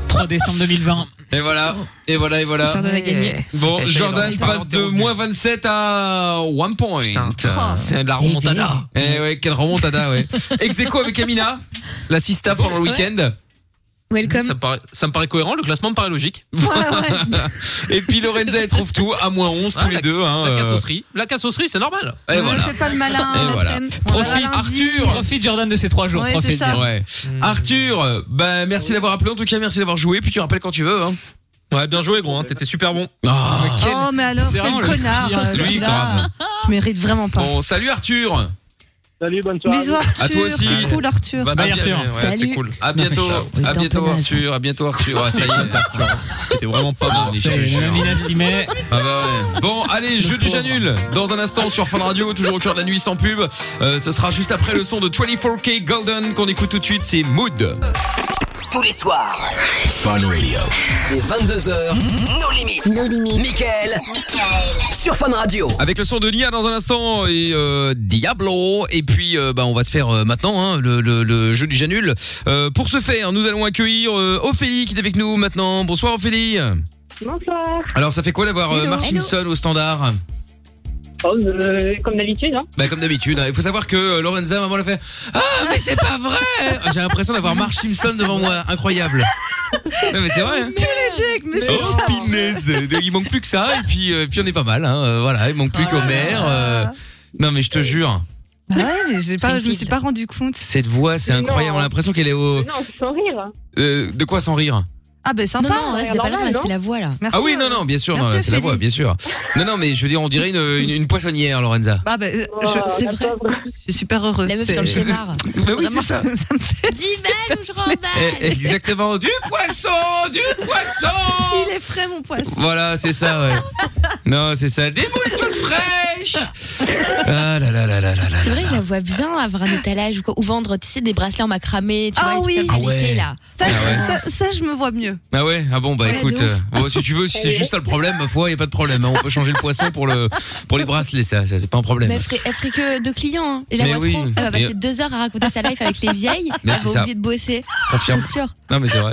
[SPEAKER 3] 3 décembre 2020.
[SPEAKER 2] Et voilà, et voilà, et voilà.
[SPEAKER 3] Jordan a gagné. Eh,
[SPEAKER 2] Bon,
[SPEAKER 3] ça y est,
[SPEAKER 2] Jordan
[SPEAKER 3] Jordan
[SPEAKER 2] passe de moins 27 à one point.
[SPEAKER 6] c'est de la remontada.
[SPEAKER 2] Eh ouais, quelle remontada, ouais. Execo avec Amina, la sista pendant le week-end.
[SPEAKER 7] Welcome.
[SPEAKER 6] Ça me, paraît, ça me paraît cohérent, le classement me paraît logique.
[SPEAKER 2] Et puis Lorenza, elle trouve tout à moins 11 tous les deux. Hein,
[SPEAKER 6] La
[SPEAKER 2] euh.
[SPEAKER 6] cassosserie, la cassosserie, c'est normal.
[SPEAKER 2] Et voilà.
[SPEAKER 5] pas le malin.
[SPEAKER 2] Et voilà.
[SPEAKER 3] Profite Arthur. Profite Jordan de ces 3 jours. profite.
[SPEAKER 2] Ouais.
[SPEAKER 6] Mm.
[SPEAKER 2] Arthur, bah merci d'avoir appelé. En tout cas, merci d'avoir joué. Puis tu rappelles quand tu veux. Hein. Ah.
[SPEAKER 6] Ouais, bien joué, gros. hein. T'étais super bon.
[SPEAKER 5] Oh, mais alors,
[SPEAKER 6] C'est
[SPEAKER 5] quel
[SPEAKER 6] vraiment le
[SPEAKER 5] connard.
[SPEAKER 6] pire.
[SPEAKER 5] euh,
[SPEAKER 6] Lui,
[SPEAKER 5] celui-là.
[SPEAKER 6] grave.
[SPEAKER 5] Il Mérite vraiment pas.
[SPEAKER 2] Bon, salut Arthur.
[SPEAKER 14] Salut, bonne
[SPEAKER 5] Bisous, Arthur.
[SPEAKER 2] À toi aussi.
[SPEAKER 5] C'est cool, Arthur.
[SPEAKER 2] Bah, à bien- ouais, c'est cool. À bientôt. À bientôt Arthur. À bientôt Arthur. Ah, ça y est. Arthur. C'était vraiment pas
[SPEAKER 3] Ah,
[SPEAKER 2] mal. mais je te jure.
[SPEAKER 3] Mina s'y met.
[SPEAKER 2] Ah bah ouais. Bon, allez, jeu du Janul. Dans un instant sur Fun Radio, toujours au cœur de la nuit sans pub. Euh, ce sera juste après le son de 24K Golden qu'on écoute tout de suite. C'est Mood.
[SPEAKER 1] Tous les soirs,
[SPEAKER 2] Fun Radio.
[SPEAKER 1] dès 22h, nos limites. Nos limites. Michael. Sur Fun Radio.
[SPEAKER 2] Avec le son de Nia dans un instant et euh, Diablo. Et puis, euh, bah, on va se faire euh, maintenant hein, le, le- le jeu du Janul. Euh, pour ce faire, nous allons accueillir euh, Ophélie qui est avec nous maintenant. Bonsoir Ophélie.
[SPEAKER 13] Bonsoir.
[SPEAKER 2] Alors, ça fait quoi d'avoir euh,
[SPEAKER 13] Hello.
[SPEAKER 2] Marc
[SPEAKER 13] Hello.
[SPEAKER 2] Simpson au standard
[SPEAKER 13] Oh, euh, comme d'habitude, hein.
[SPEAKER 2] Bah comme d'habitude, hein. il faut savoir que euh, Lorenza, maman l'a fait. Ah mais c'est pas vrai Ah, J'ai l'impression d'avoir Marge Simpson devant moi, incroyable. Non mais c'est vrai. Hein.
[SPEAKER 5] Tous les deux avec Monsieur
[SPEAKER 2] Oh,
[SPEAKER 5] Charles.
[SPEAKER 2] pinaise. Il manque plus que ça et puis euh, puis on est pas mal. Hein. Euh, Voilà, il manque plus
[SPEAKER 13] Oh
[SPEAKER 2] qu'Homer. euh. Non mais je te jure,
[SPEAKER 5] Ah Ouais, mais j'ai pas, je me suis pas rendu compte.
[SPEAKER 2] cette voix c'est
[SPEAKER 5] Non.
[SPEAKER 2] incroyable. On a l'impression qu'elle est au.
[SPEAKER 5] Non, sans rire.
[SPEAKER 2] Euh, de quoi sans rire
[SPEAKER 5] Ah, ben sympa.
[SPEAKER 7] Non, non, là, c'était pas le rire, là, c'était la
[SPEAKER 5] voix, là. Merci.
[SPEAKER 2] Ah oui non non bien sûr non, là, c'est la voix bien sûr. Non non mais je veux dire on dirait une, une, une poissonnière Lorenza.
[SPEAKER 5] Ah, ben,
[SPEAKER 13] Oh,
[SPEAKER 5] euh, je- c'est vrai. Je suis super heureuse.
[SPEAKER 7] La meuf sur le
[SPEAKER 5] c'est-
[SPEAKER 7] schémar.
[SPEAKER 2] Bah oui c'est ça.
[SPEAKER 7] D'Ival ou je remballe
[SPEAKER 2] Eh, Exactement du poisson du poisson.
[SPEAKER 5] Il est frais, mon poisson.
[SPEAKER 2] Voilà, c'est ça, ouais. non, c'est ça. Des moules toutes fraîches Ah là là là là là là.
[SPEAKER 7] C'est vrai, que je la vois bien avoir un étalage ou quoi. Ou vendre, tu sais, des bracelets en macramé. Tu
[SPEAKER 5] Ah
[SPEAKER 7] vois,
[SPEAKER 5] oui.
[SPEAKER 7] des trucs comme ça,
[SPEAKER 2] Ah ouais.
[SPEAKER 7] l'été, là.
[SPEAKER 5] Ça, je-
[SPEAKER 2] Ah ouais.
[SPEAKER 5] ça- ça, je me vois mieux.
[SPEAKER 2] Ah ouais Ah bon, bah
[SPEAKER 5] Ouais,
[SPEAKER 2] écoute,
[SPEAKER 5] de ouf.
[SPEAKER 2] euh, bon, si tu veux, si c'est juste ça le problème, ma foi, y a pas de problème. hein. On peut changer le poisson pour le pour les bracelets, ça, ça c'est pas un problème.
[SPEAKER 7] Mais elle ferait, elle ferait que deux clients. hein. Et la
[SPEAKER 2] Mais
[SPEAKER 7] voix
[SPEAKER 2] oui.
[SPEAKER 7] trop. Elle va passer
[SPEAKER 2] Mais-
[SPEAKER 7] deux heures à raconter sa life avec les vieilles.
[SPEAKER 2] Mais
[SPEAKER 7] elle
[SPEAKER 2] c'est
[SPEAKER 7] va
[SPEAKER 2] ça.
[SPEAKER 7] oublier de bosser.
[SPEAKER 2] Confirme.
[SPEAKER 7] C'est sûr.
[SPEAKER 2] Non mais c'est vrai.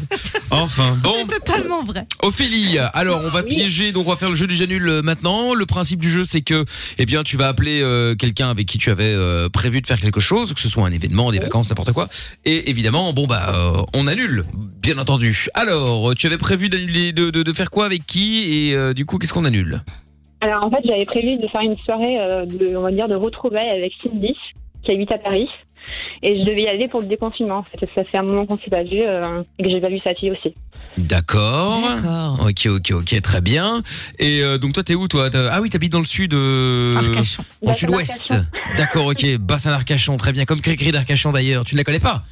[SPEAKER 2] Enfin, bon,
[SPEAKER 5] Totalement vrai.
[SPEAKER 2] Ophélie, alors on va piéger, donc on va faire le jeu du Janul euh, maintenant. Le principe du jeu, c'est que, eh bien, tu vas appeler appeler euh, quelqu'un avec qui tu avais euh, prévu de faire quelque chose, que ce soit un événement, des vacances, n'importe quoi. Et évidemment, bon bah, euh, on annule, bien entendu. Alors, tu avais prévu d'annuler, de, de, de faire quoi avec qui et euh, du coup, qu'est-ce qu'on annule
[SPEAKER 13] Alors en fait, j'avais prévu de faire une soirée, euh, de, on va dire, de retrouvailles avec Cindy, qui habite à Paris. Et je devais y aller pour le déconfinement, en fait. parce que Ça fait un moment qu'on s'est pas vu euh, et que j'ai pas vu sa fille aussi.
[SPEAKER 2] D'accord. Ok, ok, ok, très bien. Et euh, donc toi, t'es où toi T'as- Ah oui, t'habites dans le sud, euh, en
[SPEAKER 12] Bah,
[SPEAKER 13] Bassin
[SPEAKER 2] sud-ouest.
[SPEAKER 13] d'Arcachon.
[SPEAKER 2] D'accord, ok. Bassin d'Arcachon, très bien. Comme Cricri d'Arcachon d'ailleurs. Tu ne la connais pas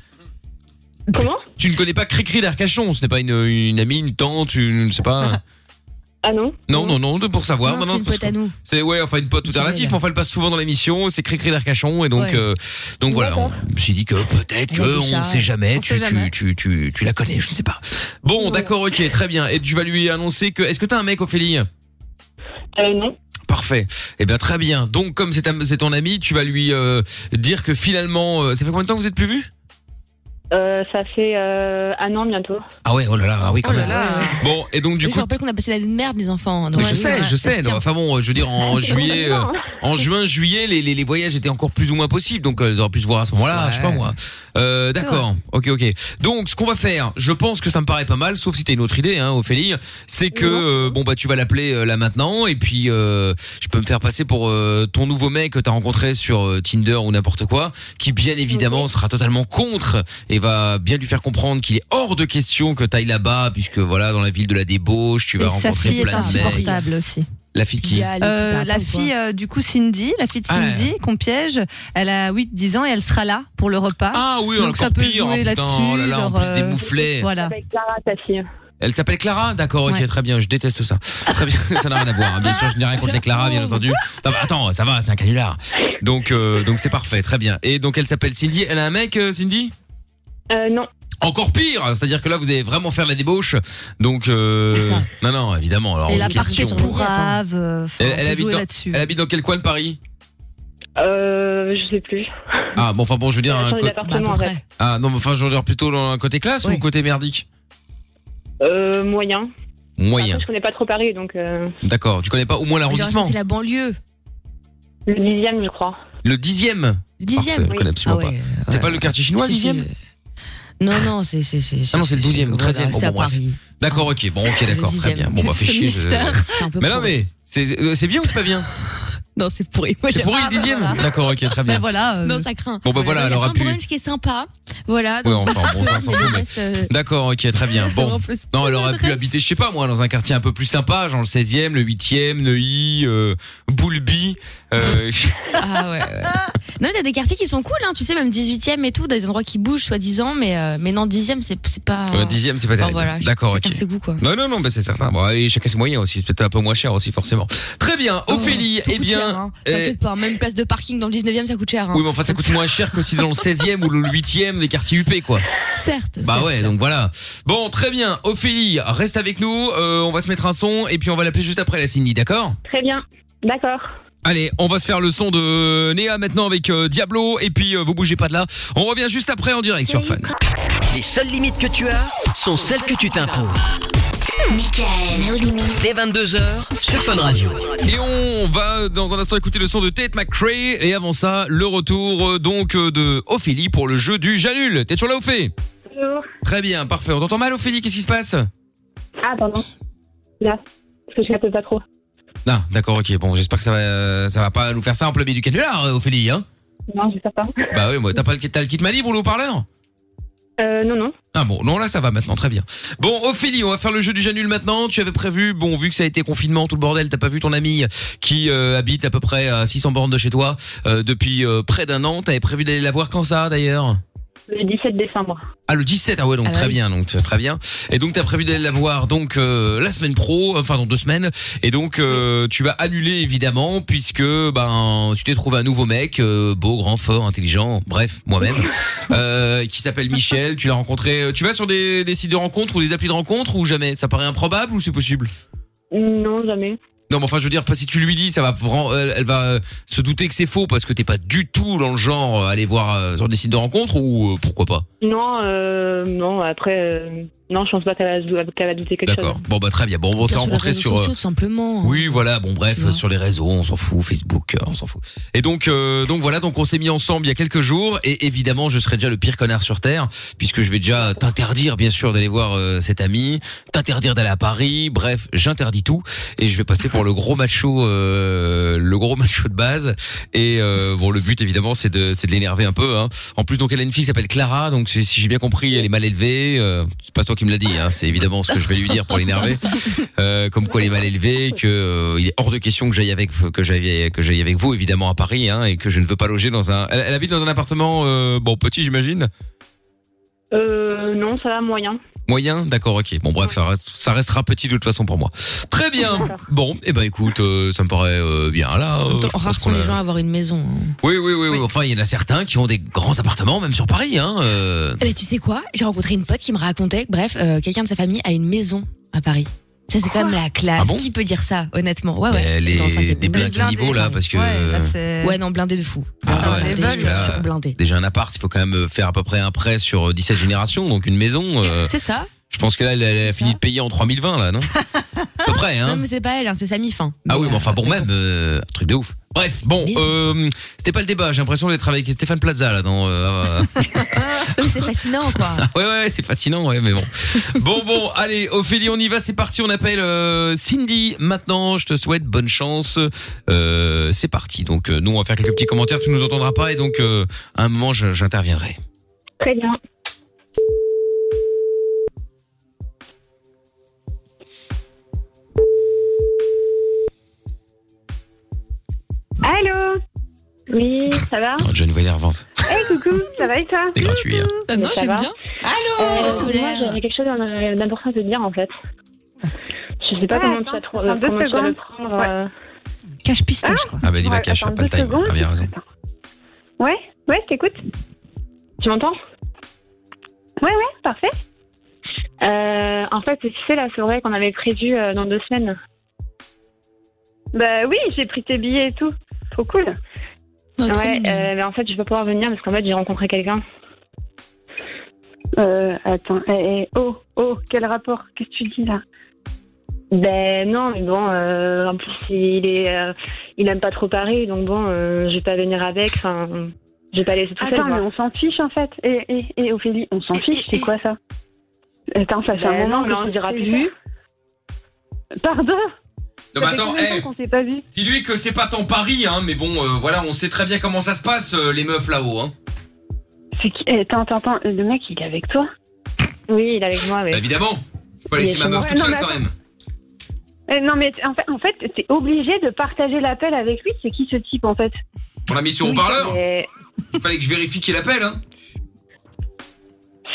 [SPEAKER 13] Comment
[SPEAKER 2] Tu ne connais pas Cricri d'Arcachon Ce n'est pas une, une amie, une tante, une, je sais pas.
[SPEAKER 13] Ah non
[SPEAKER 2] Non, non, non, de- pour savoir.
[SPEAKER 7] Non,
[SPEAKER 2] bah Non, non,
[SPEAKER 7] c'est une
[SPEAKER 2] parce
[SPEAKER 7] pote
[SPEAKER 2] que-
[SPEAKER 7] à nous.
[SPEAKER 2] c'est ouais, enfin une pote tout à relatif, mais enfin elle passe souvent dans l'émission. C'est Cricri d'Arcachon et donc
[SPEAKER 7] Ouais.
[SPEAKER 2] euh, donc voilà. On, j'ai dit que peut-être
[SPEAKER 7] Il y a
[SPEAKER 2] que
[SPEAKER 7] des
[SPEAKER 2] on
[SPEAKER 7] chats.
[SPEAKER 2] sait jamais.
[SPEAKER 7] On
[SPEAKER 2] Tu,
[SPEAKER 7] sait jamais.
[SPEAKER 2] Tu, tu tu tu la connais, je ne sais pas. Bon, d'accord, ok, très bien. Et tu vas lui annoncer que est-ce que t'as un mec, Ophélie
[SPEAKER 13] Euh, non.
[SPEAKER 2] Parfait. Eh bien, très bien. Donc, comme c'est ta- c'est ton ami, tu vas lui euh, dire que finalement, euh, ça fait combien de temps que vous êtes plus vus
[SPEAKER 13] Euh, ça fait euh, un an bientôt.
[SPEAKER 2] Ah ouais, oh là là, ah oui quand même. Bon, et donc du
[SPEAKER 7] Oui,
[SPEAKER 2] coup,
[SPEAKER 7] je rappelle qu'on a passé la merde, les enfants. Donc,
[SPEAKER 2] Mais je
[SPEAKER 7] voilà,
[SPEAKER 2] sais,
[SPEAKER 7] ça
[SPEAKER 2] je
[SPEAKER 7] se
[SPEAKER 2] sais.
[SPEAKER 7] tient.
[SPEAKER 2] Non, enfin bon, euh, je veux dire, en
[SPEAKER 7] C'est
[SPEAKER 2] juillet, euh,
[SPEAKER 7] complètement.
[SPEAKER 2] en juin, juillet, les, les, les voyages étaient encore plus ou moins possibles, donc euh, ils auraient pu se voir à ce moment-là, je sais pas moi. Euh, D'accord, ok, ok. Donc, ce qu'on va faire, je pense que ça me paraît pas mal, sauf si t'as une autre idée, hein, Ophélie, c'est que euh, bon bah tu vas l'appeler euh, là maintenant, et puis euh, je peux me faire passer pour euh, ton nouveau mec que t'as rencontré sur euh, Tinder ou n'importe quoi, qui bien évidemment sera totalement contre et va bien lui faire comprendre qu'il est hors de question que t'ailles là-bas, puisque voilà, dans la ville de la débauche, tu vas
[SPEAKER 5] Et sa
[SPEAKER 2] rencontrer
[SPEAKER 5] fille est
[SPEAKER 2] plein de mecs.
[SPEAKER 5] insupportable aussi.
[SPEAKER 2] La fille qui Ah,
[SPEAKER 5] Euh, la fille euh, du coup Cindy, la fille de Cindy qu'on piège, elle a 8-10 ans et elle sera là pour le repas.
[SPEAKER 2] Ah oui,
[SPEAKER 5] Donc
[SPEAKER 2] encore
[SPEAKER 5] ça peut
[SPEAKER 2] pire,
[SPEAKER 5] jouer
[SPEAKER 2] oh
[SPEAKER 5] là-dessus.
[SPEAKER 2] putain, oh là là, en
[SPEAKER 5] genre,
[SPEAKER 2] plus des
[SPEAKER 5] euh,
[SPEAKER 2] mouflets.
[SPEAKER 5] Voilà.
[SPEAKER 13] Clara, ta fille.
[SPEAKER 2] Elle s'appelle Clara D'accord, ok,
[SPEAKER 5] Ouais.
[SPEAKER 2] très bien, je déteste ça. Très bien, ça n'a rien à voir. hein. Bien sûr, je n'ai rien contre les Clara, bien entendu. Non, mais attends, ça va, c'est un canular. Donc, euh, donc c'est parfait, très bien. Et donc, elle s'appelle Cindy. Elle a un mec, euh, Cindy
[SPEAKER 13] Euh, non.
[SPEAKER 2] Encore pire C'est-à-dire que là, vous allez vraiment faire la débauche. Donc, euh, non, non, évidemment. Alors,
[SPEAKER 5] Et la
[SPEAKER 2] hors de Oh, question.
[SPEAKER 5] partie pour Rave, euh, enfin,
[SPEAKER 2] Elle,
[SPEAKER 5] on
[SPEAKER 2] elle
[SPEAKER 5] peut
[SPEAKER 2] habite
[SPEAKER 5] jouer
[SPEAKER 2] dans,
[SPEAKER 5] là-dessus.
[SPEAKER 2] elle habite dans quel coin de Paris
[SPEAKER 13] Euh, je sais plus.
[SPEAKER 2] Ah, bon, enfin bon, je veux dire...
[SPEAKER 13] Dans
[SPEAKER 2] Un
[SPEAKER 13] les
[SPEAKER 2] co-
[SPEAKER 13] appartements, en fait.
[SPEAKER 2] Ah, non, mais enfin, je veux dire plutôt dans un côté classe ou côté merdique
[SPEAKER 13] Euh, moyen.
[SPEAKER 2] Moyen.
[SPEAKER 13] Je connais pas trop Paris, donc euh,
[SPEAKER 2] D'accord, tu connais pas au moins l'arrondissement
[SPEAKER 7] C'est la banlieue.
[SPEAKER 13] le dixième, je crois.
[SPEAKER 2] Le dixième
[SPEAKER 7] Dixième,
[SPEAKER 2] Parfait,
[SPEAKER 7] oui.
[SPEAKER 2] Je connais absolument
[SPEAKER 7] Ah ouais,
[SPEAKER 2] pas. C'est pas le quartier chinois,
[SPEAKER 7] Si,
[SPEAKER 2] le
[SPEAKER 7] si,
[SPEAKER 2] dixième
[SPEAKER 7] Non, non, c'est. c'est- c'est-
[SPEAKER 2] Ah non, c'est le douzième, le
[SPEAKER 7] voilà,
[SPEAKER 2] treizième. Bon,
[SPEAKER 7] c'est à
[SPEAKER 2] bon, bref.
[SPEAKER 7] Paris.
[SPEAKER 2] D'accord, ok, bon, ok, d'accord, très
[SPEAKER 7] dixième.
[SPEAKER 2] bien. Bon, bah, fais
[SPEAKER 7] C'est
[SPEAKER 2] chier. je-
[SPEAKER 7] mystère. C'est un peu
[SPEAKER 2] Mais non,
[SPEAKER 7] pourri.
[SPEAKER 2] mais c'est euh, c'est bien ou c'est pas bien
[SPEAKER 7] Non, c'est pourri. Moi,
[SPEAKER 2] C'est
[SPEAKER 7] j'aime
[SPEAKER 2] pourri
[SPEAKER 7] pas. Bah,
[SPEAKER 2] le dixième D'accord, ok, très bien.
[SPEAKER 7] Non, ça craint.
[SPEAKER 2] Bon, bah, voilà, elle
[SPEAKER 7] Il y a
[SPEAKER 2] aura
[SPEAKER 7] un
[SPEAKER 2] pu-
[SPEAKER 7] brunch qui est sympa. Voilà.
[SPEAKER 2] Ouais,
[SPEAKER 7] donc-
[SPEAKER 2] enfin, bon, ça, on s'en fout, mais-
[SPEAKER 7] Euh,
[SPEAKER 2] D'accord, ok, très bien.
[SPEAKER 7] Ça
[SPEAKER 2] Bon,
[SPEAKER 7] rend plus-
[SPEAKER 2] non, elle aurait pu habiter, je sais pas moi, dans un quartier un peu plus sympa, genre le 16e, le 8e, Neuilly, euh, Boulby. euh,
[SPEAKER 7] Ah ouais, ouais. Non, mais t'as des quartiers qui sont cool, hein, tu sais, même 18e et tout, des endroits qui bougent, soi-disant, mais, euh, mais non, 10e, c'est c'est pas.
[SPEAKER 2] euh, 10e, c'est pas
[SPEAKER 7] Ah. Enfin,
[SPEAKER 2] terrible.
[SPEAKER 7] voilà,
[SPEAKER 2] D'accord,
[SPEAKER 7] chacun
[SPEAKER 2] ok.
[SPEAKER 7] ses goûts, quoi.
[SPEAKER 2] Non, non, non, bah c'est certain. Bon, et chacun ses moyens aussi. C'est peut-être un peu moins cher aussi, forcément. Très bien. Ophélie, eh bien.
[SPEAKER 7] hein. Ça
[SPEAKER 2] euh,
[SPEAKER 7] coûte pas. Même une place de parking dans le 19e, ça coûte cher. hein.
[SPEAKER 2] Oui, mais enfin, ça coûte moins cher que si dans le 16e ou le 8e des quartiers UP, quoi.
[SPEAKER 7] Certes.
[SPEAKER 2] Bah
[SPEAKER 7] certes.
[SPEAKER 2] ouais, donc voilà. Bon, très bien. Ophélie, reste avec nous. Euh, on va se mettre un son et puis on va l'appeler juste après la Cindy, d'accord
[SPEAKER 13] Très bien. D'accord.
[SPEAKER 2] Allez, on va se faire le son de Néa maintenant avec euh, Diablo et puis euh, vous bougez pas de là. On revient juste après en direct sur Fun.
[SPEAKER 1] Les seules limites que tu as sont celles que tu t'imposes.
[SPEAKER 10] Michael, nos limites.
[SPEAKER 1] Dès 22h sur Fun Radio.
[SPEAKER 2] Et on va dans un instant écouter le son de Tate McRae et avant ça, le retour euh, donc euh, de Ophélie pour le jeu du Jalul. T'es toujours là, Ophé
[SPEAKER 13] Bonjour.
[SPEAKER 2] Très bien, parfait. On t'entend mal, Ophélie, qu'est-ce qui se passe
[SPEAKER 13] Ah, pardon. Là, parce que je capte pas trop.
[SPEAKER 2] Ah, d'accord, ok. Bon, j'espère que ça va, euh, ça va pas nous faire ça en plein milieu du canular, euh, Ophélie, hein
[SPEAKER 13] Non, j'espère pas.
[SPEAKER 2] Bah oui, moi, t'as pas le, t'as le kit Mali pour le haut-parleur
[SPEAKER 13] Euh, non, non.
[SPEAKER 2] Ah bon, non, là, ça va maintenant, très bien. Bon, Ophélie, on va faire le jeu du Janul maintenant. Tu avais prévu, bon, vu que ça a été confinement, tout le bordel, t'as pas vu ton ami qui euh, habite à peu près à 600 bornes de chez toi euh, depuis euh, près d'un an. T'avais prévu d'aller la voir quand ça, d'ailleurs
[SPEAKER 13] Le 17 décembre.
[SPEAKER 2] ah le 17 ah ouais donc
[SPEAKER 13] Ah bah
[SPEAKER 2] très
[SPEAKER 13] oui.
[SPEAKER 2] bien donc très bien et donc t'as prévu d'aller la voir donc euh, la semaine pro enfin dans deux semaines et donc euh, tu vas annuler évidemment puisque ben tu t'es trouvé un nouveau mec euh, beau grand fort intelligent bref moi-même euh, qui s'appelle Michel tu l'as rencontré euh, tu vas sur des, des sites de rencontres ou des applis de rencontres ou jamais ça paraît improbable ou c'est possible
[SPEAKER 13] Non, jamais.
[SPEAKER 2] non mais enfin je veux dire pas si tu lui dis ça va vra- elle, elle va euh, se douter que c'est faux parce que t'es pas du tout dans le genre euh, aller voir euh, sur des sites de rencontres ou euh, pourquoi pas
[SPEAKER 13] Non, euh, non, après, euh, Non, je pense pas qu'elle va, qu'elle va douter quelque chose.
[SPEAKER 2] D'accord. Bon bah très bien. Bon, on s'est
[SPEAKER 7] Sur les
[SPEAKER 2] rencontrés
[SPEAKER 7] réseaux
[SPEAKER 2] sur.
[SPEAKER 7] sociaux,
[SPEAKER 2] euh,
[SPEAKER 7] tout simplement.
[SPEAKER 2] Oui, voilà. Bon, bref, euh, sur les réseaux, on s'en fout, Facebook, euh, on s'en fout. Et donc, euh, donc voilà, donc on s'est mis ensemble il y a quelques jours. Et évidemment, je serai déjà le pire connard sur terre, puisque je vais déjà t'interdire, bien sûr, d'aller voir euh, cet ami, t'interdire d'aller à Paris. Bref, j'interdis tout, et je vais passer pour le gros macho, euh, le gros macho de base. Et euh, bon, le but, évidemment, c'est de, c'est de l'énerver un peu. Hein. En plus, donc, elle a une fille qui s'appelle Clara. Donc, si si j'ai bien compris, elle est mal élevée. Euh, c'est pas toi qui me l'as dit. Hein. C'est évidemment ce que je vais lui dire pour l'énerver. Euh, comme quoi elle est mal élevée, que euh, il est hors de question que j'aille avec que j'aille que j'aille avec vous évidemment à Paris hein, et que je ne veux pas loger dans un. Elle, elle habite dans un appartement euh, bon petit j'imagine.
[SPEAKER 13] Euh, non, ça va moyen.
[SPEAKER 2] Moyen, d'accord, ok. Bon bref, ça, reste- ça restera petit de toute façon pour moi. Très bien. Bon, et eh ben écoute, euh, ça me paraît euh, bien là. euh, je pense
[SPEAKER 7] Rares sont
[SPEAKER 2] qu'on a-
[SPEAKER 7] les gens à avoir une maison. hein.
[SPEAKER 2] Oui, oui, oui, oui. Enfin, il y en a certains qui ont des grands appartements, même sur Paris. Hein, euh.
[SPEAKER 7] Eh ben, tu sais quoi J'ai rencontré une pote qui me racontait que, bref, euh, quelqu'un de sa famille a une maison à Paris. Ça, c'est quand même la classe.
[SPEAKER 2] Ah bon
[SPEAKER 7] qui peut dire ça, honnêtement Ouais, ouais.
[SPEAKER 2] Ben, les-
[SPEAKER 7] Dans le cinquième.
[SPEAKER 2] des blindés de niveau là, parce que
[SPEAKER 7] Ouais, non, blindé de fou.
[SPEAKER 2] Ah ouais,
[SPEAKER 7] blindé,
[SPEAKER 2] parce
[SPEAKER 7] je
[SPEAKER 2] que là,
[SPEAKER 7] suis blindé.
[SPEAKER 2] déjà un appart, il faut quand même euh, faire à peu près un prêt sur 17 générations, donc une maison. euh,
[SPEAKER 7] C'est ça
[SPEAKER 2] Je pense que là, elle, elle a fini de payer en 3020, là, non À peu près,
[SPEAKER 7] Non,
[SPEAKER 2] hein
[SPEAKER 7] mais c'est pas elle, hein, c'est sa mi-fin.
[SPEAKER 2] Ah oui, mais enfin, bon, même, euh, un truc de ouf. Bref, bon, euh, c'était pas le débat, j'ai l'impression d'être avec Stéphane Plaza, là, dans... euh,
[SPEAKER 7] Oui, c'est fascinant, quoi.
[SPEAKER 2] Ah ouais, ouais, c'est fascinant, ouais, mais bon. Bon, bon, allez, Ophélie, on y va, c'est parti, on appelle euh, Cindy maintenant, je te souhaite bonne chance. Euh, c'est parti, donc euh, nous, on va faire quelques petits commentaires, tu nous entendras pas, et donc, euh, à un moment, je- j'interviendrai.
[SPEAKER 13] Très bien. Allô Oui, ça va
[SPEAKER 2] Je ne vais énervante.
[SPEAKER 13] Hey, coucou, ça va et toi
[SPEAKER 2] C'est gratuit, hein.
[SPEAKER 13] Ah
[SPEAKER 7] Euh, non, j'aime bien. Elle est
[SPEAKER 13] Allô Euh, Moi,
[SPEAKER 7] solaire.
[SPEAKER 13] j'aurais quelque chose d'im- d'important à te dire, en fait. Je sais pas
[SPEAKER 5] Ouais,
[SPEAKER 13] comment
[SPEAKER 5] attends,
[SPEAKER 13] tu vas, te-
[SPEAKER 5] attends deux
[SPEAKER 13] comment tu vas le
[SPEAKER 5] secondes.
[SPEAKER 13] prendre.
[SPEAKER 5] Ouais.
[SPEAKER 13] euh,
[SPEAKER 5] Cache-pistache, quoi.
[SPEAKER 2] Ah ben, il va
[SPEAKER 13] Ouais,
[SPEAKER 2] cacher,
[SPEAKER 13] attends
[SPEAKER 2] pas le
[SPEAKER 13] deux
[SPEAKER 2] time, t'as bien raison.
[SPEAKER 13] Ouais, ouais, je t'écoute. Tu m'entends Ouais, ouais, parfait. Euh, en fait, tu sais la soirée qu'on avait prévue euh, dans deux semaines Bah oui, j'ai pris tes billets et tout. Trop cool. ouais, euh, mais en fait, je vais pas pouvoir venir parce qu'en fait, j'ai rencontré quelqu'un. Euh, attends, eh, eh, oh, oh, quel rapport Qu'est-ce que tu dis là Ben non, mais bon, euh, en plus, il est, euh, il aime pas trop Paris, donc bon, euh, je vais pas venir avec, enfin, je vais pas laisser tout seul.
[SPEAKER 16] Attends, mais on s'en fiche en fait.
[SPEAKER 13] Eh,
[SPEAKER 16] Et, et, et Ophélie, on s'en fiche, c'est quoi ça Attends, ça fait
[SPEAKER 13] Ben
[SPEAKER 16] un moment
[SPEAKER 13] non, mais
[SPEAKER 16] que
[SPEAKER 13] on
[SPEAKER 16] tu
[SPEAKER 13] s'est
[SPEAKER 16] diras
[SPEAKER 13] vu.
[SPEAKER 16] plus. Pardon
[SPEAKER 2] Non, mais
[SPEAKER 16] Ça fait
[SPEAKER 2] attends,
[SPEAKER 16] combien de
[SPEAKER 2] eh,
[SPEAKER 16] temps qu'on s'est pas vu
[SPEAKER 2] Dis-lui que c'est pas ton pari, hein, mais bon, euh, voilà, on sait très bien comment ça se passe, euh, les meufs là-haut. Hein.
[SPEAKER 16] C'est qui eh, Attends, attends, attends, le mec il est avec toi
[SPEAKER 13] Oui, il est avec moi, mais.
[SPEAKER 2] Bah, évidemment, je peux pas
[SPEAKER 16] Il
[SPEAKER 2] laisser
[SPEAKER 16] est
[SPEAKER 2] ma
[SPEAKER 16] chez
[SPEAKER 2] meuf
[SPEAKER 16] moi.
[SPEAKER 2] toute
[SPEAKER 16] Non,
[SPEAKER 2] seule
[SPEAKER 16] mais
[SPEAKER 2] quand
[SPEAKER 16] attends.
[SPEAKER 2] même.
[SPEAKER 16] Eh, Non, mais t- en fait, en fait t'es obligé de partager l'appel avec lui. C'est qui ce type en fait
[SPEAKER 2] On l'a mis sur
[SPEAKER 16] Oui,
[SPEAKER 2] haut-parleur.
[SPEAKER 16] mais-
[SPEAKER 2] Il fallait que je vérifie qu'il appelle. Hein.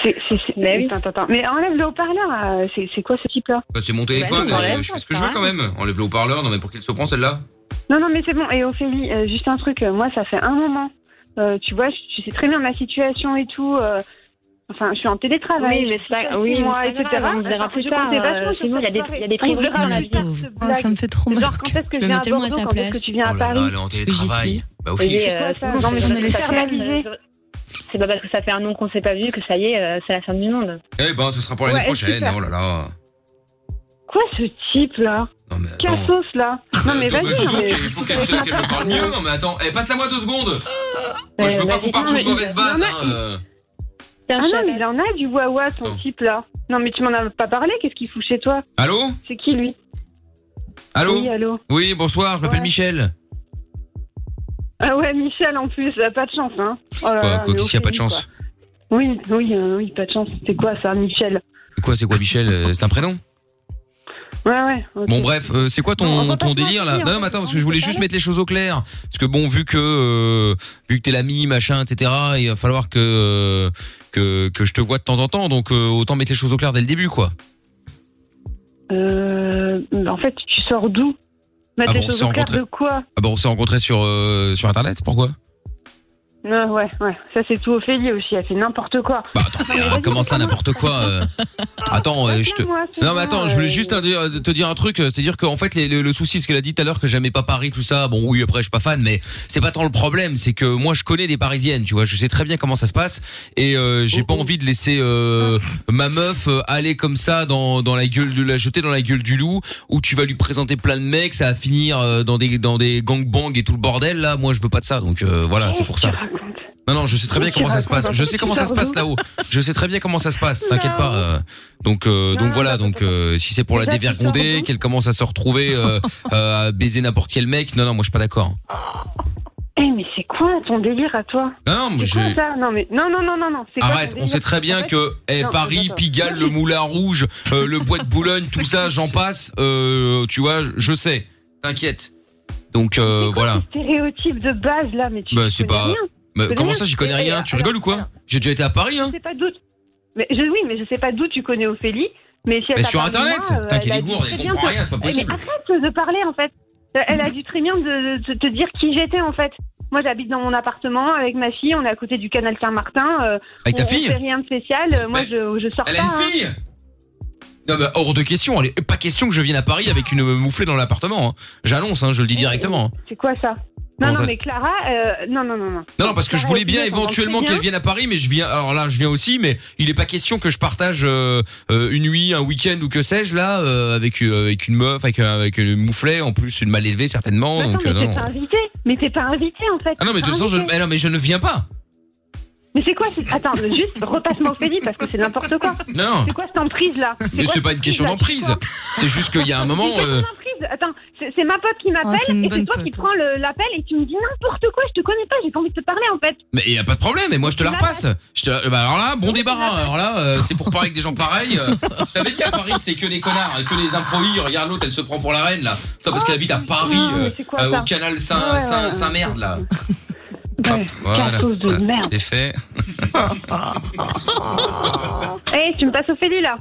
[SPEAKER 16] C'est, c'est, c'est- Attends, attends, attends. Mais enlève le haut-parleur là. C'est, c'est quoi ce type là
[SPEAKER 2] Bah, c'est mon téléphone,
[SPEAKER 16] Bah, non,
[SPEAKER 2] euh,
[SPEAKER 16] enlève
[SPEAKER 2] je
[SPEAKER 16] ça,
[SPEAKER 2] fais ce que je
[SPEAKER 16] ça
[SPEAKER 2] veux
[SPEAKER 16] va.
[SPEAKER 2] quand même. Enlève le haut-parleur, non mais pour qu'il se prend celle-là.
[SPEAKER 16] Non, non, mais c'est bon. Et Ophélie, euh, juste un truc. euh, Moi, ça fait un moment. Euh, tu vois, je, tu sais très bien ma situation et tout. euh, enfin, je suis en télétravail.
[SPEAKER 13] Oui, mais c'est pas-
[SPEAKER 16] ça,
[SPEAKER 13] oui, mais
[SPEAKER 16] moi,
[SPEAKER 13] c'est
[SPEAKER 16] etc.
[SPEAKER 13] pas grave, on se verra
[SPEAKER 16] Attends,
[SPEAKER 13] plus
[SPEAKER 16] je
[SPEAKER 13] tard,
[SPEAKER 16] comptais
[SPEAKER 13] euh,
[SPEAKER 16] vachement
[SPEAKER 13] chez
[SPEAKER 16] sur
[SPEAKER 13] nous, il y a
[SPEAKER 16] cette
[SPEAKER 13] des-
[SPEAKER 16] soirée.
[SPEAKER 13] il y a des
[SPEAKER 16] Ah, oui,
[SPEAKER 13] privilèges
[SPEAKER 16] vraiment,
[SPEAKER 13] dans la
[SPEAKER 16] la
[SPEAKER 13] vie.
[SPEAKER 16] pauvre.
[SPEAKER 13] Pauvre.
[SPEAKER 16] Blague.
[SPEAKER 5] Ah, ça me fait trop mal.
[SPEAKER 16] Genre, quand est-ce
[SPEAKER 5] Je
[SPEAKER 16] que je
[SPEAKER 5] me
[SPEAKER 16] viens à
[SPEAKER 5] mets tellement à
[SPEAKER 16] Bordeaux
[SPEAKER 5] sa
[SPEAKER 16] Quand est-ce que
[SPEAKER 5] place.
[SPEAKER 16] tu viens
[SPEAKER 5] Oh
[SPEAKER 16] à
[SPEAKER 5] là là,
[SPEAKER 16] Paris
[SPEAKER 5] elle est en
[SPEAKER 16] Parce que j'y
[SPEAKER 5] télétravail.
[SPEAKER 16] suis.
[SPEAKER 2] Bah
[SPEAKER 16] Et,
[SPEAKER 2] oui.
[SPEAKER 16] euh,
[SPEAKER 13] Ouais,
[SPEAKER 16] c'est
[SPEAKER 13] ça,
[SPEAKER 16] bon,
[SPEAKER 13] non,
[SPEAKER 16] c'est
[SPEAKER 13] mais
[SPEAKER 16] bon,
[SPEAKER 13] je-
[SPEAKER 16] c'est
[SPEAKER 13] ça fait un-
[SPEAKER 16] verbalisé.
[SPEAKER 13] C'est pas parce que ça fait un an qu'on s'est pas vu que ça y est, euh, c'est la fin du monde.
[SPEAKER 2] Eh ben, ce sera pour l'année
[SPEAKER 16] Ouais,
[SPEAKER 2] prochaine.
[SPEAKER 16] super.
[SPEAKER 2] Oh là là.
[SPEAKER 16] Quoi ce type là Cassos là Non, mais
[SPEAKER 2] Attends,
[SPEAKER 16] vas-y.
[SPEAKER 2] bah, dis
[SPEAKER 16] non,
[SPEAKER 2] donc,
[SPEAKER 16] mais- Ah,
[SPEAKER 2] il faut qu'elle se- qu'elle me parle mieux. Non mais attends, eh, passe-la-moi deux secondes. Moi, je veux
[SPEAKER 16] Euh,
[SPEAKER 2] pas
[SPEAKER 16] vas-y,
[SPEAKER 2] qu'on parte
[SPEAKER 16] non,
[SPEAKER 2] sur une
[SPEAKER 16] mais-
[SPEAKER 2] mauvaise base.
[SPEAKER 16] non,
[SPEAKER 2] hein, euh.
[SPEAKER 16] Ah non, mais il en a du wawa, ton
[SPEAKER 2] Oh.
[SPEAKER 16] type là. Non, mais tu m'en as pas parlé. Qu'est-ce qu'il fout chez toi
[SPEAKER 2] Allô
[SPEAKER 16] C'est qui lui
[SPEAKER 2] Allô
[SPEAKER 16] Oui, allô.
[SPEAKER 2] Oui, bonsoir, je m'appelle Michel.
[SPEAKER 16] Ah ouais, Michel en plus, euh, pas de chance, hein. Oh
[SPEAKER 2] Quoi,
[SPEAKER 16] là là,
[SPEAKER 2] quoi
[SPEAKER 16] mais
[SPEAKER 2] qu'est-ce qu'il y a pas de
[SPEAKER 16] Ophélie,
[SPEAKER 2] chance
[SPEAKER 16] quoi. Oui, oui, euh, oui, pas de chance. C'est quoi ça, Michel
[SPEAKER 2] Quoi, c'est quoi Michel Euh, C'est un prénom
[SPEAKER 16] Ouais, ouais. ok.
[SPEAKER 2] Bon bref, euh, c'est quoi ton, ton délire là Non, non, mais attends, parce que je voulais juste mettre les choses au clair. Parce que bon, vu que euh, vu que t'es l'ami, machin, etc. Il va falloir que euh, que que je te vois de temps en temps. Donc euh, autant mettre les choses au clair dès le début, quoi.
[SPEAKER 16] Euh, en fait, tu sors d'où
[SPEAKER 2] Ah
[SPEAKER 16] Mettre
[SPEAKER 2] bon,
[SPEAKER 16] les
[SPEAKER 2] on
[SPEAKER 16] choses
[SPEAKER 2] s'est
[SPEAKER 16] au clair
[SPEAKER 2] rencontrés-
[SPEAKER 16] de quoi
[SPEAKER 2] Ah bah on s'est rencontrés sur euh, sur internet. Pourquoi
[SPEAKER 16] Ouais, ouais, ouais. Ça, c'est tout Ophélie aussi. Elle fait n'importe quoi.
[SPEAKER 2] Mais, euh, comment ça, n'importe quoi euh. Attends, euh, je te.
[SPEAKER 16] moi, c'est
[SPEAKER 2] Non, mais attends,
[SPEAKER 16] moi, euh.
[SPEAKER 2] je voulais juste te dire- te dire un truc. euh, C'est-à-dire qu'en fait, les- le, le souci, ce qu'elle a dit tout à l'heure, que j'aimais pas Paris, tout ça. Bon, oui, après, je suis pas fan, mais c'est pas tant le problème. C'est que moi, je connais des Parisiennes, tu vois. Je sais très bien comment ça se passe. Et euh, j'ai
[SPEAKER 16] Oh,
[SPEAKER 2] pas envie de laisser euh, ma meuf euh, aller comme ça dans, dans la gueule de la jeter dans la gueule du loup, où tu vas lui présenter plein de mecs, ça va finir euh, dans des dans des gangbangs et tout le bordel. Là, moi, je veux pas de ça. Donc euh, voilà,
[SPEAKER 16] Oh,
[SPEAKER 2] c'est pour ça. Non, non, je sais très bien
[SPEAKER 6] Qu'est-ce
[SPEAKER 2] comment ça se
[SPEAKER 6] qu'il raconte
[SPEAKER 2] passe. Je
[SPEAKER 6] un
[SPEAKER 2] sais
[SPEAKER 6] truc
[SPEAKER 2] comment ça se passe
[SPEAKER 6] super
[SPEAKER 2] là-haut. Je sais très bien comment ça se passe. T'inquiète pas. euh, donc, euh, donc voilà. Donc, euh, si c'est pour la
[SPEAKER 6] Déjà,
[SPEAKER 2] dévergonder, qu'elle commence à se retrouver euh, euh, à baiser n'importe quel mec, non, non, moi je suis pas d'accord.
[SPEAKER 16] Eh, mais c'est quoi ton délire à toi
[SPEAKER 2] Non, non, mais
[SPEAKER 16] C'est quoi
[SPEAKER 2] j'ai.
[SPEAKER 16] ça Non, mais non, non, non, non, non. c'est quoi
[SPEAKER 2] Arrête,
[SPEAKER 16] ton
[SPEAKER 2] on
[SPEAKER 16] délire
[SPEAKER 2] sait très bien que eh,
[SPEAKER 16] non,
[SPEAKER 2] Paris,
[SPEAKER 16] attends.
[SPEAKER 2] Pigalle, le Moulin Rouge, euh, le Bois de Boulogne, tout ça, j'en passe. euh, tu vois, je- je sais. T'inquiète. Donc euh, voilà.
[SPEAKER 16] Stéréotype de base, là, mais tu.
[SPEAKER 2] Bah c'est
[SPEAKER 16] tu connais
[SPEAKER 2] pas.
[SPEAKER 16] rien.
[SPEAKER 2] Bah,
[SPEAKER 16] Tu
[SPEAKER 2] comment
[SPEAKER 16] connais
[SPEAKER 2] ça, j'y connais
[SPEAKER 16] rien.
[SPEAKER 2] rien Tu rigoles ou quoi J'ai déjà été à Paris, hein
[SPEAKER 16] Je sais pas d'où. Mais je, oui, mais je sais pas d'où tu connais Ophélie. Mais si elle
[SPEAKER 2] Mais
[SPEAKER 16] t'a
[SPEAKER 2] sur
[SPEAKER 16] parlé de
[SPEAKER 2] Internet,
[SPEAKER 16] moi, euh,
[SPEAKER 2] putain, qu'elle
[SPEAKER 16] elle a
[SPEAKER 2] est
[SPEAKER 16] dû
[SPEAKER 2] gourde,
[SPEAKER 16] très
[SPEAKER 2] elle
[SPEAKER 16] bien
[SPEAKER 2] comprend
[SPEAKER 16] te-
[SPEAKER 2] rien, c'est pas
[SPEAKER 16] Eh,
[SPEAKER 2] possible. Mm.
[SPEAKER 16] Mais arrête de parler en fait. Euh, Elle a dû très bien de, de- de te dire qui j'étais en fait. Moi, j'habite dans mon appartement avec ma fille. On est à côté du canal Saint-Martin. euh,
[SPEAKER 2] Avec ta
[SPEAKER 16] on- on
[SPEAKER 2] fille
[SPEAKER 16] fait rien de spécial. euh, Moi,
[SPEAKER 2] Mais
[SPEAKER 16] je, je sors
[SPEAKER 2] elle a
[SPEAKER 16] pas.
[SPEAKER 2] une
[SPEAKER 16] hein.
[SPEAKER 2] fille Non, mais hors de question. Allez, pas question que je vienne à Paris avec une mouflée dans l'appartement. hein. J'annonce, hein, je le dis directement.
[SPEAKER 16] C'est quoi ça
[SPEAKER 2] Comment
[SPEAKER 16] Non, non,
[SPEAKER 2] ça
[SPEAKER 16] mais Clara, euh, non, non, non, non.
[SPEAKER 2] Non, non, parce que je voulais bien éventuellement qu'elle vienne à Paris, mais je viens. Alors là, je viens aussi, mais il est pas question que je partage euh, euh, une nuit, un week-end ou que sais-je là euh, avec euh, avec une meuf, avec un- avec une mouflet, en plus une mal élevée certainement.
[SPEAKER 16] Attends,
[SPEAKER 2] donc euh,
[SPEAKER 16] mais
[SPEAKER 2] non.
[SPEAKER 16] t'es pas invité. Mais t'es pas invité en fait.
[SPEAKER 2] Ah non, mais de
[SPEAKER 16] T'es
[SPEAKER 2] toute
[SPEAKER 16] pas
[SPEAKER 2] façon, je,
[SPEAKER 16] invité.
[SPEAKER 2] eh non, mais je ne viens pas.
[SPEAKER 16] Mais c'est quoi c'est- Attends, mais juste repasse-moi Ophélie parce que c'est n'importe quoi.
[SPEAKER 2] Non.
[SPEAKER 16] C'est quoi cette emprise là
[SPEAKER 2] Mais c'est pas une question d'emprise. C'est juste qu'il y a un moment. euh,
[SPEAKER 16] Emprise Attends, c'est c'est ma pote qui m'appelle
[SPEAKER 5] Ah, c'est une
[SPEAKER 16] et c'est
[SPEAKER 5] bonne
[SPEAKER 16] toi qui prends le- l'appel et tu me dis n'importe quoi, je te connais pas, j'ai pas envie de te parler en fait.
[SPEAKER 2] Mais y a pas de problème, et moi je te la repasse. Je te la- bah, alors là, bon débarras. Alors là, euh, c'est pour parler avec des gens pareils. euh. Je t'avais dit à Paris, c'est que des connards, que des improvis. Regarde l'autre, elle se prend pour la reine là. Toi, parce qu'elle habite à Paris,
[SPEAKER 16] Ah mais
[SPEAKER 2] euh,
[SPEAKER 16] c'est quoi,
[SPEAKER 2] euh,
[SPEAKER 16] ça
[SPEAKER 2] au canal
[SPEAKER 16] Ouais,
[SPEAKER 2] Saint,
[SPEAKER 16] ouais,
[SPEAKER 2] Saint,
[SPEAKER 16] ouais.
[SPEAKER 2] Saint merde là.
[SPEAKER 16] Ouais,
[SPEAKER 2] Ah,
[SPEAKER 16] cartouche de
[SPEAKER 2] ça,
[SPEAKER 16] merde.
[SPEAKER 2] c'est fait.
[SPEAKER 16] Eh, tu me passes Ophélie là.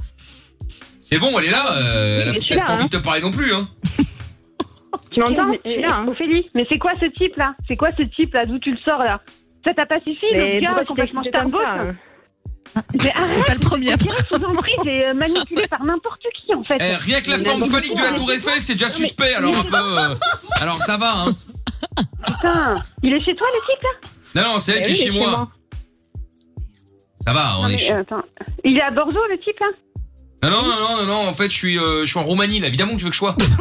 [SPEAKER 2] C'est bon, elle est là. euh, elle a
[SPEAKER 16] Mais je suis
[SPEAKER 2] peut-être
[SPEAKER 16] là,
[SPEAKER 2] pas envie
[SPEAKER 16] hein.
[SPEAKER 2] de te parler non plus. Hein.
[SPEAKER 16] Tu m'entends eh,
[SPEAKER 13] hein.
[SPEAKER 16] Ophélie, mais c'est quoi ce type là C'est quoi ce type là D'où tu le sors là Ça t'a pas suffi
[SPEAKER 13] Mais
[SPEAKER 16] le gars
[SPEAKER 13] pourquoi tu
[SPEAKER 16] complètement
[SPEAKER 13] t'es excité comme
[SPEAKER 16] starbuck
[SPEAKER 13] ça, euh
[SPEAKER 16] là mais arrête, Ah, pas le premier sous emprise et euh, manipulé par n'importe qui en fait.
[SPEAKER 2] Eh, rien que la
[SPEAKER 16] Mais
[SPEAKER 2] forme
[SPEAKER 16] n'importe
[SPEAKER 2] phallique
[SPEAKER 16] qui,
[SPEAKER 2] de la
[SPEAKER 16] hein.
[SPEAKER 2] Tour Eiffel, c'est déjà suspect. Alors un peu. euh, alors ça va. Hein.
[SPEAKER 16] Putain, il est chez toi le type là
[SPEAKER 2] Non, non, c'est elle
[SPEAKER 16] Eh
[SPEAKER 2] qui
[SPEAKER 16] oui,
[SPEAKER 2] est
[SPEAKER 16] il
[SPEAKER 2] chez moi. Ça va, on
[SPEAKER 16] Non,
[SPEAKER 2] est.
[SPEAKER 16] mais,
[SPEAKER 2] chez-
[SPEAKER 16] euh, attends. Il est à Bordeaux le type là
[SPEAKER 2] Non, non, non, non, non, non, en fait, je suis, euh, je suis en Roumanie, là. Évidemment que tu veux que je sois.
[SPEAKER 16] Putain,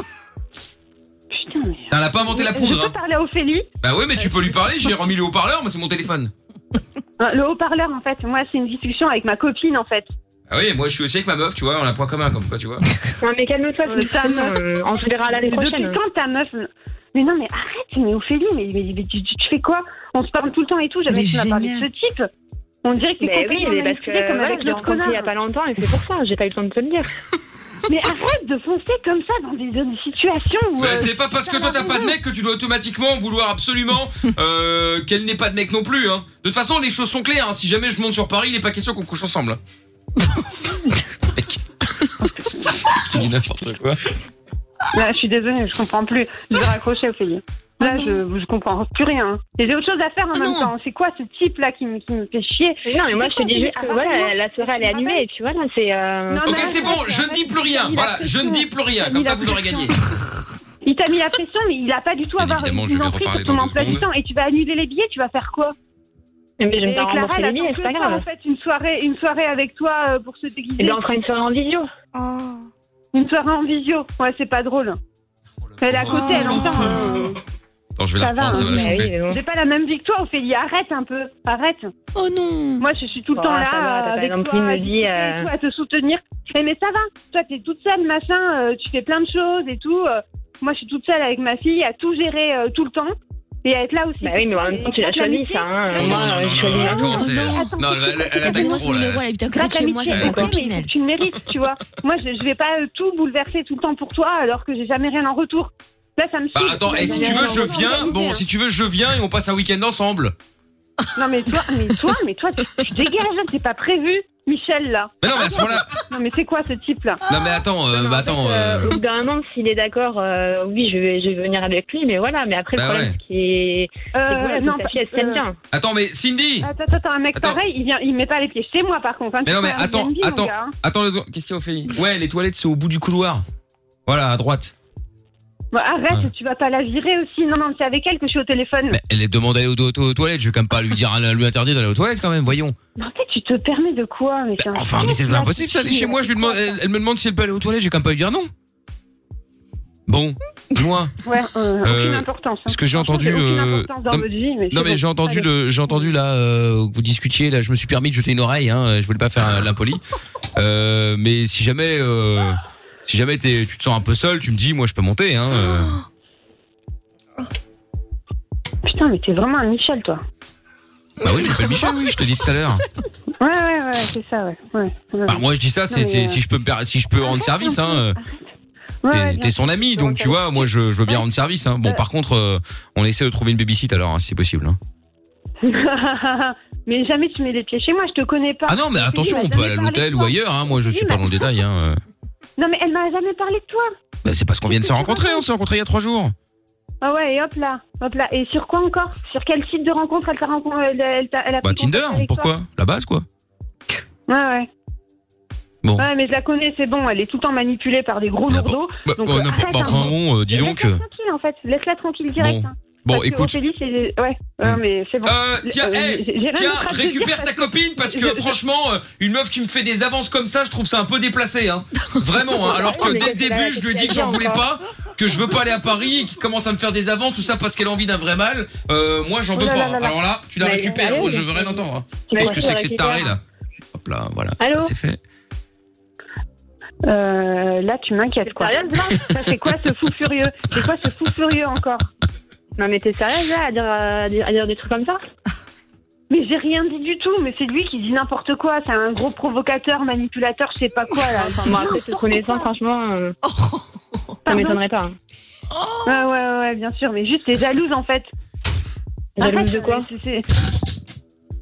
[SPEAKER 16] mais. euh,
[SPEAKER 2] Putain, Elle a pas inventé la
[SPEAKER 16] Je
[SPEAKER 2] poudre,
[SPEAKER 16] peux
[SPEAKER 2] hein.
[SPEAKER 16] parler à Ophélie
[SPEAKER 2] Bah ouais, mais tu peux lui parler, j'ai remis le haut-parleur, mais c'est mon téléphone.
[SPEAKER 16] Euh, Le haut-parleur, en fait, moi, c'est une discussion avec ma copine, en fait.
[SPEAKER 2] Ah oui, moi je suis aussi avec ma meuf, tu vois, on a point commun, comme quoi, tu vois.
[SPEAKER 16] Non, mais calme-toi,
[SPEAKER 13] c'est
[SPEAKER 16] ta meuf.
[SPEAKER 13] on se verra l'année
[SPEAKER 16] Mais
[SPEAKER 13] prochaine.
[SPEAKER 16] Depuis quand ta meuf euh, Mais non, mais arrête, mais Ophélie, mais, mais- mais tu, tu- tu fais quoi On se parle tout le temps et tout, jamais tu m'as parlé de ce type. On dirait que t'es
[SPEAKER 13] Mais oui,
[SPEAKER 16] complètement
[SPEAKER 13] mais parce que
[SPEAKER 16] manipulée comme
[SPEAKER 13] voilà,
[SPEAKER 16] avec
[SPEAKER 13] je l'ai
[SPEAKER 16] l'autre
[SPEAKER 13] rencontré il y a
[SPEAKER 16] connard.
[SPEAKER 13] pas longtemps et c'est pour ça, j'ai pas eu le temps de te le dire.
[SPEAKER 16] Mais arrête de foncer comme ça dans des, dans des situations où.
[SPEAKER 2] Bah,
[SPEAKER 16] euh,
[SPEAKER 2] c'est pas parce que toi t'as pas de mec que tu dois automatiquement vouloir absolument euh, qu'elle n'ait pas de mec non plus, hein. De toute façon, les choses sont claires, hein. si jamais je monte sur Paris, il n'est pas question qu'on couche ensemble. hein. Mec. Il dit n'importe quoi.
[SPEAKER 16] Là, je suis désolée, je comprends plus. Je vais raccrocher, Ophélie.
[SPEAKER 13] Ah
[SPEAKER 16] Là, je, je comprends plus rien. Il y a autre chose à faire en même temps. C'est quoi ce type-là qui me, qui me fait chier
[SPEAKER 13] Non, Ah mais moi, je te dis juste que voilà, la soirée, elle est annulée et puis voilà, c'est. euh,
[SPEAKER 2] Ok, c'est bon, je ne dis plus rien, voilà, je ne dis plus rien, comme ça vous aurez gagné.
[SPEAKER 16] Il t'a mis la pression, mais il a pas du tout à avoir une
[SPEAKER 2] évidemment, je vais
[SPEAKER 16] emprise
[SPEAKER 2] reparler
[SPEAKER 16] sur ton
[SPEAKER 2] dans deux
[SPEAKER 16] emploi du
[SPEAKER 2] secondes.
[SPEAKER 16] temps. Et tu vas annuler les billets, tu vas faire quoi
[SPEAKER 13] Mais je vais me
[SPEAKER 16] Et
[SPEAKER 13] faire
[SPEAKER 16] Clara,
[SPEAKER 13] rembourser
[SPEAKER 16] elle
[SPEAKER 13] les billets,
[SPEAKER 16] attend
[SPEAKER 13] c'est
[SPEAKER 16] que
[SPEAKER 13] pas
[SPEAKER 16] ça,
[SPEAKER 13] grave.
[SPEAKER 16] En fait, une soirée, une soirée avec toi euh, pour se déguiser. Oh.
[SPEAKER 13] Eh bien, on fera une soirée en visio.
[SPEAKER 16] Une soirée en visio. Ouais, c'est pas drôle. Elle est à côté,
[SPEAKER 2] Oh.
[SPEAKER 16] elle entend. hein.
[SPEAKER 2] Attends, je vais la
[SPEAKER 16] Ça va,
[SPEAKER 2] reprendre, ça va la
[SPEAKER 13] Bah
[SPEAKER 16] hein, mais
[SPEAKER 2] chauffer.
[SPEAKER 16] oui, mais bon. J'ai pas la même victoire, Ophélie. Arrête un peu. Arrête. Oh non. Moi, je suis tout le
[SPEAKER 13] Bon,
[SPEAKER 16] temps
[SPEAKER 13] Oh, ça
[SPEAKER 16] là
[SPEAKER 13] va, t'as
[SPEAKER 16] euh,
[SPEAKER 13] pas
[SPEAKER 16] avec
[SPEAKER 13] non
[SPEAKER 16] toi,
[SPEAKER 13] plus me
[SPEAKER 16] à
[SPEAKER 13] dit,
[SPEAKER 16] discuter
[SPEAKER 13] euh,
[SPEAKER 16] et tout, à te soutenir. Mais, mais ça va. Toi, t'es toute seule, machin. euh, tu fais plein de choses et tout. euh, moi, je suis toute seule avec ma fille à tout gérer euh, tout le temps et à être là aussi.
[SPEAKER 13] Bah oui, mais en même temps, tu l'as choisi, ça. hein.
[SPEAKER 2] Non,
[SPEAKER 13] Moi,
[SPEAKER 2] non, non,
[SPEAKER 13] j'ai
[SPEAKER 2] non,
[SPEAKER 13] choisi
[SPEAKER 2] non,
[SPEAKER 13] un
[SPEAKER 2] elle a
[SPEAKER 13] autre.
[SPEAKER 2] commencé. euh, Non, elle- elle- elle attaque
[SPEAKER 16] Donnez-moi
[SPEAKER 2] trop
[SPEAKER 16] son
[SPEAKER 2] là.
[SPEAKER 16] numéro, elle habite à côté de chez moi,
[SPEAKER 2] c'est
[SPEAKER 16] c'est
[SPEAKER 2] encore
[SPEAKER 16] mais tu le mérites, tu vois. Moi, je, je vais pas euh, tout bouleverser tout le temps pour toi alors que j'ai jamais rien en retour. Là, ça me
[SPEAKER 2] Bah
[SPEAKER 16] saoule.
[SPEAKER 2] hein. attends, et si tu veux, je viens. Bon, si tu veux, je viens et on passe un week-end ensemble.
[SPEAKER 16] Non, mais toi, mais toi, mais toi, tu tu dégages, hein, c'est pas prévu, Michel, là.
[SPEAKER 2] Mais non, mais à ce moment-là.
[SPEAKER 16] Non, mais c'est quoi ce type-là
[SPEAKER 2] Non, mais attends, euh, bah attends. euh,
[SPEAKER 16] Au bout d'un moment, s'il est d'accord, euh, oui, je vais, je vais venir avec lui, mais voilà, mais après,
[SPEAKER 2] Bah
[SPEAKER 16] le problème,
[SPEAKER 2] ouais.
[SPEAKER 16] c'est qu'il est. Euh,
[SPEAKER 2] non,
[SPEAKER 16] non, sa fille, elle se tienne bien.
[SPEAKER 2] Attends, mais Cindy
[SPEAKER 16] Attends, attends, attends, un mec
[SPEAKER 2] Attends.
[SPEAKER 16] pareil, il, vient, il met pas les pieds chez moi, par contre. hein,
[SPEAKER 2] Mais
[SPEAKER 16] tu
[SPEAKER 2] non,
[SPEAKER 16] sais,
[SPEAKER 2] mais
[SPEAKER 16] un
[SPEAKER 2] attends,
[SPEAKER 16] Airbnb, mon
[SPEAKER 2] attends,
[SPEAKER 16] gars, hein.
[SPEAKER 2] attends, deux secondes. qu'est-ce qu'il y a, Ophélie Ouais, les toilettes, c'est au bout du couloir. Voilà, à droite.
[SPEAKER 16] Bon, arrête, tu vas pas la virer aussi. Non, non, c'est avec elle que je suis au téléphone.
[SPEAKER 2] Elle est demandée aux, aux- aux toilettes, je vais quand même pas lui dire, lui interdire d'aller aux toilettes quand même, voyons.
[SPEAKER 16] Mais en fait, tu te permets de quoi mais c'est un
[SPEAKER 2] Enfin, mais c'est
[SPEAKER 16] fou, là,
[SPEAKER 2] pas impossible ça,
[SPEAKER 16] tu-
[SPEAKER 2] aller chez moi, je lui demande, elle, elle me demande si elle peut aller aux toilettes, j'ai quand même pas lui dire non. Bon, moi,
[SPEAKER 16] Ouais, euh, aucune
[SPEAKER 2] Euh,
[SPEAKER 16] importance. hein.
[SPEAKER 2] ce que j'ai entendu,
[SPEAKER 16] Franchement, c'est aucune
[SPEAKER 2] euh,
[SPEAKER 16] importance dans
[SPEAKER 2] non,
[SPEAKER 16] votre vie, mais
[SPEAKER 2] non
[SPEAKER 16] c'est
[SPEAKER 2] mais
[SPEAKER 16] bon.
[SPEAKER 2] j'ai entendu,
[SPEAKER 16] Allez.
[SPEAKER 2] le, j'ai entendu là euh, que vous discutiez, là, je me suis permis de jeter une oreille, hein, je voulais pas faire euh, l'impoli, Euh, mais si jamais, euh, si jamais t'es- tu te sens un peu seul, tu me dis, moi je peux monter, hein. euh.
[SPEAKER 16] Putain, mais t'es vraiment un Michel, toi.
[SPEAKER 2] Bah oui, je m'appelle Michel, oui, je te dis tout à l'heure.
[SPEAKER 16] Ouais, ouais, ouais, c'est ça, ouais. ouais. ouais.
[SPEAKER 2] Bah, moi je dis ça, c'est,
[SPEAKER 16] Non, mais,
[SPEAKER 2] c'est-
[SPEAKER 16] euh,
[SPEAKER 2] si je peux me per- si je peux rendre service, hein. euh,
[SPEAKER 16] ouais,
[SPEAKER 2] T'es-
[SPEAKER 16] ouais,
[SPEAKER 2] T'es son ami, donc tu vois, moi je, je veux bien rendre service. Hein. Bon, par contre, euh, on essaie de trouver une babysitter alors, hein, si c'est possible. hein.
[SPEAKER 16] bien. mais jamais tu mets les pieds chez moi, je te connais pas.
[SPEAKER 2] Ah non, mais
[SPEAKER 16] Je te dis,
[SPEAKER 2] attention, on
[SPEAKER 16] elle m'a
[SPEAKER 2] peut
[SPEAKER 16] jamais
[SPEAKER 2] aller à
[SPEAKER 16] parlé
[SPEAKER 2] l'hôtel
[SPEAKER 16] de
[SPEAKER 2] ou
[SPEAKER 16] toi.
[SPEAKER 2] ailleurs. Hein. Moi, je suis pas dans le détail. Hein. euh.
[SPEAKER 16] Non, mais elle m'a jamais parlé de toi.
[SPEAKER 2] Bah, c'est parce qu'on vient de se rencontrer. On s'est rencontrés il y a trois jours.
[SPEAKER 16] Ah ouais, et hop là, hop là. Et sur quoi encore Sur quel site de rencontre elle t'a rencontré elle, elle t'a- elle a
[SPEAKER 2] Bah,
[SPEAKER 16] pris contact
[SPEAKER 2] Tinder,
[SPEAKER 16] avec toi
[SPEAKER 2] pourquoi La base, quoi.
[SPEAKER 16] Ouais, ouais.
[SPEAKER 2] Bon.
[SPEAKER 16] Ouais, mais je la connais, c'est bon, elle est tout le temps manipulée par des gros lourdeaux.
[SPEAKER 2] Bah,
[SPEAKER 16] donc,
[SPEAKER 2] bah,
[SPEAKER 16] euh,
[SPEAKER 2] n'importe-
[SPEAKER 16] arrête,
[SPEAKER 2] bah,
[SPEAKER 16] hein.
[SPEAKER 2] enfin, bon, euh, dis donc. euh,
[SPEAKER 16] Tranquille, en fait, laisse-la tranquille direct.
[SPEAKER 2] Bon.
[SPEAKER 16] hein.
[SPEAKER 2] Bon,
[SPEAKER 16] Parce que
[SPEAKER 2] écoute.
[SPEAKER 16] Ophélie, c'est- ouais, ouais, mais c'est bon.
[SPEAKER 2] Euh, tiens,
[SPEAKER 16] Euh,
[SPEAKER 2] hey,
[SPEAKER 16] j'ai- j'ai rien
[SPEAKER 2] tiens,
[SPEAKER 16] d'autre à te dire
[SPEAKER 2] récupère
[SPEAKER 16] parce
[SPEAKER 2] ta
[SPEAKER 16] que-
[SPEAKER 2] copine parce que
[SPEAKER 16] je-
[SPEAKER 2] franchement, euh, une meuf qui me fait des avances comme ça, je trouve ça un peu déplacé, hein. Vraiment, hein. Alors que
[SPEAKER 16] Non,
[SPEAKER 2] dès
[SPEAKER 16] mais
[SPEAKER 2] le
[SPEAKER 16] c'est la-
[SPEAKER 2] début, je lui ai dit que j'en voulais pas, que je veux pas aller à Paris, et qu'il commence à me faire des avances, tout ça parce qu'elle a envie d'un vrai mal. Euh, moi, j'en
[SPEAKER 16] Oh
[SPEAKER 2] peux
[SPEAKER 16] là
[SPEAKER 2] pas.
[SPEAKER 16] là là là.
[SPEAKER 2] Alors là, tu la
[SPEAKER 16] Mais
[SPEAKER 2] récupères.
[SPEAKER 16] allez,
[SPEAKER 2] Oh, je
[SPEAKER 16] mais-
[SPEAKER 2] veux rien entendre. hein.
[SPEAKER 16] Mais
[SPEAKER 2] Qu'est-ce que
[SPEAKER 16] bien
[SPEAKER 2] c'est
[SPEAKER 16] sûr,
[SPEAKER 2] que cette
[SPEAKER 16] récupère.
[SPEAKER 2] tarée là Hop là, voilà.
[SPEAKER 16] Allô
[SPEAKER 2] Ah, ça, c'est fait.
[SPEAKER 16] Euh, là, tu m'inquiètes, quoi. Ça, C'est quoi ce fou furieux C'est quoi ce fou furieux encore Non, mais t'es sérieuse, là, à dire, euh, à dire, à dire des trucs comme ça Mais j'ai rien dit du tout, mais c'est lui qui dit n'importe quoi. C'est un gros provocateur, manipulateur, je sais pas quoi, là. Enfin, bon, après, te connaissant, franchement, euh, ça m'étonnerait pas. hein. Oh. Ouais, ouais, ouais, bien sûr, mais juste, t'es jalouse, en fait.
[SPEAKER 13] Jalouse de
[SPEAKER 16] quoi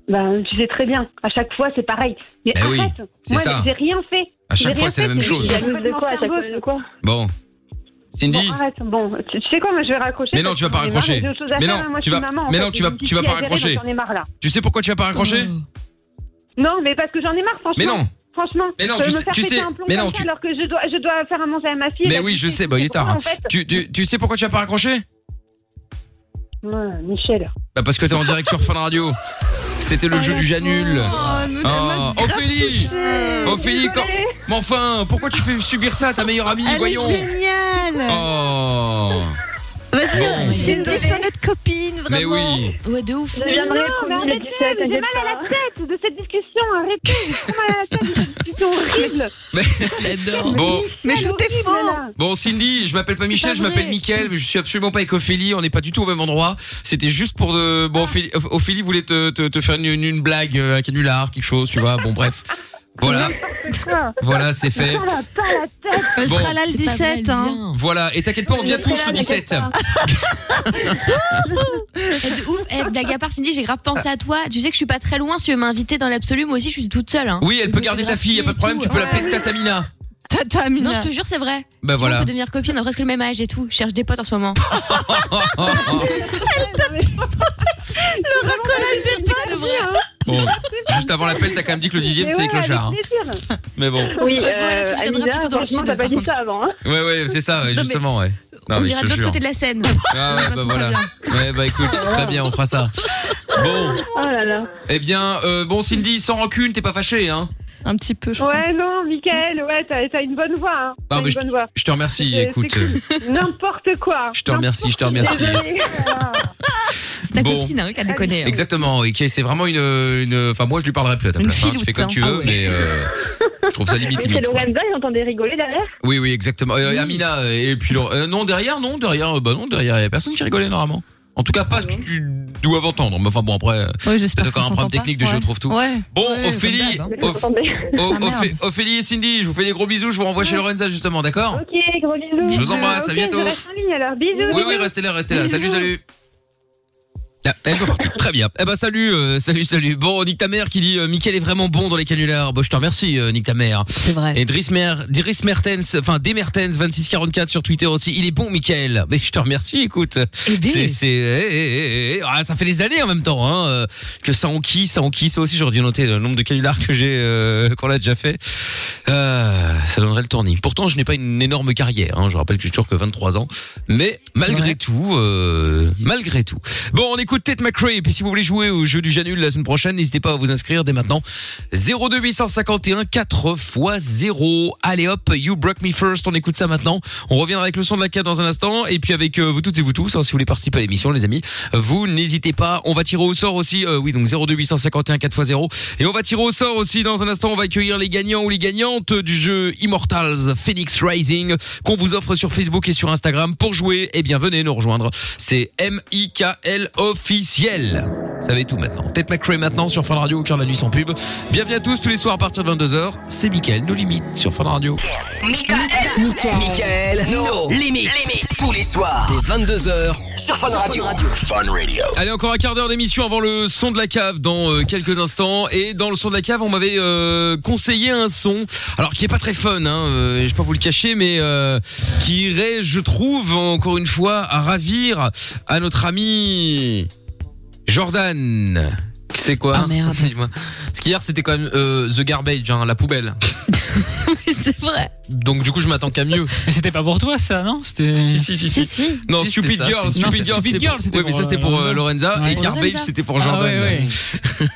[SPEAKER 16] ben, tu sais très bien, à chaque fois c'est pareil. Mais
[SPEAKER 2] Eh oui,
[SPEAKER 16] arrête,
[SPEAKER 2] c'est
[SPEAKER 16] moi
[SPEAKER 2] ça.
[SPEAKER 16] j'ai rien fait.
[SPEAKER 2] À chaque
[SPEAKER 16] J'ai
[SPEAKER 2] fois,
[SPEAKER 16] rien
[SPEAKER 2] c'est la
[SPEAKER 16] fait,
[SPEAKER 2] même
[SPEAKER 16] c'est
[SPEAKER 2] chose.
[SPEAKER 16] juste
[SPEAKER 13] Jalouse de quoi, à chaque fois,
[SPEAKER 16] de quoi
[SPEAKER 2] Bon. Cindy.
[SPEAKER 16] Bon, ah. arrête, bon, tu, tu sais quoi, moi je vais raccrocher.
[SPEAKER 2] Mais non,
[SPEAKER 16] parce
[SPEAKER 2] tu vas
[SPEAKER 16] que
[SPEAKER 2] pas
[SPEAKER 16] j'en ai
[SPEAKER 2] raccrocher.
[SPEAKER 16] marre, j'ai autre chose à
[SPEAKER 2] Mais
[SPEAKER 16] faire,
[SPEAKER 2] non,
[SPEAKER 16] hein, moi,
[SPEAKER 2] tu
[SPEAKER 16] je
[SPEAKER 2] vas-
[SPEAKER 16] suis maman, en
[SPEAKER 2] mais
[SPEAKER 16] fait,
[SPEAKER 2] non, tu
[SPEAKER 16] j'ai
[SPEAKER 2] vas-
[SPEAKER 16] une
[SPEAKER 2] tu
[SPEAKER 16] petite
[SPEAKER 2] vas
[SPEAKER 16] fille
[SPEAKER 2] pas
[SPEAKER 16] à gérer,
[SPEAKER 2] raccrocher.
[SPEAKER 16] donc J'en ai marre là.
[SPEAKER 2] Tu sais pourquoi tu vas pas raccrocher
[SPEAKER 16] Non, mais parce que j'en ai marre, franchement.
[SPEAKER 2] Mais non.
[SPEAKER 16] Franchement,
[SPEAKER 2] Mais non,
[SPEAKER 16] je
[SPEAKER 2] tu
[SPEAKER 16] vais me
[SPEAKER 2] sais-
[SPEAKER 16] faire
[SPEAKER 2] tu
[SPEAKER 16] péter
[SPEAKER 2] sais-
[SPEAKER 16] un plomb
[SPEAKER 2] mais
[SPEAKER 16] comme
[SPEAKER 2] non,
[SPEAKER 16] ça
[SPEAKER 2] tu-
[SPEAKER 16] alors que je dois, je dois faire à manger à ma fille.
[SPEAKER 2] Mais
[SPEAKER 16] là,
[SPEAKER 2] oui,
[SPEAKER 16] tu
[SPEAKER 2] je sais, bah il est tard.
[SPEAKER 16] pourquoi,
[SPEAKER 2] hein.
[SPEAKER 16] en fait
[SPEAKER 2] Tu, tu, tu sais pourquoi tu vas pas raccrocher
[SPEAKER 16] Ouais, Michel.
[SPEAKER 2] Bah parce que t'es en direct sur Fun Radio. C'était
[SPEAKER 5] Oh,
[SPEAKER 2] le jeu du Janul. Ah, Ophélie Ophélie, quand... Mais enfin, pourquoi tu fais subir ça à ta meilleure amie,
[SPEAKER 5] Elle
[SPEAKER 2] voyons
[SPEAKER 5] est géniale
[SPEAKER 2] Oh
[SPEAKER 5] Vas-y, Cindy, sois notre copine,
[SPEAKER 2] Mais
[SPEAKER 5] vraiment
[SPEAKER 2] oui
[SPEAKER 7] Ouais, de ouf.
[SPEAKER 16] Je viendrai promis le 17, J'ai mal à la tête de cette discussion, arrêtez. J'ai trop mal à la tête de cette discussion horrible.
[SPEAKER 2] Bon,
[SPEAKER 5] Mais tout est faux
[SPEAKER 2] bon Cindy, je m'appelle pas Michel,
[SPEAKER 5] pas
[SPEAKER 2] je m'appelle
[SPEAKER 5] vrai.
[SPEAKER 2] Mickaël, mais je suis absolument pas avec Ophélie, on n'est pas du tout au même endroit. C'était juste pour de...
[SPEAKER 5] Ah.
[SPEAKER 2] Bon, Ophélie, Ophélie voulait te, te, te faire une, une blague, euh, un canular, quelque chose, tu vois, bon bref. Voilà, Ah. voilà, c'est fait.
[SPEAKER 16] Voilà, pas la tête.
[SPEAKER 5] Elle
[SPEAKER 2] Bon.
[SPEAKER 5] sera là le 17, hein
[SPEAKER 2] Voilà, et t'inquiète pas, on vient tous le 17.
[SPEAKER 7] Eh, de ouf. Eh, blague à part, Cindy, j'ai grave pensé à toi. Tu sais que je suis pas très loin. Si tu veux m'inviter dans l'absolu, moi aussi, je suis toute seule. hein.
[SPEAKER 2] Oui, elle peut garder ta fille, y a pas de problème, tu peux l'appeler Tatamina.
[SPEAKER 7] Non, je te jure, c'est vrai.
[SPEAKER 2] Bah
[SPEAKER 7] Tu vois,
[SPEAKER 2] voilà.
[SPEAKER 7] On peut devenir copine, on a presque le même âge et tout. Je cherche des potes en ce moment.
[SPEAKER 5] Le recollage des potes
[SPEAKER 2] Bon, juste avant l'appel, t'as quand même dit que le dixième,
[SPEAKER 16] Mais
[SPEAKER 2] c'est
[SPEAKER 16] ouais,
[SPEAKER 2] les clochards. hein.
[SPEAKER 16] avec plaisir.
[SPEAKER 2] Mais bon.
[SPEAKER 16] Oui,
[SPEAKER 7] Ouais, voilà, tu
[SPEAKER 16] euh,
[SPEAKER 7] lui donneras
[SPEAKER 16] Amida,
[SPEAKER 7] plutôt dans le
[SPEAKER 16] franchement,
[SPEAKER 7] sud,
[SPEAKER 16] t'as pas
[SPEAKER 7] par
[SPEAKER 16] dit
[SPEAKER 7] contre.
[SPEAKER 16] ça avant. hein.
[SPEAKER 2] Ouais, ouais, c'est ça, ouais,
[SPEAKER 7] Non, mais
[SPEAKER 2] justement, ouais. Non,
[SPEAKER 7] on
[SPEAKER 2] mais
[SPEAKER 7] ira de l'autre côté de la scène.
[SPEAKER 2] Ah ouais, bah voilà. Ouais, bah écoute, très bien, on fera ça. Bon,
[SPEAKER 16] Oh là là.
[SPEAKER 2] eh bien, euh, bon, Cindy, sans rancune, t'es pas fâché, hein
[SPEAKER 5] Un petit peu, je
[SPEAKER 16] Ouais, non, Michael, ouais, t'as t'as une bonne voix. Hein. T'as
[SPEAKER 2] Non, mais
[SPEAKER 16] une bonne voix.
[SPEAKER 2] Je te remercie,
[SPEAKER 16] C'est-
[SPEAKER 2] écoute.
[SPEAKER 16] c'est
[SPEAKER 2] euh,
[SPEAKER 16] cool. N'importe quoi.
[SPEAKER 2] Je te remercie, je te remercie.
[SPEAKER 7] C'est ta
[SPEAKER 2] Bon.
[SPEAKER 7] copine, hein, qu'elle déconne. hein.
[SPEAKER 2] Exactement, ok, c'est vraiment une, une. Enfin, moi, je lui parlerai plus à ta
[SPEAKER 7] Une
[SPEAKER 2] place. hein, Tu
[SPEAKER 7] filoute,
[SPEAKER 2] fais comme
[SPEAKER 7] hein.
[SPEAKER 2] tu veux,
[SPEAKER 7] Ah ouais.
[SPEAKER 2] mais euh, je trouve ça limite, limite.
[SPEAKER 16] Lorenza, il entendait rigoler derrière.
[SPEAKER 2] Oui, oui, exactement. Euh, Amina, euh, et puis Laure- euh, non, derrière, non, derrière, euh, bah non, derrière, il y a personne qui rigolait normalement. En tout cas, pas que tu dois entendre. Mais enfin bon, après, euh,
[SPEAKER 5] Ah Oui, j'espère
[SPEAKER 2] peut-être
[SPEAKER 5] que ça
[SPEAKER 2] encore un
[SPEAKER 5] s'entend
[SPEAKER 2] problème
[SPEAKER 5] pas.
[SPEAKER 2] technique de je
[SPEAKER 5] Ouais.
[SPEAKER 2] trouve tout.
[SPEAKER 5] Ouais.
[SPEAKER 2] Bon,
[SPEAKER 5] Ouais,
[SPEAKER 2] Ophélie,
[SPEAKER 5] comme
[SPEAKER 16] d'hab, hein.
[SPEAKER 2] Oph-
[SPEAKER 5] Ah,
[SPEAKER 2] O- Ophé- Ophélie et Cindy, je vous fais des gros bisous, je vous renvoie chez Lorenza justement, d'accord
[SPEAKER 16] Ok, gros
[SPEAKER 2] Je
[SPEAKER 16] bisous.
[SPEAKER 2] vous embrasse,
[SPEAKER 16] Euh,
[SPEAKER 2] à
[SPEAKER 16] ok,
[SPEAKER 2] bientôt.
[SPEAKER 16] Je reste en ligne alors, bisous.
[SPEAKER 2] Oui, oui,
[SPEAKER 16] bisous.
[SPEAKER 2] restez là, restez là. Salut,
[SPEAKER 16] Bisous.
[SPEAKER 2] salut. Ah, elles sont parties. Très bien. Eh ben salut, euh, salut, salut. Bon, Nick ta mère qui dit euh, Mickaël est vraiment bon dans les canulars. Bah, je te remercie, euh, Nick ta mère.
[SPEAKER 7] C'est vrai.
[SPEAKER 2] Et Dries, Mer- Dries Mertens, enfin Demertens 2644 sur Twitter aussi. Il est bon, Mickaël. Mais je te remercie. Écoute, c'est, c'est, eh, eh, eh, eh. Ah, ça fait des années en même temps hein, euh, que ça enquille, ça enquille. Ça aussi, j'aurais dû noter le nombre de canulars que j'ai euh, qu'on l'a déjà fait. Euh, ça donnerait le tournis. Pourtant, je n'ai pas une énorme carrière. hein. Je rappelle que j'ai toujours que 23 ans, mais malgré tout, euh, malgré tout. Bon, on écoute Ted McRae. Et puis, si vous voulez jouer au jeu du Janul la semaine prochaine, n'hésitez pas à vous inscrire dès maintenant. 02851 4 x 0. Allez hop, you broke me first. On écoute ça maintenant. On reviendra avec le son de la carte dans un instant. Et puis avec euh, vous toutes et vous tous, hein, si vous voulez participer à l'émission, les amis, vous n'hésitez pas. On va tirer au sort aussi. euh, oui, donc 02851 4 x 0. Et on va tirer au sort aussi dans un instant. On va accueillir les gagnants ou les gagnantes du jeu Immortals Phoenix Rising qu'on vous offre sur Facebook et sur Instagram pour jouer. Eh bien, venez nous rejoindre. C'est M-I-K-L officiel. Vous savez tout maintenant. Tête McRae maintenant sur Fun Radio au cœur de la nuit sans pub. Bienvenue à tous tous les soirs à partir de 22h. C'est Mickaël, nos limites sur Fun Radio.
[SPEAKER 10] Michael.
[SPEAKER 1] Michael, no, limite. Tous les soirs, dès 22h, sur Fun Radio. Fun Radio.
[SPEAKER 2] Allez, encore un quart d'heure d'émission avant le son de la cave dans euh, quelques instants. Et dans le son de la cave, on m'avait euh, conseillé un son, alors qui est pas très fun, hein, euh, je vais pas vous le cacher, mais euh, qui irait, je trouve, encore une fois, à ravir à notre ami Jordan.
[SPEAKER 6] C'est quoi Dis-moi. Parce qu'hier c'était quand même euh, The Garbage, hein, la poubelle.
[SPEAKER 7] c'est vrai.
[SPEAKER 6] Donc du coup je m'attends qu'à mieux.
[SPEAKER 3] Mais c'était pas pour toi ça, non C'était.
[SPEAKER 6] Si, si, si.
[SPEAKER 2] Non,
[SPEAKER 6] Si,
[SPEAKER 2] Stupid
[SPEAKER 6] c'était ça,
[SPEAKER 2] Girl,
[SPEAKER 6] c'était- non,
[SPEAKER 2] Stupid
[SPEAKER 6] c'est
[SPEAKER 2] Girl,
[SPEAKER 6] Stupid
[SPEAKER 2] c'était
[SPEAKER 6] Girl,
[SPEAKER 2] pour-
[SPEAKER 6] c'était
[SPEAKER 2] Ouais, mais ça
[SPEAKER 6] pour,
[SPEAKER 2] c'était pour
[SPEAKER 6] euh,
[SPEAKER 2] euh, Lorenza
[SPEAKER 6] Ouais.
[SPEAKER 2] et Garbage,
[SPEAKER 7] Lorenza.
[SPEAKER 2] c'était pour
[SPEAKER 6] Ah,
[SPEAKER 2] Jordan.
[SPEAKER 6] ouais, ouais.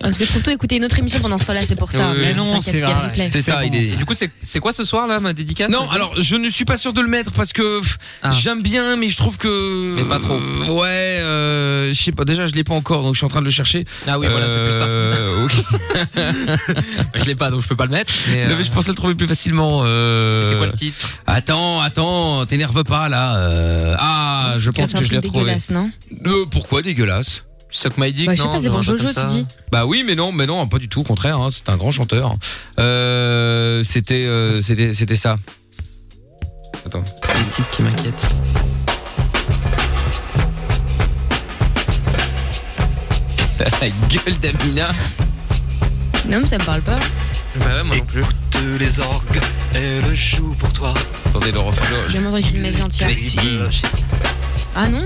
[SPEAKER 7] Parce que je trouve toi écouter une autre émission pendant ce temps-là, c'est pour ça.
[SPEAKER 2] Oui, oui.
[SPEAKER 7] Mais non, c'est vrai.
[SPEAKER 2] C'est ça, il est.
[SPEAKER 6] Du coup c'est c'est quoi ce soir là ma dédicace Ah.
[SPEAKER 2] Non, alors je ne suis pas sûr de le mettre parce que pff, j'aime bien, mais je trouve que. Mais pas trop. ouais, euh, je sais pas. Déjà, je l'ai pas encore, donc je suis en train de le chercher. Euh,
[SPEAKER 6] Ah oui, voilà, c'est plus ça.
[SPEAKER 2] c'est plus ça. je l'ai pas, donc je peux pas le mettre. Non, mais je pensais le trouver plus facilement. euh,
[SPEAKER 6] euh, C'est quoi le titre
[SPEAKER 2] Attends, attends, t'énerve pas là. euh, Ah, je pense que je l'ai retrouvé.
[SPEAKER 7] dégueulasse, non
[SPEAKER 2] Euh, pourquoi dégueulasse Suck my dick,
[SPEAKER 7] Bah, je sais non, pas, c'est pour genre un truc Jojo, comme ça. tu dis
[SPEAKER 2] Bah oui, mais non, mais non, pas du tout, au contraire, hein, c'est un grand chanteur. Euh, c'était, euh, c'était, c'était ça. Attends.
[SPEAKER 6] C'est le titre qui m'inquiète.
[SPEAKER 2] La gueule d'Amina.
[SPEAKER 7] Non, mais ça me parle pas.
[SPEAKER 6] Bah ouais, moi non plus.
[SPEAKER 17] les orgues, elle joue pour toi.
[SPEAKER 2] Attendez, le refrain.
[SPEAKER 7] J'ai jamais entendu de ma vie entière. Ah non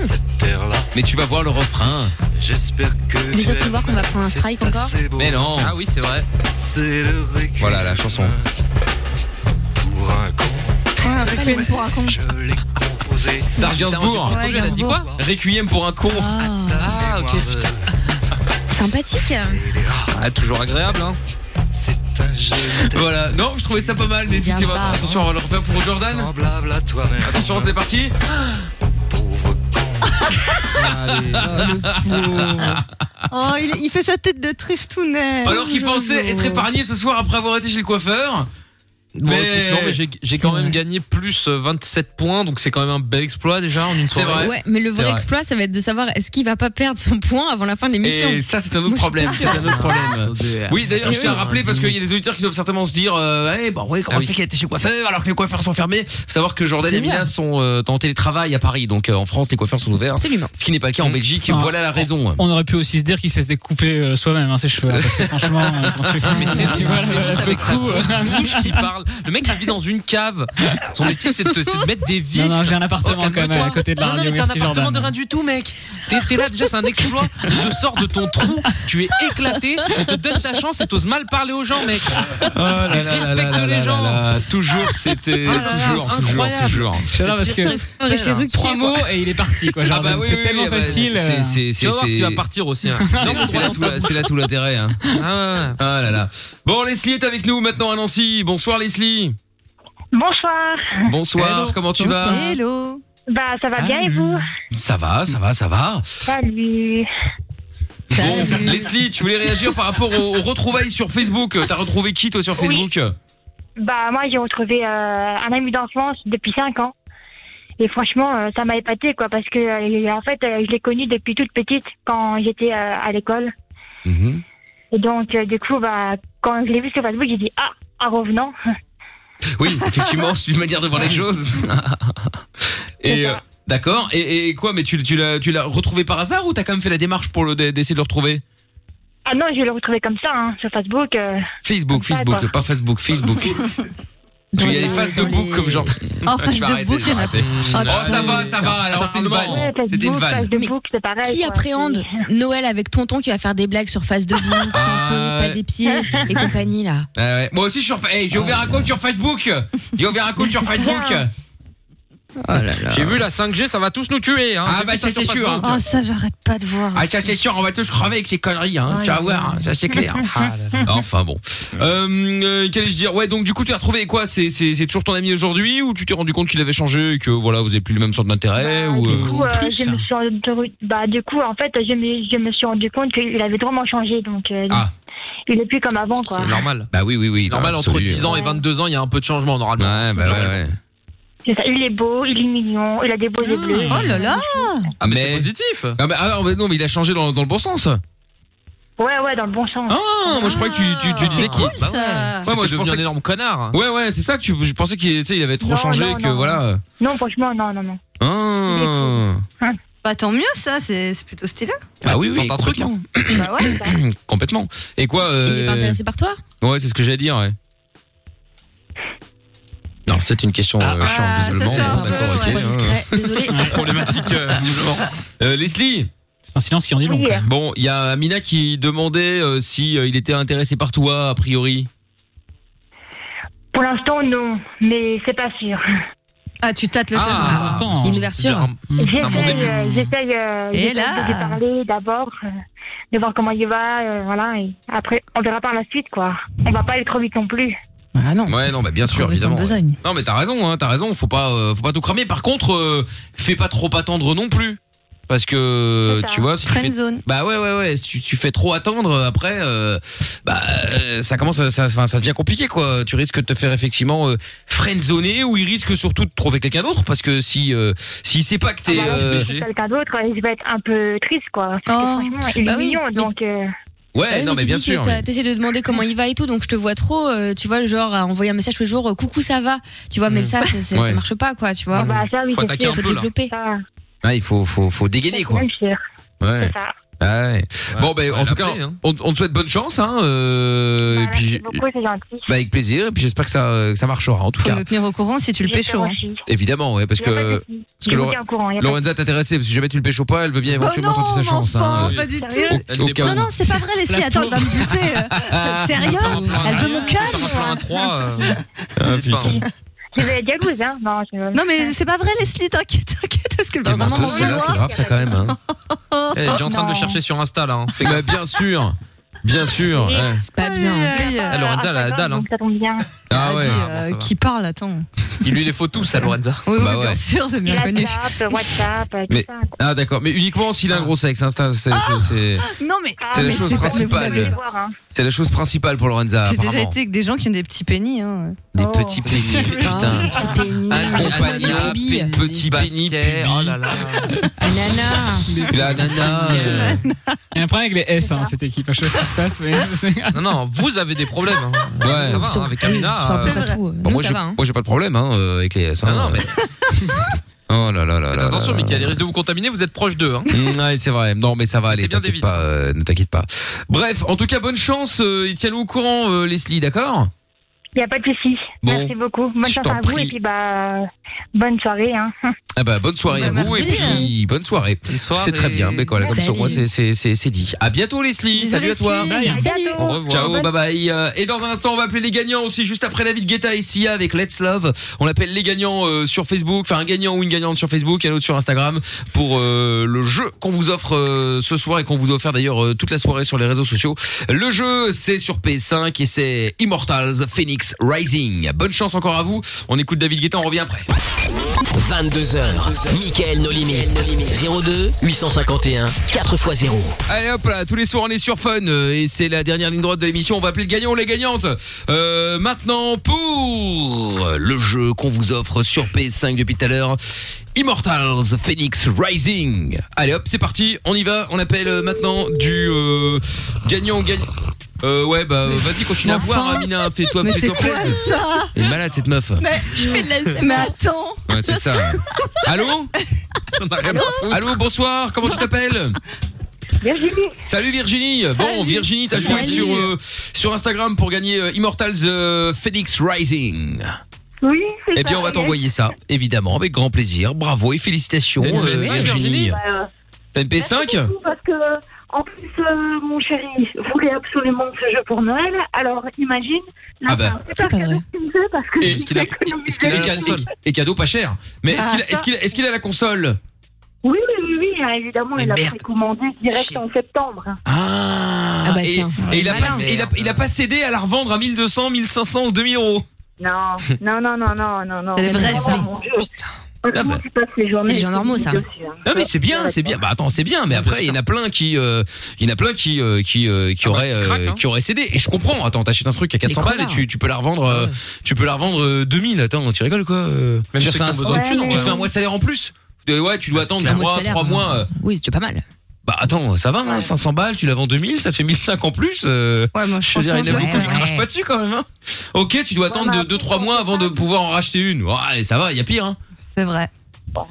[SPEAKER 2] Mais tu vas voir le refrain.
[SPEAKER 17] J'espère que
[SPEAKER 7] Déjà tu voir qu'on va prendre un strike encore
[SPEAKER 2] Mais non.
[SPEAKER 6] Ah oui, c'est vrai.
[SPEAKER 17] C'est le récréation
[SPEAKER 2] Voilà la chanson.
[SPEAKER 17] pour un con.
[SPEAKER 5] pour un con.
[SPEAKER 17] Je l'ai composé.
[SPEAKER 2] Serge Gainsbourg.
[SPEAKER 7] Ouais,
[SPEAKER 6] Elle a dit quoi
[SPEAKER 2] Requiem pour un con.
[SPEAKER 6] Ah ok. putain.
[SPEAKER 7] Sympathique
[SPEAKER 6] Ah, toujours agréable hein.
[SPEAKER 2] Voilà, non, je trouvais ça pas mal, mais effectivement,
[SPEAKER 6] pas,
[SPEAKER 2] attention, on va le refaire pour Jordan. Attention, c'est parti.
[SPEAKER 5] Oh, il, il fait sa tête de tristounet.
[SPEAKER 2] Ah. Alors qu'il pensait être épargné ce soir après avoir été chez le coiffeur.
[SPEAKER 6] Bon,
[SPEAKER 2] Mais-
[SPEAKER 6] écoute, non, mais j'ai- j'ai quand même gagné plus euh, 27 points, donc c'est quand même un bel exploit déjà en une soirée.
[SPEAKER 7] Ouais, mais le vrai
[SPEAKER 6] C'est
[SPEAKER 7] exploit, ça va être de savoir est-ce qu'il va pas perdre son point avant la fin de l'émission.
[SPEAKER 2] Et ça, c'est un autre problème. C'est un autre problème. Oui, d'ailleurs,
[SPEAKER 7] Ah
[SPEAKER 2] je tiens à rappeler parce qu'il y a des auditeurs qui doivent certainement se dire, euh, eh, bah ouais, comment
[SPEAKER 6] Ah
[SPEAKER 2] ça
[SPEAKER 6] oui.
[SPEAKER 2] fait qu'il a été chez le coiffeur alors que les coiffeurs sont fermés Faut savoir que Jordan
[SPEAKER 6] C'est
[SPEAKER 2] et Mina
[SPEAKER 6] bien.
[SPEAKER 2] sont euh, en télétravail à Paris, donc euh, en France, les coiffeurs sont ouverts.
[SPEAKER 7] Absolument.
[SPEAKER 2] Ce qui n'est pas le
[SPEAKER 6] Mm.
[SPEAKER 2] cas en Belgique.
[SPEAKER 3] Ah.
[SPEAKER 2] Voilà la raison.
[SPEAKER 3] On aurait pu aussi se dire qu'il s'était coupé euh, soi-même hein, ses cheveux. hein, parce que
[SPEAKER 6] Ah,
[SPEAKER 3] franchement, euh, quand tu-
[SPEAKER 2] Ah,
[SPEAKER 3] tu vois, le- le coup, euh,
[SPEAKER 6] bouche qui parle. Le mec qui vit dans une cave. Son métier c'est de, te- c'est de mettre des vis.
[SPEAKER 3] Non, non, j'ai un appartement
[SPEAKER 6] Oh,
[SPEAKER 3] quand même,
[SPEAKER 6] calme-toi.
[SPEAKER 3] à côté de la
[SPEAKER 6] Non,
[SPEAKER 3] radio,
[SPEAKER 6] Non, mais t'as un
[SPEAKER 3] merci,
[SPEAKER 6] appartement
[SPEAKER 3] Jordan.
[SPEAKER 6] de rien du tout, mec. T'es t'es là déjà, c'est un exploit. On te sort de ton trou, tu es éclaté, on te donne ta chance et t'oses mal parler aux gens, mec.
[SPEAKER 2] Oh là là là là là là là. Toujours, c'était.
[SPEAKER 6] Ah
[SPEAKER 2] toujours, toujours, toujours.
[SPEAKER 3] Je suis là parce que trois mots et il est parti quoi. Jordan.
[SPEAKER 2] Ah bah oui,
[SPEAKER 3] c'est
[SPEAKER 2] oui,
[SPEAKER 3] tellement
[SPEAKER 2] oui, bah,
[SPEAKER 3] facile. euh,
[SPEAKER 2] c'est- c'est-
[SPEAKER 6] Tu vas voir,
[SPEAKER 2] c'est-
[SPEAKER 6] tu vas partir aussi, hein.
[SPEAKER 2] C'est-
[SPEAKER 6] Non, mais
[SPEAKER 2] C'est là tout la- c'est là tout l'intérêt. hein. Ah là là. Bon, Leslie est avec nous maintenant à Nancy. Bonsoir Leslie.
[SPEAKER 16] Bonsoir.
[SPEAKER 2] Bonsoir,
[SPEAKER 16] Hello.
[SPEAKER 2] comment tu vas
[SPEAKER 5] Hello.
[SPEAKER 16] Bah, ça va bien et vous
[SPEAKER 2] Ça va, ça va, ça va.
[SPEAKER 16] Salut.
[SPEAKER 2] Bon, Leslie, tu voulais réagir par rapport aux, aux retrouvailles sur Facebook. T'as retrouvé qui toi sur Facebook
[SPEAKER 16] Bah, moi, j'ai retrouvé euh, un ami d'enfance depuis 5 ans. Et franchement, euh, ça m'a épaté, quoi, parce que, euh, en fait, euh, je l'ai connu depuis toute petite, quand j'étais euh, à l'école.
[SPEAKER 2] Mhm.
[SPEAKER 16] Et donc, euh, du coup, bah, quand je l'ai vu sur Facebook, j'ai dit, ah, un revenant.
[SPEAKER 2] Hum, Oui, effectivement, c'est une manière de voir les choses. Et euh, D'accord. Et, et quoi Mais tu, tu l'as, tu l'as retrouvé par hasard ou t'as quand même fait la démarche pour le d'essayer de le retrouver
[SPEAKER 16] Ah non, je vais le retrouver comme ça, hein, sur Facebook. euh,
[SPEAKER 2] Facebook,
[SPEAKER 16] comme ça,
[SPEAKER 2] Facebook,
[SPEAKER 16] quoi.
[SPEAKER 2] pas Facebook, Facebook. Tu y as les faces de bouc comme genre.
[SPEAKER 16] Oh,
[SPEAKER 2] Je
[SPEAKER 16] faces
[SPEAKER 2] vais
[SPEAKER 16] de
[SPEAKER 2] arrêter,
[SPEAKER 16] bouc,
[SPEAKER 2] je vais
[SPEAKER 16] il y en a
[SPEAKER 2] arrêter.
[SPEAKER 16] plein.
[SPEAKER 2] Oh, ça va, ça va. Alors c'était une vanne.
[SPEAKER 16] Ouais, Facebook,
[SPEAKER 2] C'était une vanne.
[SPEAKER 16] Facebook, c'est pareil.
[SPEAKER 7] Qui
[SPEAKER 16] quoi.
[SPEAKER 7] appréhende Noël avec tonton qui va faire des blagues sur face de boue, santé, pas des pieds et compagnie là
[SPEAKER 2] Ah ouais. Moi aussi, je suis sur... hey, j'ai ouvert un compte sur Facebook. J'ai ouvert un compte sur Facebook.
[SPEAKER 6] J'ai vu la 5G, ça va tous nous tuer. Hein.
[SPEAKER 2] Ah,
[SPEAKER 6] J'ai
[SPEAKER 2] bah,
[SPEAKER 6] vu
[SPEAKER 2] ça,
[SPEAKER 6] sur
[SPEAKER 2] c'est sûr,
[SPEAKER 6] Facebook.
[SPEAKER 5] Oh, ça, j'arrête pas de voir.
[SPEAKER 2] Ah ça c'est sûr, on va tous crever avec ces conneries, hein. tu vas voir, hein, ça c'est
[SPEAKER 5] Ah
[SPEAKER 2] clair. Enfin bon. Euh, euh, Qu'allais-je dire Ouais, donc du coup tu as retrouvé quoi C'est c'est c'est toujours ton ami aujourd'hui ou tu t'es rendu compte qu'il avait changé et que voilà vous avez plus le même centre d'intérêt ou
[SPEAKER 16] Du coup, euh, je me suis rendu- bah, du coup, en fait, je me, je me suis rendu compte qu'il avait vraiment changé. Donc, euh,
[SPEAKER 2] Ah.
[SPEAKER 16] il est plus comme avant, quoi.
[SPEAKER 6] C'est normal.
[SPEAKER 2] Bah oui, oui, oui.
[SPEAKER 6] C'est normal, entre
[SPEAKER 2] absolu.
[SPEAKER 6] 10 ans et 22 ans, il y a un peu de changement, normalement.
[SPEAKER 2] Ouais, bah ouais, ouais.
[SPEAKER 16] C'est ça, il est beau, il est mignon, il a des beaux yeux bleus.
[SPEAKER 5] Oh là là
[SPEAKER 2] Ah mais, c'est positif. Ah mais alors mais non mais il a changé dans dans le bon sens.
[SPEAKER 16] Ouais, ouais, dans le bon sens.
[SPEAKER 2] Ah, moi je croyais que tu tu, tu disais qu'il. Bah ouais.
[SPEAKER 6] C'était
[SPEAKER 2] moi je
[SPEAKER 6] devenu
[SPEAKER 2] pensais
[SPEAKER 6] un
[SPEAKER 2] que-
[SPEAKER 6] énorme connard.
[SPEAKER 2] Ouais ouais c'est ça que tu je pensais qu'il tu sais, il avait trop
[SPEAKER 16] Non,
[SPEAKER 2] changé
[SPEAKER 16] non,
[SPEAKER 2] que
[SPEAKER 16] non.
[SPEAKER 2] voilà. Hein
[SPEAKER 16] Non, franchement, non, non, Hein. non.
[SPEAKER 2] Ah.
[SPEAKER 5] Bah tant mieux, ça, c'est c'est plutôt stylé.
[SPEAKER 2] Ah oui oui. un truc hein.
[SPEAKER 5] Bah ouais.
[SPEAKER 2] Complètement. Et quoi
[SPEAKER 7] Il est
[SPEAKER 2] euh,
[SPEAKER 7] pas intéressé par toi
[SPEAKER 2] Ouais, c'est ce que j'allais dire, ouais. Non, c'est une question euh, chiante, visiblement. Bon, d'accord, ok.
[SPEAKER 7] Désolé.
[SPEAKER 2] C'est problématique, euh, visiblement. Euh, Leslie
[SPEAKER 3] C'est un silence qui en dit long. quand même.
[SPEAKER 2] Bon, il y a Amina qui demandait euh, si euh, il était intéressé par toi, a priori.
[SPEAKER 16] Pour l'instant, non, mais c'est pas sûr.
[SPEAKER 5] Ah, tu tâtes le
[SPEAKER 2] Ah,
[SPEAKER 5] chemin.
[SPEAKER 2] c'est une
[SPEAKER 5] ouverture.
[SPEAKER 16] J'essaye, euh, j'essaye, euh,
[SPEAKER 5] Et
[SPEAKER 16] j'essaye
[SPEAKER 5] là
[SPEAKER 16] de lui parler d'abord, euh, de voir comment il va, euh, voilà, et après, on verra par la suite, quoi. On va pas aller trop vite non plus.
[SPEAKER 5] Ah non.
[SPEAKER 2] Ouais, non, bah bien sûr, évidemment. ouais. Non, mais t'as raison, hein, t'as raison. Faut pas, euh, faut pas tout cramer. Par contre, euh, fais pas trop attendre non plus. Parce que
[SPEAKER 5] ça.
[SPEAKER 2] tu vois, si tu fais,
[SPEAKER 5] Friendzone.
[SPEAKER 2] bah ouais ouais ouais, si tu, tu fais trop attendre euh, après, euh, bah euh, ça commence, à- ça, enfin, ça devient compliqué quoi. Tu risques de te faire effectivement euh, friendzoner ou il risque surtout de trouver quelqu'un d'autre parce que si euh, s'il sait pas que
[SPEAKER 13] Ah
[SPEAKER 2] t'es
[SPEAKER 16] Bah,
[SPEAKER 2] euh,
[SPEAKER 16] si c'est quelqu'un d'autre, je vais être un peu triste, quoi.
[SPEAKER 5] Oh.
[SPEAKER 16] Parce que franchement, il est
[SPEAKER 7] Bah oui,
[SPEAKER 16] mignon, donc. euh,
[SPEAKER 2] ouais
[SPEAKER 7] Ah oui,
[SPEAKER 2] non mais
[SPEAKER 7] mais tu
[SPEAKER 2] bien
[SPEAKER 7] dis que
[SPEAKER 2] sûr,
[SPEAKER 7] t'as- T'essaies de demander comment il va et tout, donc je te vois trop, euh, tu vois, le genre à envoyer un message tous les jours, euh, coucou ça va, tu vois, mais ça, c'est- c'est-
[SPEAKER 2] Mm. Ouais.
[SPEAKER 7] ça marche pas quoi, tu vois.
[SPEAKER 2] Ah bah, ça, oui, Faut c'est attaquer sûr. un
[SPEAKER 7] Faut
[SPEAKER 2] peu, là.
[SPEAKER 7] développer.
[SPEAKER 2] Ouais, il faut faut faut dégainer quoi.
[SPEAKER 16] euh,
[SPEAKER 2] Ouais.
[SPEAKER 16] ça.
[SPEAKER 2] Ah ouais. Bon ben en tout cas, on, on te souhaite bonne chance hein. euh, et puis
[SPEAKER 16] beaucoup, c'est gentil.
[SPEAKER 2] bah, avec plaisir et puis j'espère que ça euh, que ça marchera en tout
[SPEAKER 5] Faut
[SPEAKER 2] cas.
[SPEAKER 5] nous tenir au courant si tu le pécho. hein.
[SPEAKER 2] Évidemment, ouais, parce
[SPEAKER 5] Y a pas de
[SPEAKER 2] que,
[SPEAKER 5] souci.
[SPEAKER 2] parce que
[SPEAKER 5] Je vous
[SPEAKER 2] Laure-
[SPEAKER 5] tiens au courant, y a pas de Oh
[SPEAKER 2] Lorenza t'intéressait, parce que si jamais tu le pécho pas, elle veut bien éventuellement
[SPEAKER 5] non,
[SPEAKER 2] tenter sa
[SPEAKER 5] mais
[SPEAKER 2] chance.
[SPEAKER 5] enfin, euh,
[SPEAKER 2] hein.
[SPEAKER 5] pas du tout.
[SPEAKER 2] Au- au cas
[SPEAKER 5] Non,
[SPEAKER 2] où.
[SPEAKER 5] non, c'est pas vrai, Leslie. Attends, elle va me buter. Euh, Sérieux Elle veut mon calme.
[SPEAKER 2] Ah, putain.
[SPEAKER 16] Je vais être jalouse, hein. Non, je...
[SPEAKER 5] Non, mais c'est pas vrai, Leslie. T'inquiète, t'inquiète. Est-ce qu'elle va
[SPEAKER 2] T'es
[SPEAKER 5] vraiment
[SPEAKER 2] menteuse, celle-là, c'est grave, ça quand même. Hein.
[SPEAKER 6] Elle est déjà en train de le chercher sur Insta, là. hein.
[SPEAKER 2] Fait que- Bah, bien sûr, bien sûr. Eh, ouais.
[SPEAKER 7] C'est pas
[SPEAKER 16] euh,
[SPEAKER 7] bien.
[SPEAKER 6] Ah, Lorenza, elle a la dalle. Hein.
[SPEAKER 16] Ça tombe bien.
[SPEAKER 2] Ah ouais.
[SPEAKER 5] euh, Qui parle, attends.
[SPEAKER 6] Il lui les faut tous à Lorenza.
[SPEAKER 5] Oui, oui,
[SPEAKER 2] Bah ouais.
[SPEAKER 5] bien sûr, c'est bien connu.
[SPEAKER 16] WhatsApp, WhatsApp, euh, tout
[SPEAKER 2] Mais,
[SPEAKER 16] ça.
[SPEAKER 2] ah d'accord, mais uniquement s'il a un gros sexe, hein, c'est- c'est c'est- c'est-
[SPEAKER 5] Ah, Non, mais.
[SPEAKER 2] c'est la chose
[SPEAKER 5] Mais vous l'avez-
[SPEAKER 2] principale.
[SPEAKER 16] hein.
[SPEAKER 2] C'est la chose principale pour Lorenza,
[SPEAKER 5] J'ai déjà
[SPEAKER 2] apparemment.
[SPEAKER 5] été avec des gens qui ont des petits pénis. Hein.
[SPEAKER 16] Oh.
[SPEAKER 2] Des petits pénis, putain. Ah, Compagnon, petit pénis, pubis.
[SPEAKER 7] Nana.
[SPEAKER 2] La nana. euh,
[SPEAKER 3] Il y a un problème avec les S hein, dans cette équipe, à chaque fois ce qui se passe. Mais...
[SPEAKER 6] Non, non, vous avez des problèmes. hein.
[SPEAKER 2] Ouais.
[SPEAKER 6] Ça va, hein, avec Amina. euh,
[SPEAKER 7] tout.
[SPEAKER 2] Bon, Bah, moi, j'ai- moi, j'ai pas de problème hein, euh, avec les S. hein. Oh là là là là.
[SPEAKER 6] Attention,
[SPEAKER 2] là là.
[SPEAKER 6] Mickaël, il risque de vous contaminer, vous êtes proche d'eux. Hein.
[SPEAKER 2] Mm, ouais, c'est vrai. Non, mais ça va aller. T'inquiète pas. euh, ne t'inquiète pas. Bref, en tout cas, bonne chance. euh, et tiens-nous au courant, euh, Leslie, d'accord
[SPEAKER 16] Il n'y a pas de souci.
[SPEAKER 2] Bon.
[SPEAKER 16] Merci beaucoup. Bonne
[SPEAKER 2] Je
[SPEAKER 16] chance
[SPEAKER 2] t'en
[SPEAKER 16] à vous
[SPEAKER 2] prie.
[SPEAKER 16] et puis bah, bonne soirée. Hein.
[SPEAKER 2] ah bah, Bonne soirée
[SPEAKER 16] Bah,
[SPEAKER 2] à vous
[SPEAKER 16] merci,
[SPEAKER 2] et puis bonne soirée. C'est très bien. Mais quoi, là, comme
[SPEAKER 16] Salut.
[SPEAKER 2] sur moi, c'est- c'est c'est- c'est dit. À bientôt, Leslie.
[SPEAKER 16] Bisous,
[SPEAKER 2] Salut à toi.
[SPEAKER 16] Leslie. Bye. Salut.
[SPEAKER 2] Au revoir. Ciao,
[SPEAKER 16] Bonne-
[SPEAKER 2] bye bye. Euh, Et dans un instant, on va appeler les gagnants aussi, juste après la vie de Guetta et Sia avec Let's Love. On appelle les gagnants euh, sur Facebook, enfin un gagnant ou une gagnante sur Facebook et un autre sur Instagram pour euh, le jeu qu'on vous offre euh, ce soir et qu'on vous a offert d'ailleurs euh, toute la soirée sur les réseaux sociaux. Le jeu, c'est sur PS5 et c'est Immortals Phoenix Rising. Bonne chance encore à vous. On écoute David Guetta, on revient après.
[SPEAKER 1] 22h, Mickaël nos limites. 02 851 4x0.
[SPEAKER 2] Allez hop là, tous les soirs on est sur Fun euh, et c'est la dernière ligne droite de l'émission. On va appeler le gagnant ou la gagnante. Euh, maintenant pour le jeu qu'on vous offre sur PS5 depuis tout à l'heure, Immortals Phoenix Rising. Allez hop, c'est parti, on y va. On appelle euh, maintenant du euh, gagnant gagnant. Euh, ouais, bah vas-y, continue à boire,
[SPEAKER 5] enfin.
[SPEAKER 2] Amina. Fais-toi
[SPEAKER 5] Mais c'est
[SPEAKER 2] fais-toi
[SPEAKER 5] quoi
[SPEAKER 2] plaisir.
[SPEAKER 5] ça
[SPEAKER 2] Elle est malade, cette meuf.
[SPEAKER 5] Mais je fais de la Mais attends
[SPEAKER 2] Ouais, c'est ça. Allô Allô, bonsoir, comment tu t'appelles
[SPEAKER 16] Virginie.
[SPEAKER 2] Salut Virginie. Bon,
[SPEAKER 16] Salut.
[SPEAKER 2] Virginie, t'as joué
[SPEAKER 16] Salut.
[SPEAKER 2] sur, euh, sur Instagram pour gagner euh, Immortals euh, Phoenix Rising.
[SPEAKER 16] Oui, c'est
[SPEAKER 2] Eh
[SPEAKER 16] ça,
[SPEAKER 2] bien, on va
[SPEAKER 16] yes.
[SPEAKER 2] t'envoyer ça, évidemment, avec grand plaisir. Bravo et félicitations,
[SPEAKER 16] T'as une
[SPEAKER 2] euh,
[SPEAKER 16] PS5,
[SPEAKER 2] Virginie.
[SPEAKER 16] Bah, euh,
[SPEAKER 2] T'as une
[SPEAKER 16] merci
[SPEAKER 2] PS5
[SPEAKER 16] beaucoup Parce que, en plus, euh, mon chéri voulait absolument ce jeu pour Noël. Alors, imagine. là,
[SPEAKER 2] Ah bah.
[SPEAKER 16] C'est pas vrai. Parce que
[SPEAKER 2] Et est-ce qu'il a, est-ce qu'il a-
[SPEAKER 16] la
[SPEAKER 2] et-
[SPEAKER 16] console
[SPEAKER 2] et cadeau pas cher Mais est-ce
[SPEAKER 16] Ah,
[SPEAKER 2] qu'il a,
[SPEAKER 16] ça.
[SPEAKER 2] est-ce qu'il a- est-ce qu'il a la console
[SPEAKER 16] Oui, oui, oui, oui, hein, évidemment, il a précommandé direct en septembre.
[SPEAKER 2] Ah,
[SPEAKER 16] bah
[SPEAKER 2] et,
[SPEAKER 16] tiens.
[SPEAKER 2] et il, a
[SPEAKER 16] Malin.
[SPEAKER 2] pas, il, a, il a pas cédé à la revendre à 1200, 1500 ou 2000 euros.
[SPEAKER 16] Non, non, non, non, non, non, non.
[SPEAKER 5] C'est les vrais
[SPEAKER 16] Vraiment,
[SPEAKER 5] flics.
[SPEAKER 16] mon Dieu.
[SPEAKER 2] Ah,
[SPEAKER 16] Franchement,
[SPEAKER 2] bah.
[SPEAKER 16] tu passes les journées.
[SPEAKER 7] C'est les gens normaux, ça.
[SPEAKER 16] dessus, hein.
[SPEAKER 2] Non mais c'est bien, c'est bien. Bah attends, c'est bien, mais après il y en a plein qui, euh, il y en a plein qui, euh, qui, euh,
[SPEAKER 5] Ah bah,
[SPEAKER 2] qui auraient, euh,
[SPEAKER 5] hein.
[SPEAKER 2] qui auraient cédé. Et je comprends. Attends, t'achètes un truc à 400 balles et tu, tu peux la revendre,
[SPEAKER 5] Ah
[SPEAKER 2] euh, tu peux la revendre euh, 2000. Attends, tu rigoles quoi euh,
[SPEAKER 6] Même ceux
[SPEAKER 2] tu fais
[SPEAKER 6] qui
[SPEAKER 2] un-
[SPEAKER 6] ont besoin de thunes, Ah, en
[SPEAKER 2] tu te
[SPEAKER 6] vrai.
[SPEAKER 2] fais un mois de salaire en plus. Euh, ouais, tu dois attendre
[SPEAKER 7] Un mois de
[SPEAKER 2] 3,
[SPEAKER 7] salaire,
[SPEAKER 2] mois. euh.
[SPEAKER 7] Oui, c'est pas mal.
[SPEAKER 2] Bah attends, ça va, hein, 500 balles, tu la vends 2000, ça te fait 1005 en plus. euh,
[SPEAKER 5] Ouais, moi,
[SPEAKER 2] je veux dire, il y en a
[SPEAKER 5] franchement,
[SPEAKER 2] beaucoup
[SPEAKER 5] ouais,
[SPEAKER 2] qui crachent pas dessus quand même. hein. Ok, tu dois attendre 2-3 mois avant de pouvoir en racheter une. Ouais, ça va, il y a pire. Hein.
[SPEAKER 5] C'est vrai.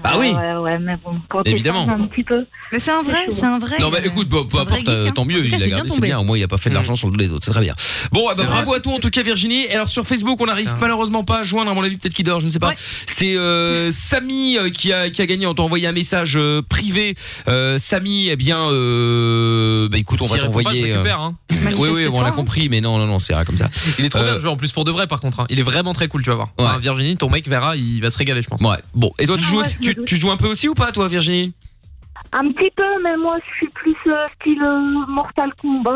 [SPEAKER 2] Bah oui.
[SPEAKER 16] Ouais, ouais, mais bon, quand t'es
[SPEAKER 2] Évidemment.
[SPEAKER 16] fan un petit peu.
[SPEAKER 5] Mais c'est un vrai, c'est un vrai. hein.
[SPEAKER 2] Non bah écoute, bah, peu importe, euh, tant mieux,
[SPEAKER 5] En tout
[SPEAKER 2] il
[SPEAKER 5] cas,
[SPEAKER 2] a
[SPEAKER 5] c'est
[SPEAKER 2] gardé,
[SPEAKER 5] bien
[SPEAKER 2] c'est
[SPEAKER 5] tombé. Mm.
[SPEAKER 2] bien, au moins il a pas fait de l'argent sur le dos des autres, c'est très bien. Bon, eh ben,
[SPEAKER 6] C'est
[SPEAKER 2] bravo à toi en tout cas Virginie. Et alors sur Facebook, on n'arrive malheureusement pas à joindre, à mon avis peut-être qu'il dort, je ne sais pas. C'est euh, Samy euh, qui a qui a gagné, on t'a envoyé un message euh, privé. Euh, Samy, eh bien, euh, bah écoute, on
[SPEAKER 6] S'il
[SPEAKER 2] va
[SPEAKER 6] répond pas, je
[SPEAKER 2] t'envoyer. euh,
[SPEAKER 6] récupère, hein.
[SPEAKER 2] Oui, oui, on
[SPEAKER 6] Manifeste-toi,
[SPEAKER 2] l'a
[SPEAKER 6] hein.
[SPEAKER 2] compris, mais non, non, non, c'est rien comme ça.
[SPEAKER 6] Il est trop
[SPEAKER 2] Euh,
[SPEAKER 6] bien le jeu en plus pour de vrai par contre. hein. Il est vraiment très cool, tu vas voir. Enfin, Virginie, ton mec verra, il va se régaler, je pense.
[SPEAKER 2] Ouais. Bon, et toi tu
[SPEAKER 16] Ah
[SPEAKER 2] joues
[SPEAKER 16] ouais,
[SPEAKER 2] aussi-
[SPEAKER 16] je me
[SPEAKER 2] tu,
[SPEAKER 16] doute.
[SPEAKER 2] tu joues un peu aussi ou pas toi Virginie
[SPEAKER 16] Un petit peu, mais moi, je suis plus euh, style euh, Mortal Kombat.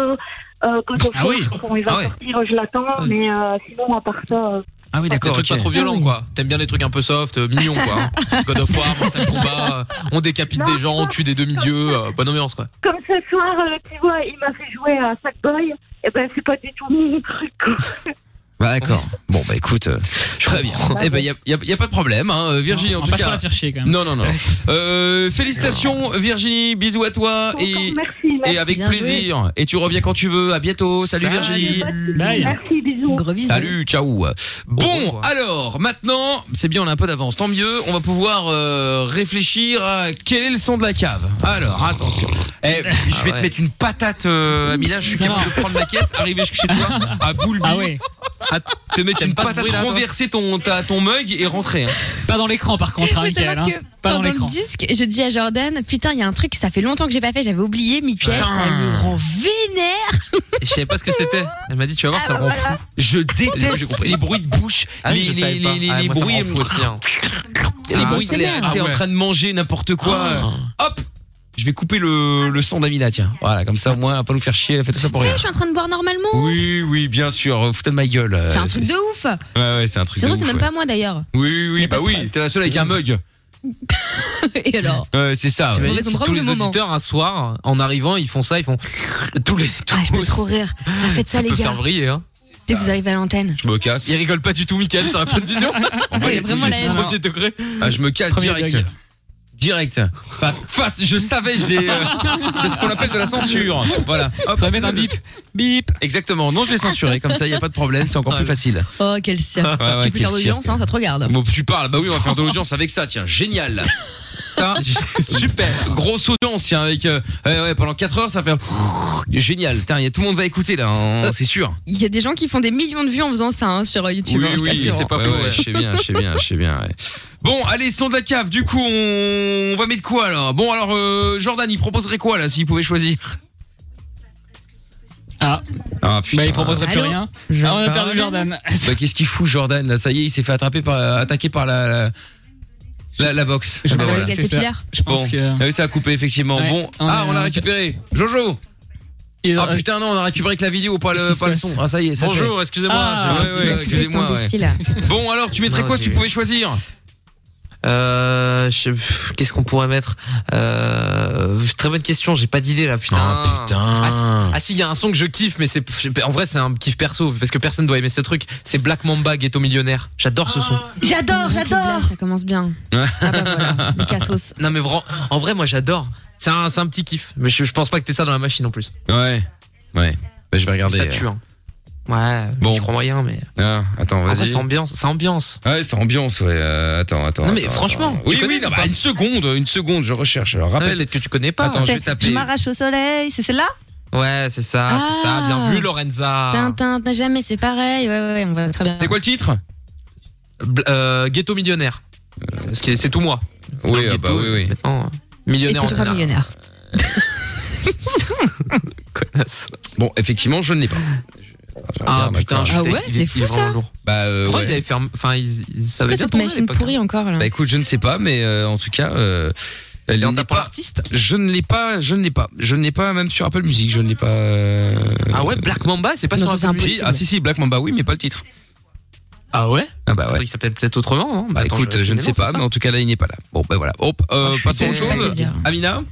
[SPEAKER 16] Euh, quand on
[SPEAKER 2] Ah oui.
[SPEAKER 16] quand il va
[SPEAKER 2] Ah ouais.
[SPEAKER 16] sortir, Oh, je l'attends, mais euh, sinon, à part ça. euh,
[SPEAKER 2] Ah oui,
[SPEAKER 6] d'accord. Des trucs
[SPEAKER 2] ok.
[SPEAKER 6] pas trop violents, quoi. T'aimes bien les trucs un peu soft, euh, mignons, quoi. hein. God of War, Mortal Kombat, euh, on décapite des gens, on tue des demi-dieux, euh, bonne ambiance, quoi.
[SPEAKER 16] Comme ce soir, euh, tu vois, il m'a fait jouer à Sackboy. Et ben, c'est pas du tout mon truc. quoi.
[SPEAKER 2] Bah d'accord. Bon bah écoute, euh, très bien. Eh ben y a, y a- y a pas de problème, hein. Euh, Virginie en
[SPEAKER 3] on va
[SPEAKER 2] tout
[SPEAKER 3] pas se
[SPEAKER 2] cas.
[SPEAKER 3] faire chier, quand même.
[SPEAKER 2] Non non non. Euh, félicitations Virginie, bisous à toi et et avec
[SPEAKER 3] Bien
[SPEAKER 2] plaisir. Et tu reviens quand tu veux. À bientôt. Oh, Salut, Virginie.
[SPEAKER 16] Merci, bisous.
[SPEAKER 2] Salut, ciao. Bon, alors maintenant, c'est bien, on a un peu d'avance, tant mieux. On va pouvoir euh, réfléchir à quel est le son de la cave. Alors, attention. Eh,
[SPEAKER 3] Ah
[SPEAKER 2] je vais te mettre une patate, euh, Amina. Je suis capable de prendre ma caisse, arriver jusqu'à chez toi, à boule
[SPEAKER 3] Ah ouais.
[SPEAKER 2] à te mettre
[SPEAKER 3] T'aimes
[SPEAKER 2] une
[SPEAKER 3] pas ce
[SPEAKER 2] patate,
[SPEAKER 3] bruit, là, toi
[SPEAKER 2] renverser ton, ta- ton mug et rentrer. hein.
[SPEAKER 3] Pas dans l'écran par contre, hein,
[SPEAKER 7] Faut
[SPEAKER 3] Mickaël,
[SPEAKER 7] savoir
[SPEAKER 3] hein.
[SPEAKER 7] que
[SPEAKER 3] Pas dans
[SPEAKER 7] pendant
[SPEAKER 3] l'écran.
[SPEAKER 7] le disque, je dis à Jordan, putain, il y a un truc, ça fait longtemps que j'ai pas fait, j'avais oublié, Mickaël, ça
[SPEAKER 6] Putain.
[SPEAKER 7] me rend vénère.
[SPEAKER 6] Et je savais pas ce que c'était. Elle m'a dit, tu vas voir, ça
[SPEAKER 7] Ah,
[SPEAKER 6] me rend fou.
[SPEAKER 2] Je
[SPEAKER 6] déteste Ah
[SPEAKER 2] les bruits de bouche,
[SPEAKER 6] les,
[SPEAKER 2] les- les- les- les bruits- C'est
[SPEAKER 6] hein. Ah,
[SPEAKER 2] bruit,
[SPEAKER 6] c'est
[SPEAKER 2] t'es
[SPEAKER 6] merde.
[SPEAKER 2] t'es
[SPEAKER 6] Ah
[SPEAKER 2] en
[SPEAKER 6] ouais. Ah.
[SPEAKER 2] train de manger n'importe quoi. Hop Je vais couper le, le son d'Amina, tiens. Voilà, comme ça au moins, elle va pas nous faire chier, elle fait tout ça
[SPEAKER 7] Tu
[SPEAKER 2] pour
[SPEAKER 7] sais,
[SPEAKER 2] rien.
[SPEAKER 7] je suis en train de boire normalement.
[SPEAKER 2] Oui, oui, bien sûr, euh, foutez de ma gueule. euh,
[SPEAKER 7] C'est un truc de ouf.
[SPEAKER 2] Ouais, ouais, c'est un truc
[SPEAKER 7] C'est
[SPEAKER 2] de
[SPEAKER 7] drôle,
[SPEAKER 2] ouf,
[SPEAKER 7] c'est même
[SPEAKER 2] ouais.
[SPEAKER 7] pas moi d'ailleurs.
[SPEAKER 2] Oui, oui, oui, bah oui, t'es la seule avec un mug.
[SPEAKER 7] Et alors
[SPEAKER 2] Ouais, c'est ça. ouais.
[SPEAKER 7] Mauvais
[SPEAKER 6] Si
[SPEAKER 7] endroit
[SPEAKER 6] tous
[SPEAKER 7] ou le
[SPEAKER 6] les
[SPEAKER 7] moment
[SPEAKER 6] auditeurs un soir, en arrivant, ils font ça, ils font tous les. Ah, je peux
[SPEAKER 7] trop rire. Ah, faites ça, les
[SPEAKER 6] peut faire
[SPEAKER 7] gars.
[SPEAKER 6] briller, hein.
[SPEAKER 7] Dès que vous arrivez à l'antenne.
[SPEAKER 2] Je me casse.
[SPEAKER 6] Il rigole pas du tout, Michael, sur la fin de vision.
[SPEAKER 7] Il y a vraiment la haine.
[SPEAKER 6] Premier degré.
[SPEAKER 2] Ah, je me casse
[SPEAKER 6] Premier
[SPEAKER 2] direct.
[SPEAKER 6] gag.
[SPEAKER 2] Direct. Fat, fat, je savais, je l'ai. euh, c'est ce qu'on appelle de la censure. Voilà. Hop. un bip. Bip. Ah, Exactement. Non, je l'ai censuré. Comme ça, il n'y a pas de problème. C'est encore plus facile.
[SPEAKER 7] Oh, quel cirque.
[SPEAKER 2] Ouais, ouais,
[SPEAKER 7] tu peux
[SPEAKER 2] quel
[SPEAKER 7] faire d'audience,
[SPEAKER 2] cirque.
[SPEAKER 7] hein, ça te regarde.
[SPEAKER 2] Bon, tu parles. Bah oui, on va faire de l'audience avec ça. Tiens, génial. Ça, super. Grosse audience, tiens, avec. euh, ouais, ouais, pendant 4 heures, ça fait. un Génial. Tiens, il y a- tout le monde va écouter, là. hein,
[SPEAKER 7] Euh,
[SPEAKER 2] c'est sûr.
[SPEAKER 7] Il y a des gens qui font des millions de vues en faisant ça hein, sur YouTube. hein, je t'assure.
[SPEAKER 2] Ouais, ouais, je sais bien, je sais bien, je sais bien. ouais. Bon, allez, son de la cave. Du coup, on, on va mettre quoi alors Bon, alors euh, Jordan, il proposerait quoi là s'il pouvait choisir
[SPEAKER 3] Ah.
[SPEAKER 2] Ah putain.
[SPEAKER 3] Bah, il proposerait plus
[SPEAKER 2] Allô
[SPEAKER 3] rien. Ah, on a perdu Jordan.
[SPEAKER 2] Bah, qu'est-ce qu'il fout Jordan là Ça y est, il s'est fait attraper par attaquer par la la, la- la boxe.
[SPEAKER 3] Je
[SPEAKER 2] Ah, bah,
[SPEAKER 3] m'appelle
[SPEAKER 2] voilà.
[SPEAKER 3] Caterpillar. Je pense
[SPEAKER 2] Bon.
[SPEAKER 3] que-
[SPEAKER 2] Ah oui, ça a coupé effectivement.
[SPEAKER 3] Ouais,
[SPEAKER 2] bon,
[SPEAKER 3] on
[SPEAKER 2] ah,
[SPEAKER 3] est-
[SPEAKER 2] on l'a récupéré. Jojo. Ah putain non, on a récupéré que la vidéo, pas le pas le son. Ah ça y est, ça
[SPEAKER 6] Bonjour,
[SPEAKER 2] fait.
[SPEAKER 6] excusez-moi,
[SPEAKER 2] Ah,
[SPEAKER 6] j'ai-
[SPEAKER 2] ouais, ouais, excusez-moi. ouais. Bon alors, tu mettrais
[SPEAKER 6] Non,
[SPEAKER 2] quoi si tu
[SPEAKER 6] j'ai-
[SPEAKER 2] pouvais choisir
[SPEAKER 6] Euh, je- pff, qu'est-ce qu'on pourrait mettre euh, Très bonne question, j'ai pas d'idée là, putain. Ah
[SPEAKER 2] putain.
[SPEAKER 6] si- Ah si, il y a un son que je kiffe, mais c'est en vrai c'est un kiff perso parce que personne doit aimer ce truc. C'est Black Mamba Ghetto Millionnaire. J'adore
[SPEAKER 7] Ah.
[SPEAKER 6] ce son.
[SPEAKER 7] J'adore, j'adore. Ça commence bien. les cassos.
[SPEAKER 6] Non mais vra- en vrai moi j'adore. C'est un, c'est un petit kiff, mais je, je pense pas que t'es ça dans la machine en plus.
[SPEAKER 2] Ouais. Ouais. Bah, je vais regarder.
[SPEAKER 6] Ça tue, hein. Ouais, bon. je crois moyen, mais.
[SPEAKER 2] Ah, attends,
[SPEAKER 6] Après,
[SPEAKER 2] vas-y.
[SPEAKER 6] c'est ambiance. C'est ambiance.
[SPEAKER 2] Ouais, c'est ambiance, ouais. euh, attends, attends.
[SPEAKER 6] Non, mais
[SPEAKER 2] attends,
[SPEAKER 6] franchement,
[SPEAKER 2] attends.
[SPEAKER 6] tu
[SPEAKER 2] Oui,
[SPEAKER 6] connais
[SPEAKER 2] oui,
[SPEAKER 6] ou
[SPEAKER 2] non, bah,
[SPEAKER 6] pas Ah
[SPEAKER 2] une seconde, une seconde, je recherche. Alors, rappelle.
[SPEAKER 6] peut-être que tu connais pas.
[SPEAKER 2] Attends, je vais
[SPEAKER 5] Je
[SPEAKER 2] taper.
[SPEAKER 5] m'arrache au soleil, c'est celle-là
[SPEAKER 6] Ouais, c'est ça, c'est ça.
[SPEAKER 7] Ah.
[SPEAKER 6] Bien vu,
[SPEAKER 2] Ah.
[SPEAKER 6] Lorenza.
[SPEAKER 7] Tintin, t'as jamais, c'est pareil. Ouais, ouais, on va très bien.
[SPEAKER 6] C'est
[SPEAKER 2] quoi le titre
[SPEAKER 6] euh,
[SPEAKER 2] Euh,
[SPEAKER 6] Ghetto millionnaire. Parce que c'est tout moi. euh,
[SPEAKER 2] Oui, ah bah oui, oui.
[SPEAKER 6] Millionnaire en général.
[SPEAKER 7] millionnaire.
[SPEAKER 2] Bon, effectivement, je ne l'ai pas.
[SPEAKER 6] Ah putain, je
[SPEAKER 7] Ah
[SPEAKER 6] sais,
[SPEAKER 7] ouais,
[SPEAKER 6] il
[SPEAKER 7] c'est
[SPEAKER 6] est-
[SPEAKER 7] fou,
[SPEAKER 6] il est
[SPEAKER 7] ça.
[SPEAKER 6] vraiment lourd.
[SPEAKER 2] Bah, euh,
[SPEAKER 6] Pourquoi
[SPEAKER 2] ouais.
[SPEAKER 6] ils avaient fait. un- Enfin, ils, ils
[SPEAKER 7] C'est
[SPEAKER 6] savaient
[SPEAKER 7] quoi
[SPEAKER 6] bien
[SPEAKER 7] cette
[SPEAKER 6] tourner à
[SPEAKER 7] machine
[SPEAKER 6] l'époque.
[SPEAKER 7] pourrie encore là
[SPEAKER 2] Bah écoute, je ne sais pas, mais euh, en tout cas, euh, elle n'est pas artiste. Je ne l'ai pas, je ne l'ai pas, je ne l'ai pas même sur Apple Music, je ne l'ai pas.
[SPEAKER 6] Ah ouais, Black Mamba, c'est pas sur Apple Music.
[SPEAKER 2] Si, Ah si si, Black Mamba, oui, mais pas le titre.
[SPEAKER 6] Ah ouais
[SPEAKER 2] Ah bah ouais.
[SPEAKER 6] Attends, il s'appelle peut-être autrement. hein. Bah,
[SPEAKER 2] Bah
[SPEAKER 6] attends,
[SPEAKER 2] écoute,
[SPEAKER 6] vais
[SPEAKER 2] je, ne
[SPEAKER 6] finalement,
[SPEAKER 2] sais pas,
[SPEAKER 6] c'est Ah,
[SPEAKER 2] mais en tout cas là, il n'est pas là. Bon, bah voilà. Hop, euh, passons à autre
[SPEAKER 7] désolée.
[SPEAKER 2] chose.
[SPEAKER 7] Je vais pas te dire.
[SPEAKER 2] Amina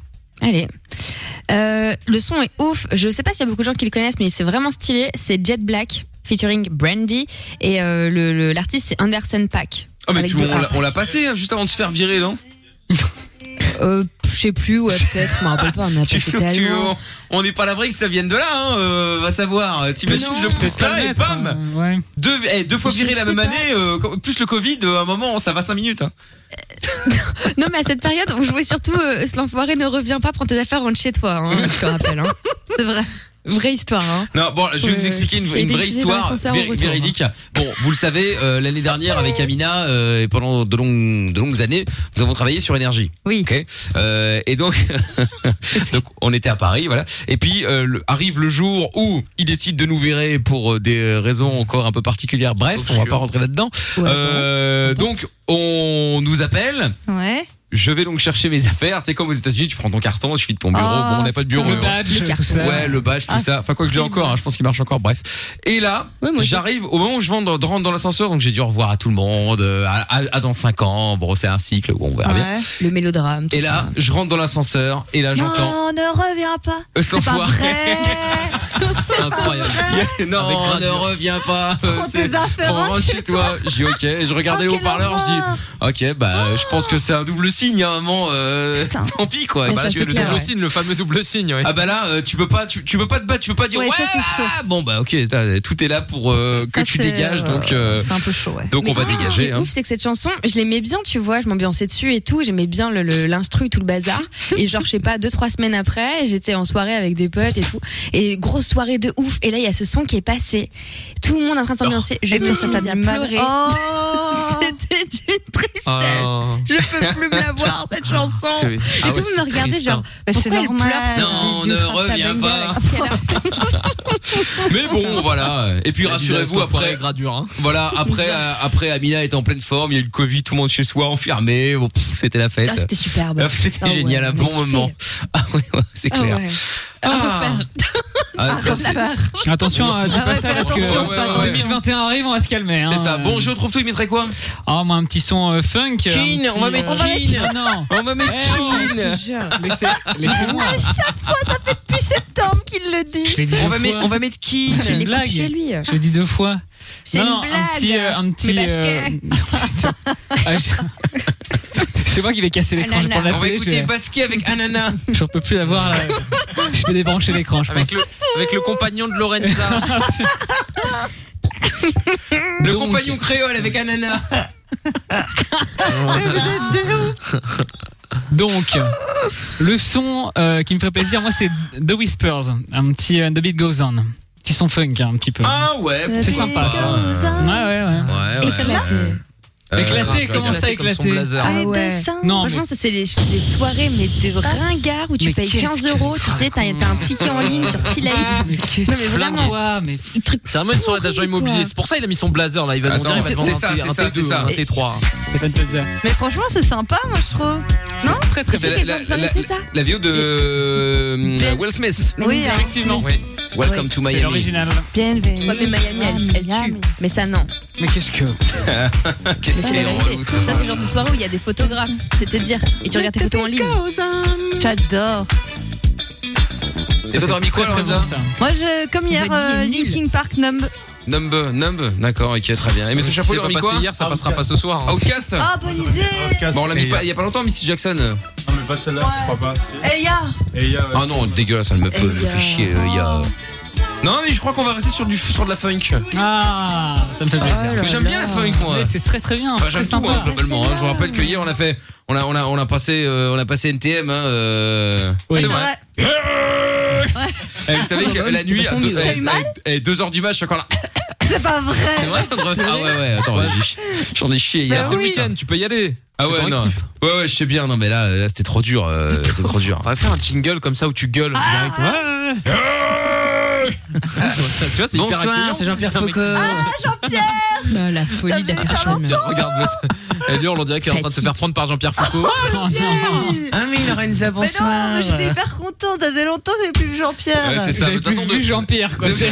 [SPEAKER 7] Allez. Euh, le son est ouf. Je sais pas s'il y a beaucoup de gens qui le connaissent, mais c'est vraiment stylé. C'est Jet Black featuring Brandy et euh, le- le- l'artiste c'est Anderson Pack.
[SPEAKER 2] Ah mais
[SPEAKER 7] Avec
[SPEAKER 2] tu,
[SPEAKER 7] deux
[SPEAKER 2] on
[SPEAKER 7] A.
[SPEAKER 2] l'a- on l'a passé hein, juste avant de se faire virer, non
[SPEAKER 7] Euh, je sais plus, ouais peut-être, je me rappelle pas, on a
[SPEAKER 2] Tu-
[SPEAKER 7] passé tellement.
[SPEAKER 2] tu- on- On n'est pas à l'abri que ça vienne de là, hein, euh, va savoir. Euh, T'imagines,
[SPEAKER 7] Non,
[SPEAKER 2] je le pousse
[SPEAKER 7] peut-être pas
[SPEAKER 2] là et
[SPEAKER 7] le
[SPEAKER 2] bam deux, eh, deux fois
[SPEAKER 7] Je
[SPEAKER 2] viré la
[SPEAKER 7] sais
[SPEAKER 2] même
[SPEAKER 7] pas.
[SPEAKER 2] année, euh, co- plus le Covid, euh, à un moment, ça va 5 minutes. Hein.
[SPEAKER 7] Non mais à cette période, on jouait surtout euh, Ce l'enfoiré ne revient pas, prends tes affaires, rentre chez toi. hein, je te rappelle. Hein.
[SPEAKER 5] C'est vrai.
[SPEAKER 7] Vraie histoire. Hein.
[SPEAKER 2] Non, bon, je vais
[SPEAKER 7] Ouais,
[SPEAKER 2] vous expliquer une,
[SPEAKER 7] ouais.
[SPEAKER 2] une
[SPEAKER 7] Et
[SPEAKER 2] vraie
[SPEAKER 7] déguisé dans
[SPEAKER 2] histoire
[SPEAKER 7] l'ascenseur au
[SPEAKER 2] vér-
[SPEAKER 7] retour, hein.
[SPEAKER 2] véridique. Bon, vous le savez, euh, l'année dernière avec Amina euh, et pendant de longues, de longues années, nous avons travaillé sur l'énergie.
[SPEAKER 5] Oui.
[SPEAKER 2] Euh, et donc, donc, on était à Paris, voilà. Et puis euh, le- arrive le jour où il décide de nous virer pour euh, des raisons encore un peu particulières. Bref, on va pas rentrer là-dedans. Euh, donc, on nous appelle.
[SPEAKER 5] Ouais.
[SPEAKER 2] Je vais donc chercher mes affaires. C'est comme aux États-Unis, tu prends ton carton, tu files ton bureau.
[SPEAKER 5] Ah,
[SPEAKER 2] bon, on n'a pas de
[SPEAKER 5] putain,
[SPEAKER 2] bureau.
[SPEAKER 5] le
[SPEAKER 2] hein.
[SPEAKER 5] badge, Le Ah. tout ça.
[SPEAKER 2] Ouais, le badge, tout ça. Enfin, quoi que je l'ai encore, hein, je pense qu'il marche encore. Bref. Et là, j'arrive au moment où je rentre dans, rentre dans l'ascenseur, donc j'ai dû au revoir à tout le monde, euh, à, à- à dans 5 ans. Bon, c'est un cycle. Bon, on verra bien.
[SPEAKER 7] Le mélodrame. tout
[SPEAKER 2] Ah, Et là, je rentre dans l'ascenseur et là, j'entends.
[SPEAKER 5] Non, ne reviens pas.
[SPEAKER 2] Euh,
[SPEAKER 5] C'est pas
[SPEAKER 2] s'enfoirer.
[SPEAKER 5] vrai.
[SPEAKER 2] Incroyable. non,
[SPEAKER 5] Avec
[SPEAKER 2] on ne
[SPEAKER 5] Radio.
[SPEAKER 2] reviens pas. Euh,
[SPEAKER 5] Prends
[SPEAKER 2] C'est-
[SPEAKER 5] tes affaires,
[SPEAKER 2] Faut rentrer
[SPEAKER 5] rentre
[SPEAKER 2] chez toi. Oh, J'ai ok. Je regardais le haut-parleur. Je dis ok. Bah, je pense que c'est un double signe. À un moment, euh, tant pis quoi.
[SPEAKER 6] Ouais,
[SPEAKER 2] Bah,
[SPEAKER 6] ça,
[SPEAKER 2] tu
[SPEAKER 6] c'est
[SPEAKER 2] as le
[SPEAKER 6] clair,
[SPEAKER 2] double
[SPEAKER 6] ouais.
[SPEAKER 2] signe,
[SPEAKER 6] le fameux double signe.
[SPEAKER 2] Ah bah là, euh, tu peux pas, tu, tu peux pas te battre. Tu peux pas dire ouais. ah, bon bah ok. t'as- Tout est là pour euh, que tu
[SPEAKER 7] c'est,
[SPEAKER 2] dégages.
[SPEAKER 7] euh,
[SPEAKER 2] Donc euh,
[SPEAKER 5] c'est un peu chaud.
[SPEAKER 2] Donc on va
[SPEAKER 7] Ce qui
[SPEAKER 2] dégager.
[SPEAKER 7] est
[SPEAKER 2] hein.
[SPEAKER 7] ouf, c'est que cette chanson, je l'aimais bien, tu vois, je m'ambiançais dessus et tout, j'aimais bien le- le- l'instru, tout le bazar. Et genre, je sais pas, deux, trois semaines après, j'étais en soirée avec des potes et tout. Et grosse soirée de ouf. Et là, il y a ce son qui est passé. Tout le monde est en train de s'ambiancer. Je
[SPEAKER 5] Et
[SPEAKER 7] me
[SPEAKER 5] puis,
[SPEAKER 7] suis
[SPEAKER 5] t'as
[SPEAKER 7] mise à
[SPEAKER 5] mis mal.
[SPEAKER 7] pleurer. C'était d'une tristesse.
[SPEAKER 6] Euh,
[SPEAKER 2] Oh.
[SPEAKER 7] Je peux plus me la voir, cette chanson.
[SPEAKER 2] C'est-
[SPEAKER 7] Et
[SPEAKER 2] ah
[SPEAKER 7] tout
[SPEAKER 2] ouais,
[SPEAKER 7] le monde me
[SPEAKER 2] c'est
[SPEAKER 7] regardait,
[SPEAKER 2] triste,
[SPEAKER 7] genre,
[SPEAKER 2] hein.
[SPEAKER 7] pourquoi
[SPEAKER 5] Bah,
[SPEAKER 7] elle pleure cette
[SPEAKER 2] Non,
[SPEAKER 7] vieille
[SPEAKER 2] ne
[SPEAKER 7] frappe à
[SPEAKER 2] reviens
[SPEAKER 7] bagnole
[SPEAKER 2] pas.
[SPEAKER 7] avec ce qu'elle a
[SPEAKER 2] Mais bon, voilà. Et puis
[SPEAKER 6] Il y a
[SPEAKER 2] rassurez-vous,
[SPEAKER 6] des enfoirés
[SPEAKER 2] après,
[SPEAKER 6] hein.
[SPEAKER 2] voilà, après, euh, après, Amina est en pleine forme. Il y a eu le Covid, tout le monde chez soi, enfermé. Bon, pff, c'était la fête.
[SPEAKER 7] Ah, c'était superbe.
[SPEAKER 2] Ah, C'était
[SPEAKER 7] Ah ouais,
[SPEAKER 2] génial, un
[SPEAKER 7] on a
[SPEAKER 2] bon
[SPEAKER 7] kiffé.
[SPEAKER 2] moment. Ah ouais, ouais, c'est
[SPEAKER 7] Ah
[SPEAKER 2] clair.
[SPEAKER 7] ouais. À refaire.
[SPEAKER 2] Ah, ça, c'est-
[SPEAKER 3] Attention à du
[SPEAKER 2] Ah ouais,
[SPEAKER 3] passage parce que
[SPEAKER 2] attention, ouais, ouais, ouais.
[SPEAKER 3] 2021 arrive, on va se calmer.
[SPEAKER 2] C'est ça. Bon, je retrouve tout. Il mettrait quoi
[SPEAKER 3] Ah, moi, un petit son euh, funk. un
[SPEAKER 2] Keane, on va
[SPEAKER 3] petit,
[SPEAKER 2] mettre
[SPEAKER 3] euh,
[SPEAKER 2] Keane.
[SPEAKER 3] Ah, Non. oh,
[SPEAKER 2] On va mettre Keane.
[SPEAKER 3] Laissez, laissez-moi.
[SPEAKER 5] Depuis septembre qu'il le
[SPEAKER 3] Je l'ai
[SPEAKER 5] dit.
[SPEAKER 3] dit deux fois.
[SPEAKER 5] qui
[SPEAKER 3] C'est une blague. Je l'ai dit deux fois.
[SPEAKER 5] C'est
[SPEAKER 3] Non,
[SPEAKER 5] une
[SPEAKER 3] non, Un petit,
[SPEAKER 5] blague.
[SPEAKER 3] euh, un petit.
[SPEAKER 5] Mais parce
[SPEAKER 3] Ah, je- C'est moi qui vais casser
[SPEAKER 7] Ah
[SPEAKER 3] l'écran.
[SPEAKER 5] Ah
[SPEAKER 3] Je prends la
[SPEAKER 2] On va
[SPEAKER 3] télé, je
[SPEAKER 2] écouter
[SPEAKER 3] vais-
[SPEAKER 2] Basquiat avec Anana.
[SPEAKER 3] Je peux plus avoir là. Je vais débrancher l'écran, je
[SPEAKER 6] Avec
[SPEAKER 3] pense.
[SPEAKER 6] le, avec le compagnon de Lorenza.
[SPEAKER 2] Le compagnon créole avec Anana.
[SPEAKER 3] Donc, le son euh, qui me ferait plaisir, moi, c'est The Whispers. Un petit euh, The Beat Goes On. Petit son funk, hein, un petit peu.
[SPEAKER 2] Ah ouais,
[SPEAKER 3] C'est sympa, ça.
[SPEAKER 2] Ouais, ouais. Euh,
[SPEAKER 3] Éclaté, comment ça
[SPEAKER 6] Éclaté comme son
[SPEAKER 3] éclaté
[SPEAKER 6] blazer.
[SPEAKER 7] Ah ouais.
[SPEAKER 3] Non,
[SPEAKER 7] Franchement, ça, c'est les, les soirées, mais de ringard où tu
[SPEAKER 3] Mais
[SPEAKER 7] payes
[SPEAKER 3] qu'est-ce
[SPEAKER 7] 15
[SPEAKER 3] que
[SPEAKER 7] euros. Tu sais, t'as t'as un ticket en ligne sur T-Late.
[SPEAKER 5] Ah,
[SPEAKER 3] Mais qu'est-ce
[SPEAKER 7] Non, mais vraiment.
[SPEAKER 3] mais
[SPEAKER 6] C'est vraiment une soirée d'agent immobilier. C'est pour ça qu'il a mis son blazer là. Il va
[SPEAKER 2] Attends,
[SPEAKER 6] nous dire. il va
[SPEAKER 2] c'est
[SPEAKER 6] vendre un
[SPEAKER 2] ça,
[SPEAKER 6] T-
[SPEAKER 2] c'est
[SPEAKER 6] un
[SPEAKER 2] ça,
[SPEAKER 6] T2,
[SPEAKER 2] c'est ça.
[SPEAKER 6] Un T3.
[SPEAKER 3] Stéphane Plaza.
[SPEAKER 5] Mais franchement, c'est sympa, moi, je trouve. Non
[SPEAKER 3] Très, très
[SPEAKER 2] C'est la, la, la, la vidéo de euh, Will Smith.
[SPEAKER 5] Oui, hein.
[SPEAKER 3] effectivement.
[SPEAKER 2] Welcome to Miami.
[SPEAKER 3] C'est l'original.
[SPEAKER 7] Ouais, mais Miami, elle, elle tue. Mais ça, non.
[SPEAKER 3] Mais qu'est-ce que.
[SPEAKER 2] Qu'est-ce
[SPEAKER 7] Ça,
[SPEAKER 2] qu'il est relou.
[SPEAKER 7] ça, c'est le genre de soirée où il y a des photographes. C'est te dire. Et tu regardes tes photos en ligne.
[SPEAKER 5] hein, J'adore.
[SPEAKER 2] Et toi, t'as un micro, Lorenza
[SPEAKER 5] Moi, je, comme hier, euh, Linkin Park Numb.
[SPEAKER 2] Numb, Numb, d'accord, ok, très bien. Et Monsieur Chapeau,
[SPEAKER 6] C'est
[SPEAKER 2] il
[SPEAKER 6] Euh,
[SPEAKER 2] a
[SPEAKER 6] pas
[SPEAKER 2] mis
[SPEAKER 6] passé
[SPEAKER 2] quoi
[SPEAKER 6] hier, ça passera pas ce soir. hein.
[SPEAKER 2] Outcast
[SPEAKER 5] Ah, bonne idée
[SPEAKER 2] Bon, on l'a mis pas, il y a pas longtemps, Missy Jackson. Non, mais pas celle-là, je crois pas.
[SPEAKER 5] Eh, ya
[SPEAKER 2] Ah non, dégueulasse, elle me fait, elle me fait chier, il y a. Non, mais je crois qu'on va rester sur, du, sur de la funk.
[SPEAKER 3] Ah, ça me fait plaisir.
[SPEAKER 2] Mais j'aime bien la funk, moi.
[SPEAKER 3] Mais c'est très très bien.
[SPEAKER 2] Enfin,
[SPEAKER 3] c'est
[SPEAKER 2] j'aime
[SPEAKER 3] très
[SPEAKER 2] tout,
[SPEAKER 3] sympa.
[SPEAKER 2] hein, globalement. hein. Je vous rappelle que hier, on a fait. On a, on a, on a passé, euh, on a passé NTM, hein, euh, c'est vrai. Eh, vous
[SPEAKER 3] Ah,
[SPEAKER 2] savez
[SPEAKER 3] bah
[SPEAKER 2] que la nuit, à deux-
[SPEAKER 5] T'as
[SPEAKER 2] eh,
[SPEAKER 5] eu mal
[SPEAKER 2] eh, eh, deux heures du match, je suis encore là.
[SPEAKER 5] C'est pas vrai.
[SPEAKER 2] C'est vrai, André Ah ouais, ouais, attends, j'en ai chi- j'en ai chié hier.
[SPEAKER 5] Bah oui.
[SPEAKER 2] week-end, tu peux y aller. Ah ouais,
[SPEAKER 6] un
[SPEAKER 2] non. Ouais, ouais, je sais bien, non, mais là, là c'était trop dur. euh, c'est trop dur.
[SPEAKER 6] On va faire un jingle comme ça où tu gueules direct. Ah, tu vois, c'est hyper accueillant. Non, mais-
[SPEAKER 7] Ah, Jean-Pierre Non, la folie de la personne.
[SPEAKER 6] Regarde, le- elle hurle, on dirait qu'elle est en train de se faire prendre par Jean-Pierre Foucault.
[SPEAKER 2] Ah oui, Lorenza,
[SPEAKER 5] bonsoir. Mais non, j'étais hyper contente, ça faisait longtemps que j'avais plus vu Jean-Pierre.
[SPEAKER 2] Ouais, c'est ça,
[SPEAKER 3] J'avais
[SPEAKER 2] de toute
[SPEAKER 3] plus
[SPEAKER 2] façon,
[SPEAKER 3] vu
[SPEAKER 2] de-
[SPEAKER 3] Jean-Pierre, quoi.
[SPEAKER 2] de-
[SPEAKER 3] C'est-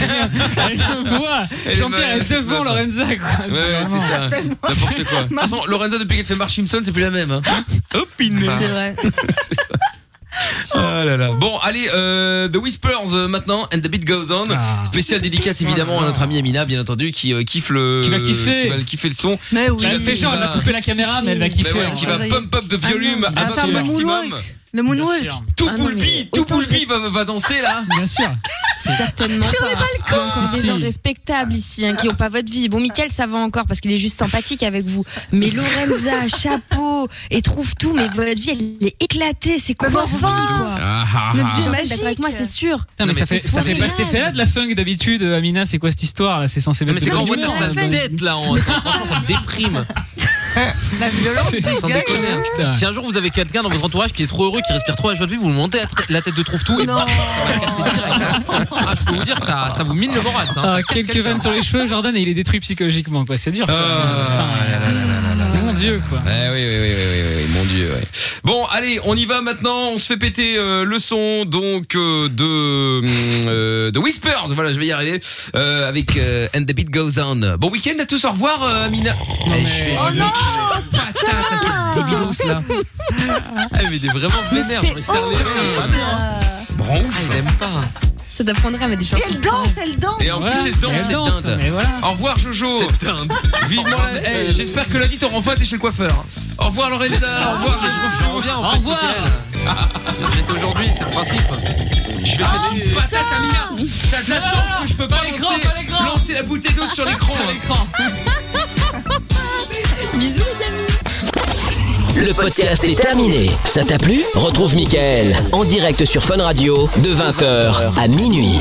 [SPEAKER 3] Elle le voit.
[SPEAKER 2] Elle est
[SPEAKER 3] Jean-Pierre
[SPEAKER 2] malade,
[SPEAKER 3] est devant
[SPEAKER 2] cette meuf.
[SPEAKER 3] Lorenza, quoi.
[SPEAKER 2] Ouais, ouais, c'est ça. N'importe quoi. De toute façon, Lorenza, depuis qu'elle fait Marsh Simpson, c'est plus la même. Hein. Ah. Hop,
[SPEAKER 7] C'est vrai.
[SPEAKER 2] Ah là là. Bon, allez, euh, The Whispers euh, maintenant, and the beat goes on.
[SPEAKER 3] Ah.
[SPEAKER 2] Spéciale dédicace évidemment à notre ami Amina, bien entendu, qui euh, kiffe le,
[SPEAKER 3] Qui va kiffer.
[SPEAKER 2] qui va le kiffer le son.
[SPEAKER 5] Mais oui.
[SPEAKER 2] Qui
[SPEAKER 3] Elle
[SPEAKER 2] va-
[SPEAKER 3] fait genre, elle va couper la caméra, mais elle va kiffer.
[SPEAKER 2] Bah ouais,
[SPEAKER 3] hein.
[SPEAKER 2] qui va pump up de volume
[SPEAKER 5] Ah,
[SPEAKER 2] à
[SPEAKER 5] faire
[SPEAKER 2] son
[SPEAKER 5] le
[SPEAKER 2] maximum.
[SPEAKER 5] moonwalk. Le moonwalk. Ah
[SPEAKER 2] Tout Boulbi, tout Boulbi va, va danser là.
[SPEAKER 3] Bien sûr.
[SPEAKER 7] Certainement
[SPEAKER 5] Sur les
[SPEAKER 7] pas.
[SPEAKER 5] balcons.
[SPEAKER 7] Ah, c'est
[SPEAKER 5] Si,
[SPEAKER 7] des gens
[SPEAKER 5] si.
[SPEAKER 7] respectables ici, hein, qui n'ont pas votre vie. Bon, Mickaël, ça va encore parce qu'il est juste sympathique avec vous. Mais Lorenza, chapeau, et trouve tout, mais votre vie, elle est éclatée. C'est quoi votre vie, quoi
[SPEAKER 2] Ah,
[SPEAKER 3] Notre vie est
[SPEAKER 7] Jean-Pierre,
[SPEAKER 3] magique.
[SPEAKER 7] d'accord avec moi, c'est sûr.
[SPEAKER 3] Putain, mais, ça fait, ça fait pas cet effet-là de la funk d'habitude, Amina, c'est quoi cette histoire là C'est censé
[SPEAKER 6] mais c'est quand on voit
[SPEAKER 3] original,
[SPEAKER 6] dans sa
[SPEAKER 3] là.
[SPEAKER 6] tête là, on- franchement ça me déprime.
[SPEAKER 13] 哎
[SPEAKER 5] La violence.
[SPEAKER 6] C'est- Sans déconner. hein. Si un jour vous avez quelqu'un dans votre entourage qui est trop heureux, qui respire trop à joie de vivre, vous le montez à tr- la tête de trouve tout et paf, on va le casser direct. Ah, je peux vous dire ça, ça vous mine le moral.
[SPEAKER 2] hein.
[SPEAKER 6] Ça,
[SPEAKER 3] Ah,
[SPEAKER 6] Ça casse
[SPEAKER 3] quelques
[SPEAKER 6] quelqu'un.
[SPEAKER 3] vannes sur les cheveux, Jordan, et il est détruit psychologiquement, quoi. C'est dur. quoi.
[SPEAKER 2] Ah,
[SPEAKER 3] Putain, Mon Dieu, quoi.
[SPEAKER 2] Eh oui, oui, oui, oui, oui, oui, mon Dieu. ouais. Bon, allez, on y va maintenant. On se fait péter euh, le son donc euh, de euh, de Whispers. Voilà, je vais y arriver euh, avec euh, And the Beat Goes On. Bon week-end à tous. Au revoir, euh, Amina. Eh, je fais- Ah,
[SPEAKER 5] Oh non
[SPEAKER 2] Débilos, là. Ah, mais il est vraiment vénère. j'en ai serré les reins, pas
[SPEAKER 5] Oh,
[SPEAKER 2] bien. Bronf. Ah, Il aime pas.
[SPEAKER 7] Ça t'apprendra à mettre des chansons.
[SPEAKER 5] Elle danse, elle danse.
[SPEAKER 2] Et en plus, c'est danse, c'est dinde. Au revoir, Jojo. C'est dinde. Vivement la- Eh, J'espère que lundi, t'auras enfin été chez le coiffeur. Au revoir, Lorenza. Au revoir, je trouve tout.
[SPEAKER 6] Bien, en fait, Mickaël. J'étais aujourd'hui, c'est le principe.
[SPEAKER 2] Je vais
[SPEAKER 3] Ah,
[SPEAKER 2] te mettre une patate, Amina. T'as de la chance que je peux pas,
[SPEAKER 3] l'écran, pas
[SPEAKER 2] lancer,
[SPEAKER 3] l'écran.
[SPEAKER 2] lancer la bouteille d'eau sur l'écran. hein.
[SPEAKER 7] Bisous,
[SPEAKER 1] Le podcast est terminé. Ça t'a plu Retrouve Mickaël en direct sur Fun Radio de 20h à minuit.